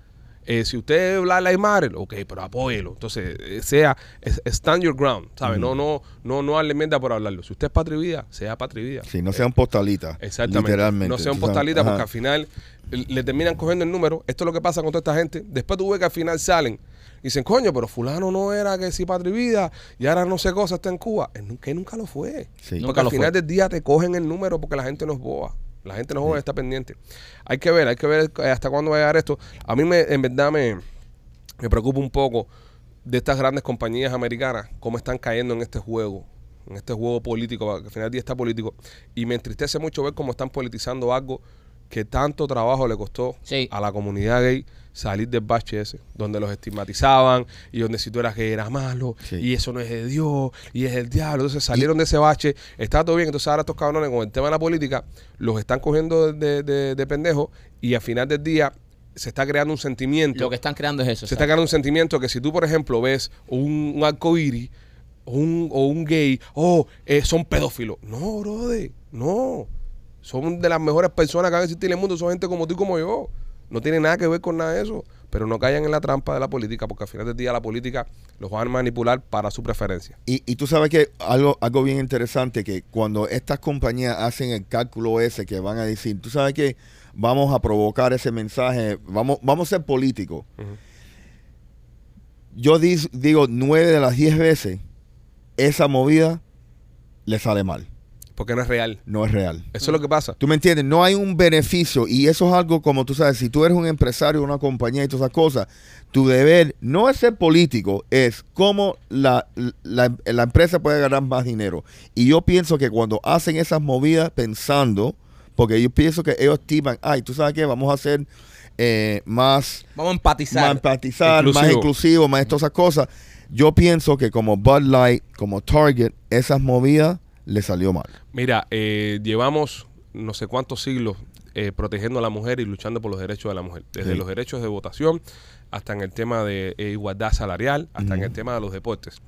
S3: Eh, si usted es Black Lives Matter, ok, pero apóyelo. Entonces, eh, sea, es- stand your ground, ¿sabe? No, no, no, no hable mierda por hablarlo. Si usted es patria y vida, sea patria y vida.
S6: Sí, no sean postalitas.
S3: Exactamente.
S6: Literalmente.
S3: No sean
S6: tú sabes.
S3: postalitas
S6: Ajá.
S3: porque al final eh, le terminan cogiendo el número. Esto es lo que pasa con toda esta gente. Después tú ves que al final salen y dicen, coño, pero fulano no era que si patria y vida y ahora no sé cosa está en Cuba. Es nu- Que nunca lo fue.
S6: Sí.
S3: Porque
S4: Nunca
S3: al
S4: lo
S3: final
S4: fue.
S3: del día te cogen el número porque la gente no es boba. La gente no es boba, está pendiente. Hay que ver, hay que ver eh, hasta cuándo va a llegar esto. A mí me, en verdad me, me preocupa un poco de estas grandes compañías americanas, cómo están cayendo en este juego, en este juego político, que al final del día está político. Y me entristece mucho ver cómo están politizando algo que tanto trabajo le costó
S4: Sí.
S3: a la comunidad gay salir del bache ese, donde los estigmatizaban y donde si tú eras gay eras malo
S6: Sí.
S3: y eso no es de Dios y es del diablo. Entonces salieron de ese bache, está todo bien. Entonces ahora estos cabrones con el tema de la política los están cogiendo de, de, de pendejo y al final del día se está creando un sentimiento
S4: Lo que están creando es eso.
S3: se está
S4: exacto.
S3: creando un sentimiento que si tú, por ejemplo, ves un, un arcoíris o un, o un gay, oh, eh, son pedófilos. No, brother, no. Son de las mejores personas que han existido en el mundo. Son gente como tú y como yo. No tiene nada que ver con nada de eso. Pero no caigan en la trampa de la política, porque al final del día la política los van a manipular para su preferencia.
S6: Y, y tú sabes que algo, algo bien interesante, que cuando estas compañías hacen el cálculo ese que van a decir, tú sabes que vamos a provocar ese mensaje, vamos, vamos a ser políticos. Yo dis- digo nueve de las diez veces, esa movida le sale mal,
S3: Porque no es real.
S6: no es real.
S3: Eso es lo que pasa.
S6: ¿Tú me entiendes? No hay un beneficio y eso es algo como tú sabes, si tú eres un empresario, una compañía y todas esas cosas, tu deber no es ser político, es cómo la, la- la empresa puede ganar más dinero. Y yo pienso que cuando hacen esas movidas pensando, porque yo pienso que ellos estiman, ay, tú sabes qué, vamos a hacer eh, más
S4: Vamos a empatizar.
S6: más empatizar, más
S3: Inclusivo.
S6: inclusivo, más todas esas cosas. Yo pienso que como Bud Light, como Target, esas movidas le salió mal.
S3: Mira, eh, llevamos no sé cuántos siglos eh, protegiendo a la mujer y luchando por los derechos de la mujer. Desde
S6: Sí.
S3: los derechos de votación hasta en el tema de eh, igualdad salarial, hasta en el tema de los deportes.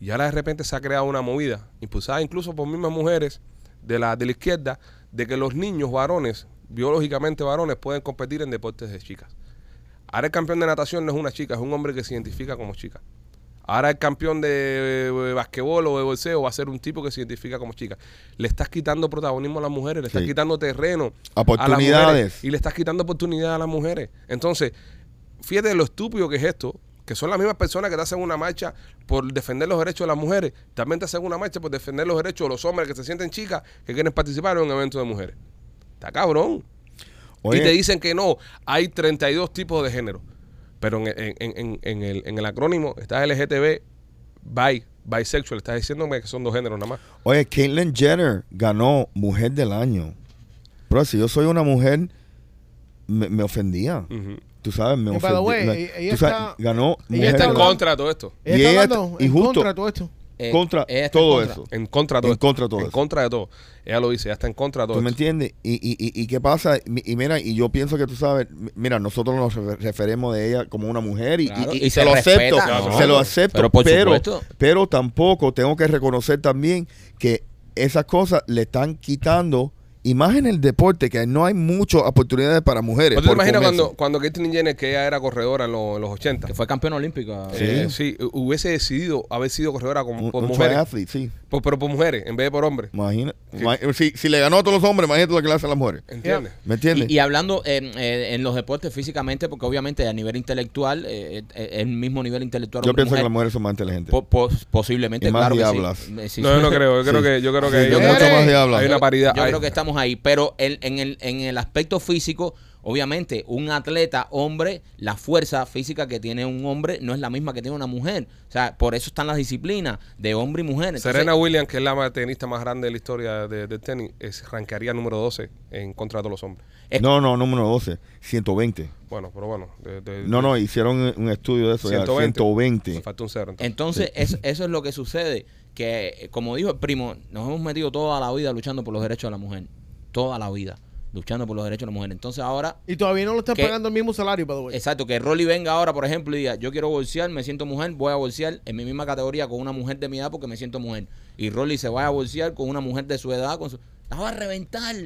S3: Y ahora de repente se ha creado una movida, impulsada incluso por mismas mujeres de la, de la izquierda, de que los niños varones, biológicamente varones, pueden competir en deportes de chicas. Ahora el campeón de natación no es una chica, es un hombre que se identifica como chica. Ahora el campeón de eh, basquetbol o de bolseo va a ser un tipo que se identifica como chica. Le estás quitando protagonismo a las mujeres, le estás
S6: Sí.
S3: quitando terreno. A las
S6: Oportunidades.
S3: mujeres, y le estás quitando oportunidad a las mujeres. Entonces, fíjate lo estúpido que es esto, que son las mismas personas que te hacen una marcha por defender los derechos de las mujeres, también te hacen una marcha por defender los derechos de los hombres que se sienten chicas que quieren participar en un evento de mujeres. Está cabrón.
S6: Oye,
S3: Y te dicen que no, hay 32 tipos de género. Pero en, en- en- en- en el, en el acrónimo está LGTB, bi, bisexual. Estás diciéndome que son dos géneros nada más.
S6: oye, Caitlyn Jenner ganó Mujer del Año. Pero si yo soy una mujer, me, me ofendía.
S3: Ujú.
S6: Tú sabes, me
S5: Y by the
S6: ofendía.
S5: way,
S6: La-
S5: ella
S6: tú sabes,
S5: está-
S6: ganó
S5: ella
S6: Mujer
S3: Está
S5: está
S3: en
S6: del
S5: hablando-
S6: Año.
S3: contra de todo esto.
S5: Ella
S6: Y
S5: está
S6: ella-
S5: hablando
S6: y
S5: en
S6: justo-
S5: contra de todo esto.
S4: Eh,
S6: Contra
S4: ella está en
S6: todo
S4: contra.
S6: eso.
S3: En contra de todo
S6: En
S3: esto.
S6: contra de todo
S3: En
S6: eso.
S3: contra de todo. Ella lo dice, ella está en contra de todo
S6: ¿Tú me
S3: esto.
S6: entiendes? Y, y, y, y qué pasa, Mi- y mira, y yo pienso que tú sabes, mi- mira, nosotros nos refer- referemos de ella como una mujer y,
S4: Claro,
S6: y-
S4: y
S6: y
S4: se
S6: se lo acepto,
S4: respeta,
S3: claro.
S6: se lo acepto,
S4: Pero
S6: pero,
S4: por
S6: pero,
S4: supuesto.
S6: tampoco tengo que reconocer también que esas cosas le están quitando, y más en el deporte, que no hay muchas oportunidades para mujeres.
S3: ¿No te
S6: por
S3: imaginas
S6: comercio.
S3: cuando, cuando Caitlyn Jenner, que ella era corredora en, los- en los 80?
S4: Que fue campeona olímpica.
S6: Sí.
S3: eh, sí, hu- hubiese decidido haber sido corredora con,
S6: Un,
S3: por
S6: un
S3: mujeres,
S6: triathlete, sí.
S3: por- pero por mujeres, en vez de por hombres.
S6: Imagina, ima- si, si le ganó a todos los hombres, imagínate lo que le hace a las mujeres.
S3: ¿Entiendes?
S6: ¿Me entiendes?
S4: Y, y hablando eh, eh, en los deportes físicamente, porque obviamente a nivel intelectual, eh, eh, es el mismo nivel intelectual.
S6: yo
S4: hombre,
S6: pienso que
S4: mujer.
S6: las mujeres son más inteligentes.
S4: Po- pos- posiblemente,
S6: Y más
S4: claro que sí.
S6: diablas.
S4: Eh, sí.
S3: No, yo no
S6: *laughs*
S3: creo. Yo creo
S6: Sí.
S3: que, yo creo que
S6: Sí,
S3: hay,
S6: yo
S3: una-
S6: mucho más diablo.
S3: hay una paridad.
S4: Yo
S3: hay-
S4: creo que estamos ahí, pero en, en el, en el aspecto físico, obviamente, un atleta hombre, la fuerza física que tiene un hombre no es la misma que tiene una mujer. O sea, por eso están las disciplinas de hombre y mujer. Entonces,
S3: Serena Williams, que es la ma- tenista más grande de la historia de- del tenis, es, rankearía número 12 en contra de todos los hombres.
S4: es-
S6: no, no, número 12, 120.
S3: Bueno, pero bueno. de- de-
S6: No, no, hicieron un estudio de eso. ya,
S3: 120.
S6: 120.
S3: me falta un cero. entonces.
S4: Entonces, eso, eso es lo que sucede. Que, eh, como dijo el primo, nos hemos metido toda la vida luchando por los derechos de la mujer. Toda la vida luchando por los derechos de la mujer. Entonces, ahora,
S5: Y todavía no lo están
S4: ¿Qué?
S5: pagando el mismo salario, by the way.
S4: exacto, que Rolly venga ahora, por ejemplo, y diga: Yo quiero bolsear, me siento mujer, voy a bolsear en mi misma categoría con una mujer de mi edad porque me siento mujer. Y Rolly se vaya a bolsear con una mujer de su edad. con su- La va a reventar.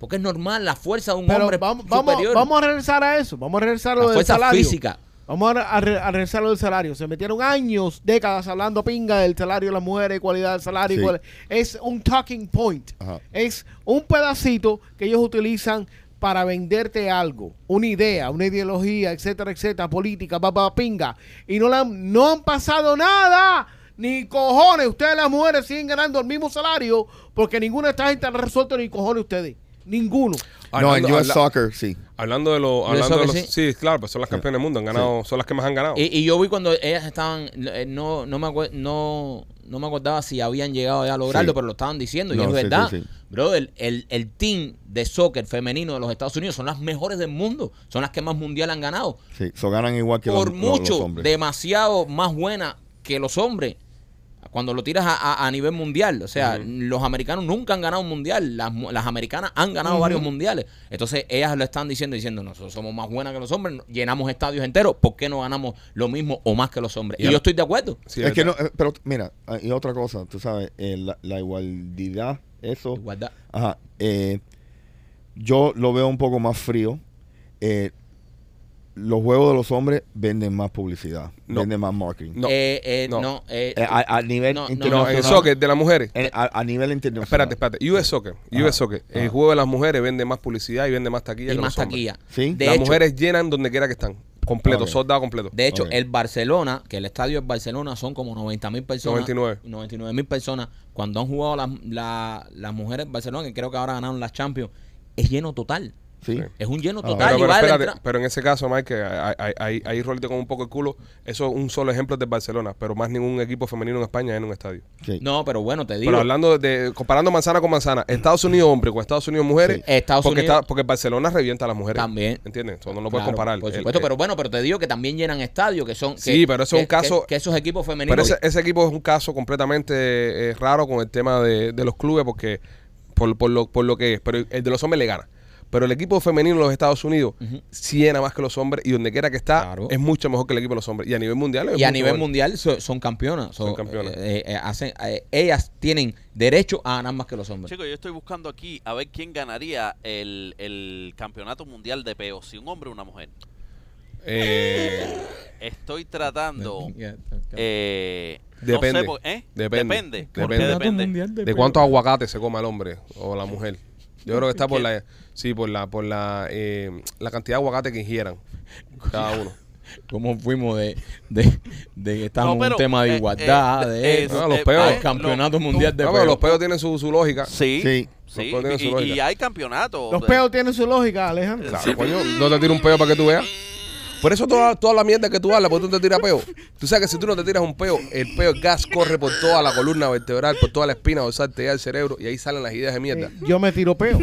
S4: Porque es normal, la fuerza de un
S5: Pero
S4: hombre
S5: vamos, vamos,
S4: superior.
S5: vamos a regresar a eso. Vamos a regresar a lo
S4: la
S5: del
S4: fuerza
S5: salario.
S4: física.
S5: Vamos a, re- a re- a regresar a lo del salario. Se metieron años, décadas hablando pinga del salario de las mujeres, cualidad del salario.
S6: Sí.
S5: cual- es un talking point.
S6: Ajá.
S5: Es un pedacito que ellos utilizan para venderte algo, una idea, una ideología, etcétera, etcétera, política, papá, pinga. Y no, le han, no han pasado nada. Ni cojones, ustedes las mujeres siguen ganando el mismo salario porque ninguna de estas gente ha resuelto ni cojones ustedes. Ninguno.
S4: Eh,
S6: No, en
S3: Hablando-
S6: US
S3: habla-
S6: Soccer, sí.
S3: Hablando de, lo,
S4: ¿De
S3: hablando de
S4: soccer,
S3: los. Sí, claro, pues son las campeonas del mundo. Han ganado, son las que más han ganado.
S4: Y, y yo vi cuando ellas estaban, eh, no, no, me acue- no, no me acordaba si habían llegado ya a lograrlo,
S6: Sí.
S4: pero lo estaban diciendo. y
S6: No,
S4: es
S6: sí,
S4: verdad,
S6: sí, sí.
S4: brother, el, el team de soccer femenino de los Estados Unidos son las mejores del mundo, son las que más mundial han ganado.
S6: Sí, so ganan igual que
S4: Por
S6: los, los- los
S4: mucho,
S6: hombres.
S4: demasiado más buena que los hombres. Cuando lo tiras a, a- a nivel mundial, o sea, los americanos nunca han ganado un mundial, las, mu- las americanas han ganado varios mundiales. Entonces ellas lo están diciendo, diciendo, nosotros somos más buenas que los hombres, llenamos estadios enteros, ¿por qué no ganamos lo mismo o más que los hombres? Y,
S3: Y al-
S4: yo estoy de acuerdo.
S3: Sí,
S6: es que no,
S3: verdad.
S6: eh, pero mira, ah, y otra cosa, tú sabes, eh, la, la igualdad, eso.
S4: Igualdad.
S6: Ajá. eh, yo lo veo un poco más frío. Eh, los juegos de los hombres venden más publicidad,
S3: No.
S6: venden más marketing.
S3: No,
S4: Eh, eh,
S3: no.
S4: no. eh,
S6: Eh, a, a nivel
S4: No, no,
S3: No, en
S6: internacional.
S3: el soccer de las mujeres.
S6: en- a, a nivel internacional.
S3: Espérate, espérate. US Soccer.
S6: Ajá.
S3: US Soccer. El juego de las mujeres vende más publicidad y vende más taquilla
S4: y
S3: que
S4: más
S3: los hombres.
S4: taquilla.
S6: Sí.
S4: De
S3: las
S4: hecho,
S3: mujeres llenan donde quiera que están. Completo,
S6: Ok.
S3: soldado completo.
S4: De hecho,
S6: Ok.
S4: el Barcelona, que el estadio del Barcelona son como 90 mil personas.
S3: 99.
S4: 99 mil personas. Cuando han jugado las, la- las mujeres del Barcelona, que creo que ahora ganaron las Champions, es lleno total.
S6: Sí.
S4: Es un lleno
S6: Ah,
S4: total.
S3: Pero,
S4: y
S3: pero
S4: va de
S3: espérate,
S4: entrada.
S3: pero en ese caso, Mike, que ahí- ahí- ahí ahí Rolly te con un poco el culo. Eso es un solo ejemplo del Barcelona, pero más ningún equipo femenino en España en un estadio.
S6: sí.
S4: No, pero bueno, te digo.
S3: Pero hablando de, comparando manzana con manzana, Estados Unidos hombre con Estados Unidos mujeres,
S4: Sí. Estados
S3: porque,
S4: Unidos-
S3: está- porque Barcelona revienta a las mujeres.
S4: También.
S3: ¿Entiendes? Eso no lo puedes
S4: Claro,
S3: comparar.
S4: Por
S3: El-
S4: supuesto,
S3: el-
S4: pero bueno, pero te digo que también llenan estadios, que son. que-
S3: Sí, pero eso es un
S4: que- que-
S3: caso-
S4: Que, esos equipos femeninos.
S3: Pero ese, ese equipo es un caso completamente eh, raro con el tema de, de los clubes, porque por, por lo, por lo que es. Pero el de los hombres le gana. Pero el equipo femenino de los Estados Unidos sí llena más que los hombres y donde quiera que está
S4: Claro.
S3: es mucho mejor que el equipo de los hombres. Y a nivel mundial es
S4: y a
S3: mucho
S4: nivel
S3: mejor.
S4: mundial so- son campeonas. so,
S3: Son campeonas.
S4: eh, eh, hacen, eh, ellas tienen derecho a ganar más que los hombres.
S7: Chicos, yo estoy buscando aquí a ver quién ganaría el, el campeonato mundial de peo, si un hombre o una mujer.
S3: Eh,
S7: Estoy tratando. eh, no sé
S3: Depende.
S7: por- ¿eh?
S3: Depende.
S7: Depende. ¿Por qué
S3: Depende.
S7: depende?
S3: Eh, ¿De cuántos aguacates se come el hombre o la mujer? Yo creo que está por la sí, por la por la eh, la cantidad de aguacate que ingieran cada uno.
S4: ¿Cómo fuimos de, de, de que estamos en
S7: No, pero,
S4: un tema de
S7: eh,
S4: igualdad,
S7: eh,
S4: de
S7: eh,
S4: eso,
S3: Ah, los
S7: eh,
S3: peos.
S7: hay-
S4: al campeonato mundial de
S3: No, pero los
S4: peo?
S3: peos tienen su, su lógica.
S7: Sí,
S6: Sí.
S7: sí.
S3: Los peos tienen su
S7: y- Y,
S3: lógica.
S7: hay campeonatos.
S5: Los
S7: de-
S5: peos tienen su lógica, Alejandro.
S3: Claro, coño, no te tiro un peo para que tú veas. Por eso toda, toda la mierda que tú hablas, porque tú te tiras peo. Tú sabes que si tú no te tiras un peo, el peo, el gas corre por toda la columna vertebral, por toda la espina dorsal, te llega al cerebro y ahí salen las ideas de mierda.
S5: Eh, yo me tiro
S3: *laughs*
S5: peo.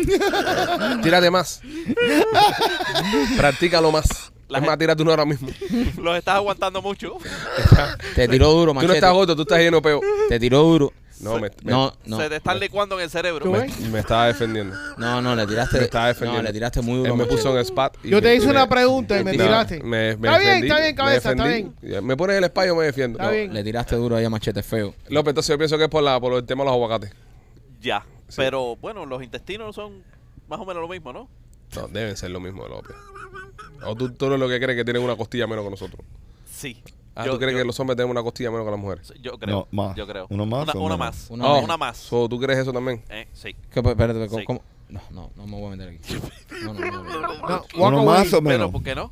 S3: Tírate
S5: *laughs*
S3: más. Practícalo más.
S7: La
S3: es más, tírate uno ahora mismo.
S7: *laughs* Los estás aguantando mucho.
S4: Te tiró duro,
S3: Tú no
S4: machete.
S3: estás gordo, tú estás lleno de peo.
S4: Te tiró duro.
S3: *laughs* No, me, me-
S4: No, no.
S7: Se te están licuando en el cerebro.
S5: ¿Tú
S3: me-
S5: ves?
S3: me estaba defendiendo.
S4: No, no, le
S3: *laughs* Me
S4: tiraste.
S3: estaba defendiendo.
S4: No, le tiraste muy
S3: Él
S4: duro.
S3: me
S4: machete.
S3: puso en spot. y
S5: Yo te
S3: me-
S5: hice
S3: me-
S5: una pregunta y me
S3: No,
S5: tiraste.
S3: me- me
S5: está bien,
S3: defendí,
S5: está bien,
S3: me
S5: cabeza, está
S3: defendí.
S5: bien.
S3: Ya, Me pones el spa y yo me defiendo.
S5: Está
S3: No.
S5: bien.
S4: Le tiraste duro ahí a machete feo.
S3: López, entonces yo pienso que es por, la, por el tema de los aguacates.
S7: Ya. Pero bueno, los intestinos son más o menos lo mismo, ¿no?
S3: No, deben ser lo mismo, López. O tú, tú eres lo que crees que tienen una costilla menos que nosotros.
S7: Sí.
S3: Ah, ¿Tú crees que los hombres tienen una costilla menos que las mujeres?
S7: que Yo creo.
S6: No, más.
S7: Yo creo.
S6: ¿Uno más
S7: Una,
S6: o
S7: una
S6: menos?
S7: más.
S4: Una
S7: Una,
S4: más.
S7: más.
S3: So, ¿Tú crees eso también?
S7: Eh, sí.
S4: ¿Qué, espérate, ¿cómo,
S7: Sí.
S4: cómo? No, no, no me voy a meter aquí. No, no, no. no, no.
S5: No, walk
S6: Uno
S5: away.
S6: más o
S7: Pero,
S6: menos.
S7: ¿por qué no?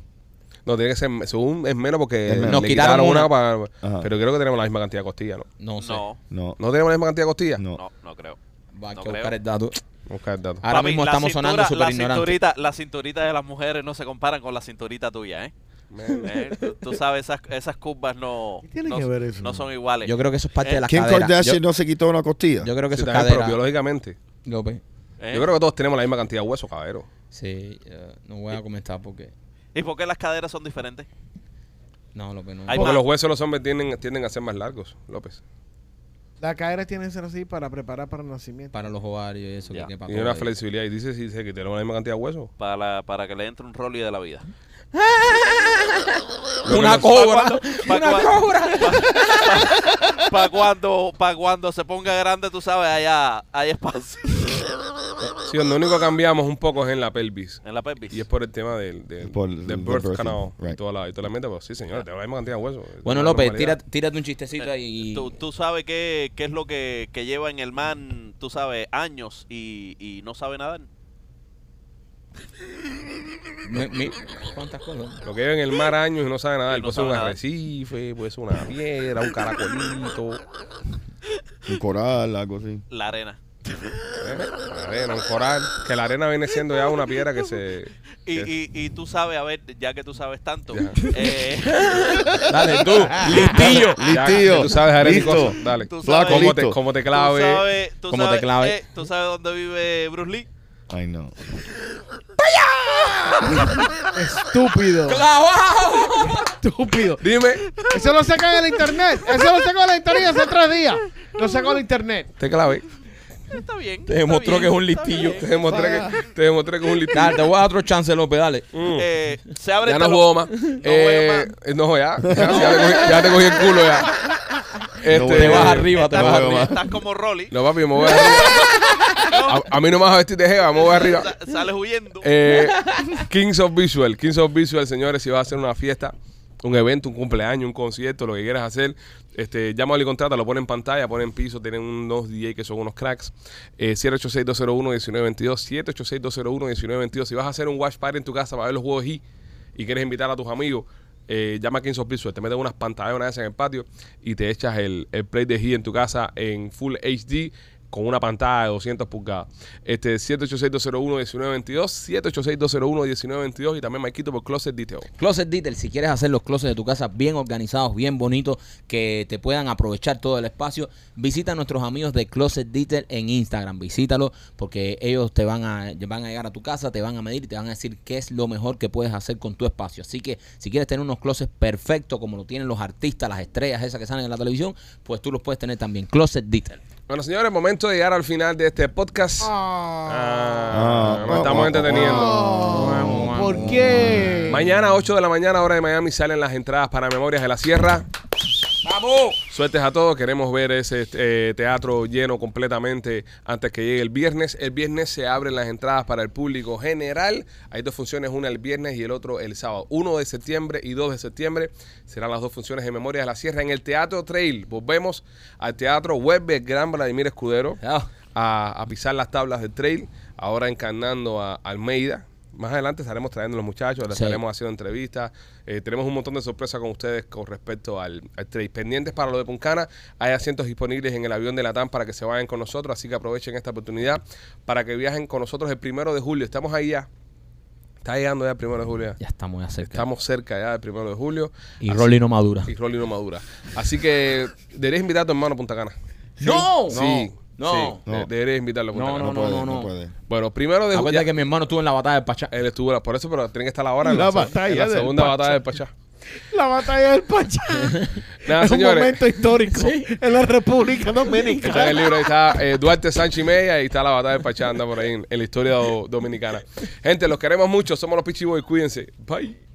S3: No, tiene que ser, según es menos porque
S6: Es menos.
S3: nos quitaron una, para,
S6: Ajá.
S3: pero creo que tenemos la misma cantidad de costillas, ¿no?
S4: No sé.
S7: No,
S6: No,
S3: ¿No tenemos la misma cantidad de costillas?
S6: no.
S7: no, no creo.
S4: Va, hay
S7: No
S4: que buscar
S7: creo.
S4: el dato.
S3: Busca el dato.
S4: Ahora
S7: Papi,
S4: mismo
S7: la
S4: estamos sonando
S7: cintura-
S4: súper
S7: la
S4: ignorantes.
S7: cinturita, la cinturita de las mujeres no se comparan con la cinturita tuya, ¿eh? Eh, tú, tú sabes, esas, esas curvas no,
S5: ¿Qué tiene
S7: no,
S5: que ver eso?
S7: no son iguales.
S4: Yo creo que eso es parte
S7: Eh,
S4: de la
S6: ¿Quién
S4: cadera. Yo,
S6: Kardashian no se quitó una costilla?
S4: yo creo que
S3: Sí,
S4: eso es
S3: también,
S4: cadera.
S3: pero biológicamente.
S4: López.
S7: ¿eh?
S3: Yo creo que todos tenemos la misma cantidad de huesos, caballero.
S4: Sí, eh, no voy a comentar porque...
S7: ¿Y por qué las caderas son diferentes?
S4: No, López, no.
S7: Hay
S3: Porque
S7: más.
S3: los huesos de los hombres tienden, tienden a ser más largos, López.
S5: Las caderas tienen que ser así para preparar para el nacimiento.
S4: Para los ovarios y eso.
S7: Ya.
S4: Que, que
S3: Y una flexibilidad. Y dice, sí, dice que tenemos la misma cantidad de huesos.
S7: Para, la- para que le entre un rollo de la vida.
S3: Lo
S4: ¡Una
S3: que
S4: cobra! *laughs*
S7: Pa'
S4: ¡Una
S7: cuando-
S4: cobra!
S7: Para cuando, pa' cuando se ponga grande, tú sabes, allá hay espacio.
S3: Sí, donde único que cambiamos un poco es en la pelvis.
S7: En la pelvis.
S3: Y es por el tema del, del,
S6: Por
S3: del
S6: el-
S3: birth
S6: birthing,
S3: canal y
S6: right.
S3: toda la, y toda la mierda. Pero sí, señor, tenemos la misma cantidad de huesos. Es
S4: Bueno,
S3: una
S4: López,
S3: normalidad.
S4: tírate, tírate un chistecito ahí. y-
S7: Eh, Tú, tú sabes qué, qué es lo que, que lleva en el man, tú sabes, años y, y no sabe nadar.
S4: Mi- mi- ¿Cuántas cosas?
S3: Lo que lleva en el mar años y no sabe nadar.
S7: Y no
S3: puede ser
S7: sabe
S3: un
S7: nadar.
S3: arrecife, puede ser una piedra, un caracolito, ¿eh?
S6: Un coral, algo así.
S7: La arena.
S3: ¿eh? Una arena, un coral. Que la arena viene siendo ya una piedra que se.
S7: Y,
S3: que-
S7: y, y tú sabes, a ver, ya que tú sabes tanto,
S3: Ya.
S7: eh,
S4: Dale,
S7: *laughs*
S4: tú. Listillo.
S3: ya,
S6: *laughs* Listillo.
S3: que tú sabes arena y
S6: Listo.
S3: cosas. Dale.
S7: Tú
S6: Flaco,
S7: sabes-
S3: ¿Cómo te,
S6: listo.
S3: cómo *laughs* te
S7: tú
S3: clave?
S7: sabes, tú
S4: Como te
S7: sabes,
S4: clave.
S7: eh, tú sabes dónde vive Bruce Lee.
S6: Ay, no.
S5: Estúpido. Estúpido.
S3: Dime,
S5: Eso lo sacan en el internet. Eso lo sacó de la internet hace tres días. Lo sacó de internet.
S3: te clave.
S7: Está bien.
S4: Te
S7: está
S4: demostró
S7: bien,
S4: que es un
S7: está
S4: listillo.
S3: Te
S7: bien.
S3: demostré que, te demostré que es un listillo.
S4: Dale, te voy a dar otro chance, López, dale.
S7: Eh, se abre
S3: Ya *laughs*
S7: este
S3: no
S7: lo-
S3: juego más.
S7: juego
S3: Eh, no, ya. Ya, ya te cogí, ya te cogí el culo *laughs* ya. Este,
S4: Te vas
S6: eh,
S4: arriba, te
S6: no
S4: vas
S6: veo
S4: arriba.
S6: más.
S7: Estás como Rolly.
S3: No, papi, me voy *laughs* arriba. A, a mí no me vas a vestir de jeva, me voy *laughs* arriba.
S7: sa- sales huyendo.
S3: Eh, Kings of Visual. Kings of Visual, señores, si vas a hacer una fiesta, un evento, un cumpleaños, un concierto, lo que quieras hacer, este, llámalo y contrata, lo pone en pantalla, pone en piso, tienen unos DJ que son unos cracks. Eh, 786-201-1922, 786-201-1922. Si vas a hacer un watch party en tu casa para ver los juegos y, y quieres invitar a tus amigos, eh, llama a Kings of Visual, te meten unas pantallas una vez en el patio y te echas el, el play de He en tu casa en Full HD con una pantalla de 200 pulgadas. Este 786-201-1922, 786-201-1922 y también Maikito por Closet Detail.
S4: Closet Detail, si quieres hacer los closets de tu casa bien organizados, bien bonitos, que te puedan aprovechar todo el espacio, visita a nuestros amigos de Closet Detail en Instagram. Visítalo porque ellos te van a, van a llegar a tu casa, te van a medir y te van a decir qué es lo mejor que puedes hacer con tu espacio. Así que si quieres tener unos closets perfectos como lo tienen los artistas, las estrellas esas que salen en la televisión, pues tú los puedes tener también. Closet Detail.
S3: Bueno, señores, momento de llegar al final de este podcast. Ah,
S6: Ah,
S3: nos estamos
S6: ah,
S3: entreteniendo. Ah.
S5: Oh, ¿Por qué?
S3: Mañana, 8 de la mañana, hora de Miami, salen las entradas para Memorias de la Sierra. ¡Vamos! Suertes a todos. Queremos ver ese eh, teatro lleno completamente antes que llegue el viernes. El viernes se abren las entradas para el público general. Hay dos funciones, una el viernes y el otro el sábado. 1 de septiembre y 2 de septiembre serán las dos funciones de Memorias de la Sierra en el Teatro Trail. Volvemos al Teatro Web de Gran Vladimir Escudero
S4: Ah.
S3: a, a pisar las tablas del trail, ahora encarnando a Almeida. Más adelante estaremos trayendo a los muchachos, les
S4: Sí.
S3: estaremos haciendo entrevistas. Eh, tenemos un montón de sorpresas con ustedes con respecto al, al trade. Pendientes para lo de Puncana, hay asientos disponibles en el avión de Latam para que se vayan con nosotros, así que aprovechen esta oportunidad para que viajen con nosotros el primero de julio. Estamos ahí ya. Está llegando ya el primero de julio. ya.
S4: Ya estamos muy cerca.
S3: Estamos cerca ya del primero de julio.
S4: y
S3: Así-
S4: Rolly no madura.
S3: Y Rolly no madura. Así que deberías invitar a tu hermano a Punta Cana.
S4: ¡No!
S3: Sí,
S4: No.
S3: sí.
S6: No.
S3: De- Deberías invitarlo a Punta
S4: No,
S3: Cana.
S4: no, no,
S6: puede,
S4: no,
S6: no
S4: no.
S6: puede.
S3: Bueno, primero de
S4: Acuérdate
S3: julio.
S4: que mi hermano estuvo en la batalla del Pachá.
S3: Él estuvo la- por eso, pero tiene que estar la hora en
S5: La
S3: la, seg-
S5: batalla
S3: en la
S5: del
S3: segunda
S5: Pachá.
S3: batalla del Pachá.
S5: La batalla del Pachá.
S3: *laughs* Nada,
S5: es un
S3: señores.
S5: momento histórico en la República
S3: Está en el
S5: Dominicana.
S3: libro, ahí está eh, Duarte Sánchez y Media, ahí está la batalla del Pachá, anda por ahí en, en la historia do- dominicana. Gente, los queremos mucho, somos los Pichiboy, cuídense. Bye.